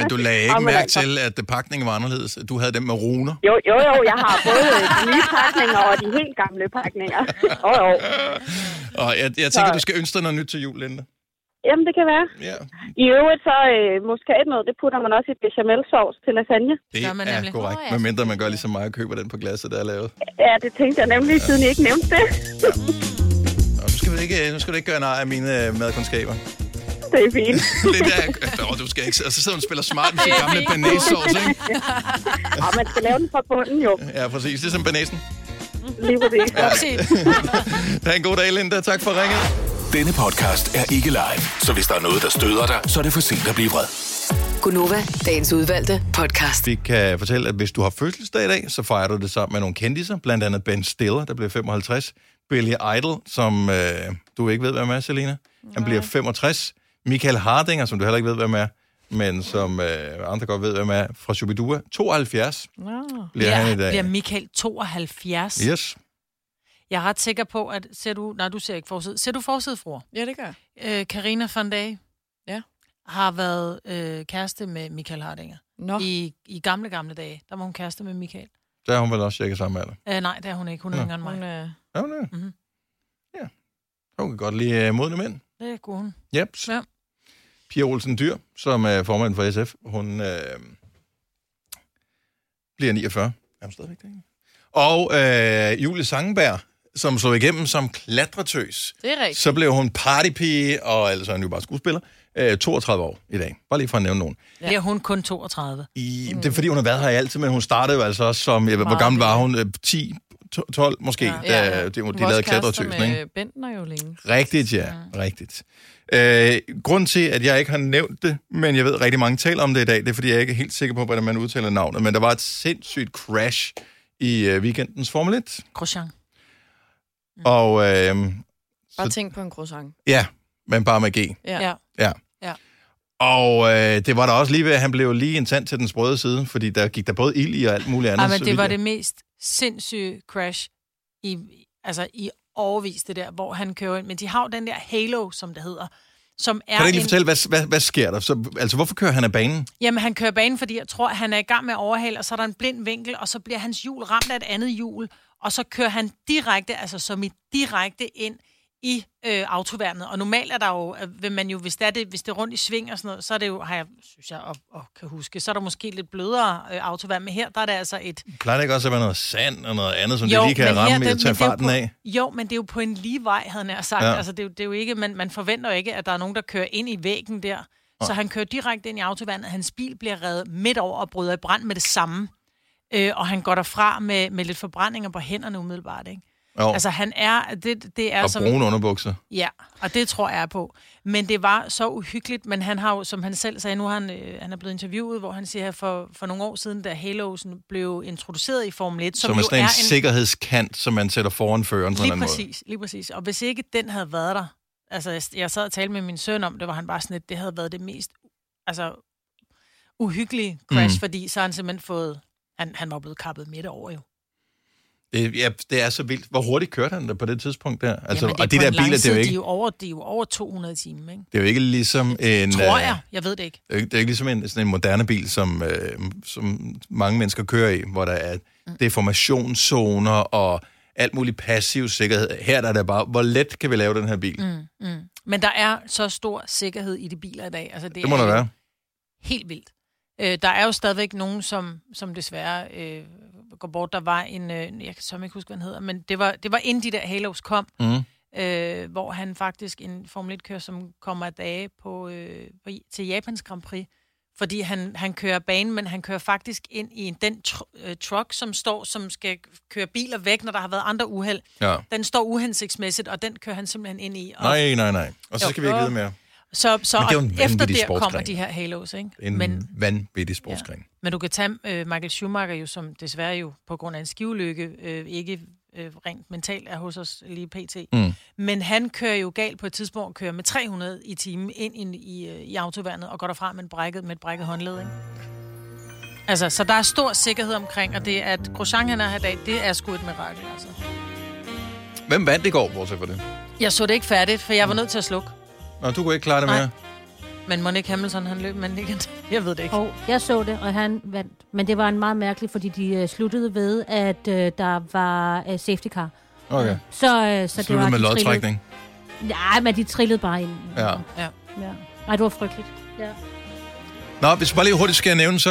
[SPEAKER 1] Men du lagde ikke
[SPEAKER 27] Og med
[SPEAKER 1] mærke
[SPEAKER 27] altså-
[SPEAKER 1] til, at øh, pakningen var anderledes. Du havde dem med runer.
[SPEAKER 27] Jo, jo, jo, jeg har både de nye pakninger og de helt gamle pakninger. Jo, jo.
[SPEAKER 1] Og jeg, jeg tænker,
[SPEAKER 27] Så-
[SPEAKER 1] du skal ønske dig noget nyt til jul, Linda.
[SPEAKER 27] Jamen, det kan være.
[SPEAKER 1] Ja.
[SPEAKER 27] I øvrigt så øh, muskatnød, det putter man også i bechamelsovs til lasagne.
[SPEAKER 1] Det
[SPEAKER 27] man
[SPEAKER 1] er
[SPEAKER 27] nemlig.
[SPEAKER 1] korrekt.
[SPEAKER 27] Nå, ja.
[SPEAKER 1] Men mindre man gør ligesom mig og køber den på glasset, der er lavet.
[SPEAKER 27] Ja, det tænkte jeg nemlig, siden I ikke nævnte det.
[SPEAKER 1] Og nu skal du ikke, øh, nu skal du ikke gøre nej af mine øh, madkundskaber.
[SPEAKER 27] Det er fint.
[SPEAKER 1] Det der, åh, du skal ikke, og så sidder hun og spiller smart med sin gamle banæssauce, ikke?
[SPEAKER 27] Ja, man skal lave den fra bunden jo.
[SPEAKER 1] Ja, præcis. Det er som banæsen.
[SPEAKER 27] Lige præcis.
[SPEAKER 1] Ha' en god dag, Linda. Tak for ringet.
[SPEAKER 6] Denne podcast er ikke live, så hvis der er noget, der støder dig, så er det for sent at blive vred.
[SPEAKER 9] Gunova, dagens udvalgte podcast.
[SPEAKER 1] Vi kan fortælle, at hvis du har fødselsdag i dag, så fejrer du det sammen med nogle kendiser. Blandt andet Ben Stiller, der bliver 55. Billy Idol, som øh, du ikke ved, hvem er, Selina. Han bliver 65. Michael Hardinger, som du heller ikke ved, hvem er, men som øh, andre godt ved, hvem er, fra Shubidua. 72.
[SPEAKER 3] Nå.
[SPEAKER 1] Bliver
[SPEAKER 3] ja,
[SPEAKER 1] han i dag.
[SPEAKER 3] Bliver Michael 72.
[SPEAKER 1] Yes.
[SPEAKER 3] Jeg er ret sikker på, at ser du... Nej, du ser ikke forsiden. Ser du forsiden, fror?
[SPEAKER 4] Ja, det gør
[SPEAKER 3] Karina øh, von Day
[SPEAKER 4] Ja.
[SPEAKER 3] har været øh, kæreste med Michael Hardinger. No. I, I gamle, gamle dage. Der var hun kæreste med Michael.
[SPEAKER 1] Der er hun vel også cirka samme alder.
[SPEAKER 3] Uh, nej, det er hun ikke. Hun er
[SPEAKER 1] Nå.
[SPEAKER 3] yngre end mig. Hun, uh...
[SPEAKER 1] Er hun det? Mm-hmm. Ja. Hun kan godt lide uh, modne mænd.
[SPEAKER 3] Det er god hun.
[SPEAKER 1] Yep.
[SPEAKER 3] Ja.
[SPEAKER 1] Pia Olsen Dyr, som er formand for SF, hun øh, bliver 49. Er hun stadigvæk det? Og øh, Julie Sangenberg, som slog igennem som klatretøs.
[SPEAKER 4] Det er rigtigt.
[SPEAKER 1] Så blev hun partypige, og altså er hun jo bare skuespiller, øh, 32 år i dag. Bare lige for at nævne nogen.
[SPEAKER 3] Ja. Bliver hun kun 32?
[SPEAKER 1] I, mm. Det er fordi, hun har været her i altid, men hun startede jo altså også som, jeg ved, hvor gammel var hun? Øh, 10, 12 måske, ja, ja, ja. da de, de lavede klatretøsen, ikke?
[SPEAKER 4] ikke? Bentner jo længe.
[SPEAKER 1] Rigtigt, ja. Rigtigt. Øh, grunden til, at jeg ikke har nævnt det, men jeg ved, rigtig mange taler om det i dag, det er, fordi jeg ikke er helt sikker på, hvordan man udtaler navnet, men der var et sindssygt crash i øh, weekendens Formel 1.
[SPEAKER 3] Grosjean. Mm.
[SPEAKER 1] Og øh,
[SPEAKER 4] Bare tænk på en croissant.
[SPEAKER 1] ja, men bare med G.
[SPEAKER 4] Ja. ja.
[SPEAKER 1] Ja.
[SPEAKER 4] ja.
[SPEAKER 1] Og øh, det var der også lige ved, at han blev lige en tand til den sprøde side, fordi der gik der både ild i og alt muligt andet.
[SPEAKER 3] Ej, men det var
[SPEAKER 1] weekend.
[SPEAKER 3] det mest sindssyge crash i, altså i overvis det der, hvor han kører ind. Men de har jo den der halo, som det hedder, som er
[SPEAKER 1] Kan du ikke lige
[SPEAKER 3] en-
[SPEAKER 1] fortælle, hvad, hvad, hvad sker der? Så, altså, hvorfor kører han af banen?
[SPEAKER 3] Jamen, han kører banen, fordi jeg tror, han er i gang med at overhale, og så er der en blind vinkel, og så bliver hans hjul ramt af et andet hjul, og så kører han direkte, altså som i direkte ind i øh, autoværnet. Og normalt er der jo, øh, vil man jo, hvis det, er det, hvis det er rundt i sving og sådan noget, så er det jo, har jeg, synes jeg, og, og kan huske, så er der måske lidt blødere øh, autoværn, men her der er det altså et...
[SPEAKER 1] Plejer det ikke også at være noget sand og noget andet, som jo, det lige kan
[SPEAKER 3] men her,
[SPEAKER 1] ramme
[SPEAKER 3] den-
[SPEAKER 1] og
[SPEAKER 3] men
[SPEAKER 1] tage
[SPEAKER 3] det er jo
[SPEAKER 1] farten
[SPEAKER 3] på,
[SPEAKER 1] af?
[SPEAKER 3] Jo, men det er jo på en lige vej, havde han sagt.
[SPEAKER 1] Ja.
[SPEAKER 3] Ja. Altså, det, er jo, det er jo ikke, man, man forventer jo ikke, at der er nogen, der kører ind i væggen der. Så
[SPEAKER 1] Nej.
[SPEAKER 3] han kører direkte ind i autovandet. Hans bil bliver reddet midt over og bryder i brand med det samme. Øh, og han går derfra med, med lidt forbrændinger på hænderne umiddelbart, ikke?
[SPEAKER 1] Jo.
[SPEAKER 3] Altså, han er... Det, det er
[SPEAKER 1] Og
[SPEAKER 3] som...
[SPEAKER 1] brune underbukser.
[SPEAKER 3] Ja, og det tror jeg på. Men det var så uhyggeligt, men han har jo, som han selv sagde, nu har han, øh, han er blevet interviewet, hvor han siger, at for, for nogle år siden, da Halo'sen blev introduceret i Formel 1, som,
[SPEAKER 1] Som, som er
[SPEAKER 3] jo
[SPEAKER 1] sådan en, en sikkerhedskant, som man sætter foran føreren på
[SPEAKER 3] Lige
[SPEAKER 1] en eller anden måde.
[SPEAKER 3] præcis, lige præcis. Og hvis ikke den havde været der, altså jeg, jeg sad og talte med min søn om det, hvor han bare sådan lidt, det havde været det mest altså, uhyggelige crash,
[SPEAKER 1] Mm.
[SPEAKER 3] mm. fordi så har han simpelthen fået, han, han var blevet kappet midt over jo.
[SPEAKER 1] Det, ja, det er så vildt. Hvor hurtigt kørte han der på det tidspunkt der? Altså,
[SPEAKER 3] Jamen,
[SPEAKER 1] og de
[SPEAKER 3] på
[SPEAKER 1] der
[SPEAKER 3] en lang
[SPEAKER 1] biler, det
[SPEAKER 3] tid,
[SPEAKER 1] er, jo
[SPEAKER 3] De er
[SPEAKER 1] ikke,
[SPEAKER 3] jo over, de er jo over 200 timer, ikke?
[SPEAKER 1] det er jo ikke ligesom en...
[SPEAKER 3] Tror
[SPEAKER 1] øh,
[SPEAKER 3] jeg, jeg ved det ikke.
[SPEAKER 1] Det er jo ikke- det er jo ikke ligesom en, sådan en moderne bil, som, øh, som mange mennesker kører i, hvor der er
[SPEAKER 3] Mm.
[SPEAKER 1] deformationszoner og alt muligt passiv sikkerhed. Her der er det bare, hvor let kan vi lave den her bil? Mm.
[SPEAKER 3] Mm, mm. Men der er så stor sikkerhed i de biler i dag. Altså, det,
[SPEAKER 1] Det må
[SPEAKER 3] er
[SPEAKER 1] der
[SPEAKER 3] jo
[SPEAKER 1] være.
[SPEAKER 3] Helt vildt. Øh, der er jo stadigvæk nogen, som, som desværre øh, går bort. Der var en, øh, jeg kan så ikke huske, hvad han hedder, men det var, det var inden de der Halos kom,
[SPEAKER 1] Mm.
[SPEAKER 3] øh, hvor han faktisk en Formel 1-kører, som kommer af dage på, øh, på, til Japans Grand Prix, fordi han, han kører banen, men han kører faktisk ind i en- den tr- øh, truck, som står, som skal køre biler væk, når der har været andre uheld.
[SPEAKER 1] Ja.
[SPEAKER 3] Den står uhensigtsmæssigt, og den kører han simpelthen ind i. Og
[SPEAKER 1] Nej, nej, nej. Og så
[SPEAKER 3] Jo.
[SPEAKER 1] skal vi ikke vide mere.
[SPEAKER 3] så, så
[SPEAKER 1] Men det er jo en
[SPEAKER 3] og efter
[SPEAKER 1] vanvittig
[SPEAKER 3] der kommer
[SPEAKER 1] sportsgren.
[SPEAKER 3] de her halos, ikke?
[SPEAKER 1] En
[SPEAKER 3] Men,
[SPEAKER 1] Men... vanvittig sportsgren.
[SPEAKER 3] men du kan tage øh, Michael Schumacher jo, som desværre jo på grund af en skivulykke øh, ikke øh, rent mentalt er hos os lige pt.
[SPEAKER 1] Mm.
[SPEAKER 3] Men han kører jo galt på et tidspunkt, og kører med 300 i timen ind i, i, øh, i autoværnet og går derfra med, en brækket, med et brækket håndled, ikke? Altså, så der er stor sikkerhed omkring, og det at Grosjean han er her i dag, det er sgu et mirakel, altså.
[SPEAKER 1] Hvem vandt i går, bortset for det?
[SPEAKER 3] Jeg så det ikke færdigt, for jeg var nødt til at slukke.
[SPEAKER 1] Nå, du kunne ikke klare det
[SPEAKER 3] Nej.
[SPEAKER 1] mere.
[SPEAKER 3] Men Monique Hamilton, han løb, men ikke, jeg ved det ikke.
[SPEAKER 2] Og jeg så det, og han vandt. Men det var en meget mærkelig, fordi de øh, sluttede ved, at øh, der var øh, safety car.
[SPEAKER 1] Okay.
[SPEAKER 2] Så, øh, så det
[SPEAKER 1] Slutter
[SPEAKER 2] var,
[SPEAKER 1] med
[SPEAKER 2] de trillede-
[SPEAKER 1] lodtrækning.
[SPEAKER 2] Nej, men de trillede bare ind.
[SPEAKER 1] Ja.
[SPEAKER 3] Ja.
[SPEAKER 2] ja. Ej, det var frygteligt. Ja.
[SPEAKER 1] Nå, hvis jeg bare lige hurtigt skal nævne, så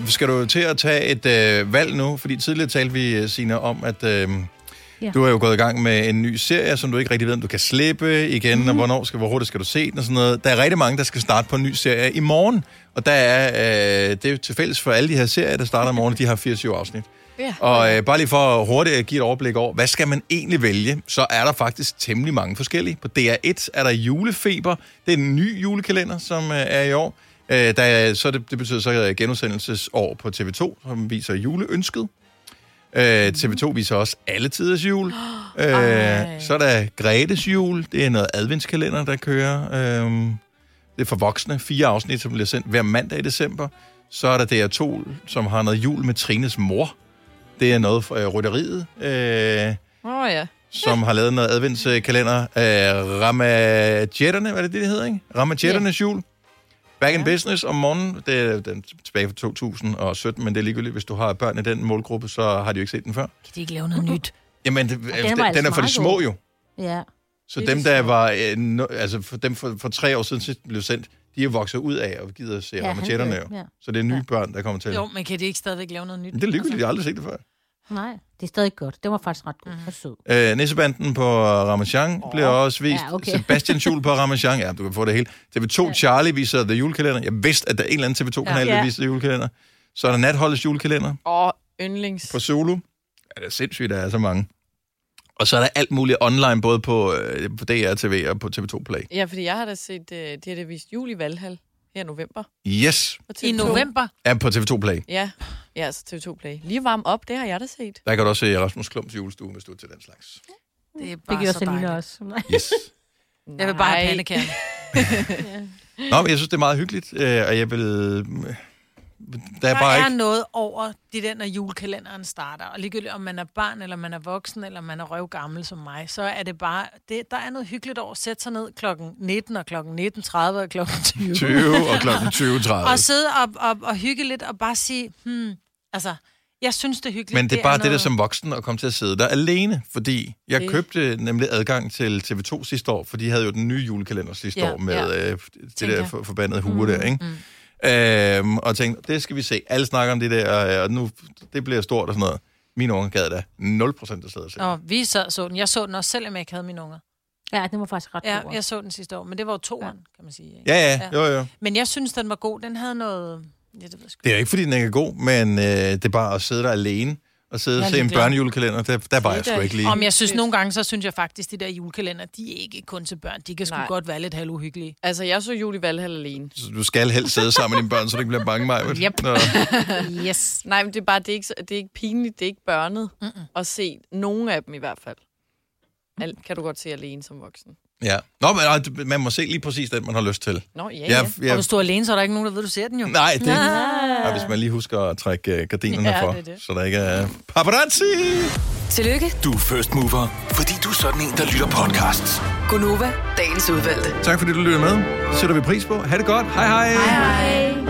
[SPEAKER 1] øh, skal du til at tage et øh, valg nu, fordi tidligere talte vi, Sina, om, at øh,
[SPEAKER 2] Ja.
[SPEAKER 1] du er jo gået i gang med en ny serie, som du ikke rigtig ved, om du kan slippe igen, mm. og hvornår skal, hvor hurtigt skal du se den og sådan noget. Der er rigtig mange, der skal starte på en ny serie i morgen, og der er, øh, det er jo til fælles for alle de her serier, der starter i morgen, de har 24 afsnit.
[SPEAKER 4] Ja.
[SPEAKER 1] Og øh, bare lige for hurtigt at give et overblik over, hvad skal man egentlig vælge, så er der faktisk temmelig mange forskellige. På DR1 er der julefeber. Det er en ny julekalender, som øh, er i år. Øh, der er, så det, det betyder så øh, genudsendelsesår på TV2, som viser juleønsket. Øh, TV2 viser også alle tiders jul. Øh, så er der Gretes jul. Det er noget adventskalender, der kører. Øh, det er for voksne. Fire afsnit, som bliver sendt hver mandag i december. Så er der DR2, som har noget jul med Trines mor. Det er noget fra øh, rytteriet, øh,
[SPEAKER 4] Åh oh, ja.
[SPEAKER 1] som har lavet noget adventskalender. Øh, Ramajetterne, hvad er det, det hedder, ikke? Ramajetternes jul. Back in business om morgenen, det er den er tilbage fra 2017, men det er ligegyldigt, hvis du har børn i den målgruppe, så har de jo ikke set den før.
[SPEAKER 2] Kan de ikke lave noget nyt?
[SPEAKER 1] Jamen, det, den,
[SPEAKER 2] var
[SPEAKER 1] den,
[SPEAKER 2] altså
[SPEAKER 1] den er for de
[SPEAKER 2] meget
[SPEAKER 1] små
[SPEAKER 2] god.
[SPEAKER 1] jo.
[SPEAKER 2] Ja.
[SPEAKER 1] Så
[SPEAKER 2] Det er
[SPEAKER 1] dem,
[SPEAKER 2] de
[SPEAKER 1] der var, øh, no, altså for, dem for, for tre år siden sidst blev sendt, de er jo vokset ud af og gider at se
[SPEAKER 3] Ja,
[SPEAKER 1] ja, ramatjetterne
[SPEAKER 3] han- ja.
[SPEAKER 1] jo. Ja. Så det er nye ja. børn, der kommer til.
[SPEAKER 3] Jo, men kan de ikke stadigvæk lave noget nyt?
[SPEAKER 1] Men det er lykkeligt, de har aldrig set det før.
[SPEAKER 2] Nej, det er stadig godt. Det var faktisk ret
[SPEAKER 3] Mhm.
[SPEAKER 2] godt. Mm. sød.
[SPEAKER 1] Øh, Nissebanden på Ramachan oh. bliver også vist.
[SPEAKER 2] Ja,
[SPEAKER 1] Ja,
[SPEAKER 2] okay.
[SPEAKER 1] okay. Sebastian Schul på Ramachan. Ja, du kan få det hele. TV2 ja. Charlie viser The Julekalender. Jeg vidste, at der er en eller anden TV2-kanal,
[SPEAKER 4] Ja.
[SPEAKER 1] der viser The Julekalender. Så er der Natholdets Julekalender
[SPEAKER 4] Åh, yndlings.
[SPEAKER 1] på Zulu. Ja, det er sindssygt, der er så mange. Og så er der alt muligt online, både på, øh, på DR TV og på TV2 Play.
[SPEAKER 4] Ja, fordi jeg har da set, øh, det har da vist jul i Valhall her i november.
[SPEAKER 1] Yes,
[SPEAKER 4] På
[SPEAKER 3] I november?
[SPEAKER 1] er på TV2 Play.
[SPEAKER 4] Ja, ja, altså TV2 Play. Lige varm op, det har jeg da set.
[SPEAKER 1] Der kan du også se Rasmus Klums julestue, hvis du er til den slags.
[SPEAKER 3] Det er
[SPEAKER 2] Det
[SPEAKER 3] bare
[SPEAKER 2] gjorde
[SPEAKER 3] så
[SPEAKER 2] Selina
[SPEAKER 3] dejligt.
[SPEAKER 2] også. Nej.
[SPEAKER 1] Yes.
[SPEAKER 3] Jeg vil bare have
[SPEAKER 4] Nej.
[SPEAKER 3] pandekærne.
[SPEAKER 1] Nå, men jeg synes, det er meget hyggeligt, øh, og jeg vil... Der er
[SPEAKER 3] der
[SPEAKER 1] bare
[SPEAKER 3] er
[SPEAKER 1] ikke...
[SPEAKER 3] noget over det der, når julekalenderen starter. Og ligegyldigt om man er barn, eller man er voksen, eller man er røvgammel som mig, så er det bare, det, der er noget hyggeligt over at sætte sig ned klokken 19 og klokken 19.30 og klokken 20.
[SPEAKER 1] 20 og klokken 20.30.
[SPEAKER 3] og sidde og, og, og hygge lidt og bare sige, hmm, altså, jeg synes det er hyggeligt.
[SPEAKER 1] Men det er bare det der
[SPEAKER 3] noget-
[SPEAKER 1] som voksen at komme til at sidde der alene, fordi jeg
[SPEAKER 3] Det-
[SPEAKER 1] købte nemlig adgang til TV2 sidste år, for de havde jo den nye julekalender sidste
[SPEAKER 3] Ja,
[SPEAKER 1] år med
[SPEAKER 3] ja.
[SPEAKER 1] ja. øh, det
[SPEAKER 3] Tænker
[SPEAKER 1] der
[SPEAKER 3] jeg. Mm-hmm, mm.
[SPEAKER 1] for, forbandede huer der, ikke? Øhm, og tænkte, det skal vi se. Alle snakker om det der, øh, og nu, det bliver stort og sådan noget. Min unge gad da 0% at sidde og se.
[SPEAKER 3] Nå, vi sad og så den. Jeg så den også, selvom jeg ikke havde mine unger.
[SPEAKER 2] Ja, den var faktisk ret
[SPEAKER 3] Ja,
[SPEAKER 2] god.
[SPEAKER 3] jeg så den sidste år, men det var jo toeren, kan man sige. ikke?
[SPEAKER 1] Ja, ja, jo, jo.
[SPEAKER 3] Men jeg synes, den var god. Den havde noget... Ja, det ved jeg sgu
[SPEAKER 1] Det er jo ikke, fordi den ikke er god, men øh, det er bare at sidde der alene og sidde
[SPEAKER 3] Jeg
[SPEAKER 1] og
[SPEAKER 3] er
[SPEAKER 1] se en
[SPEAKER 3] ligeglad.
[SPEAKER 1] børnejulekalender. Der, der var jeg
[SPEAKER 3] Det er
[SPEAKER 1] sgu ikke lige.
[SPEAKER 3] Om jeg synes, nogle gange, så synes jeg faktisk, de der julekalender, de er ikke kun til børn. De kan sgu
[SPEAKER 4] Nej.
[SPEAKER 3] godt være lidt halvuhyggelige.
[SPEAKER 4] Altså, jeg så jul i Valhall alene.
[SPEAKER 1] Så Du skal helst sidde sammen med dine børn, så du ikke bliver bange, Maja.
[SPEAKER 4] Yep.
[SPEAKER 1] Nå.
[SPEAKER 3] yes.
[SPEAKER 4] Nej, men det er bare, det er ikke, så- det er ikke pinligt, det er ikke børnet Mm-mm. at se nogen af dem i hvert fald. Al, kan du godt se alene som voksen.
[SPEAKER 1] Ja. Nå, men øh, man må se lige præcis den, man har lyst til.
[SPEAKER 4] Nå, ja,
[SPEAKER 1] Jeg-
[SPEAKER 4] ja.
[SPEAKER 1] jeg-
[SPEAKER 3] Og hvis du er alene, så er der ikke nogen, der ved, du ser den jo.
[SPEAKER 1] Nej, det-
[SPEAKER 3] Ah.
[SPEAKER 1] Og hvis man lige husker at trække øh, gardinerne
[SPEAKER 3] Ja,
[SPEAKER 1] ja, for,
[SPEAKER 3] det er
[SPEAKER 1] det
[SPEAKER 3] det.
[SPEAKER 1] det. så der ikke er paparazzi.
[SPEAKER 13] Tillykke,
[SPEAKER 6] Du er first mover, fordi du er sådan en, der lytter podcasts.
[SPEAKER 13] Gunova, dagens udvalgte.
[SPEAKER 1] Tak fordi du lyttede med. Det sætter vi pris på. Ha' det godt. Hej hej. hej, hej.
[SPEAKER 13] Hej.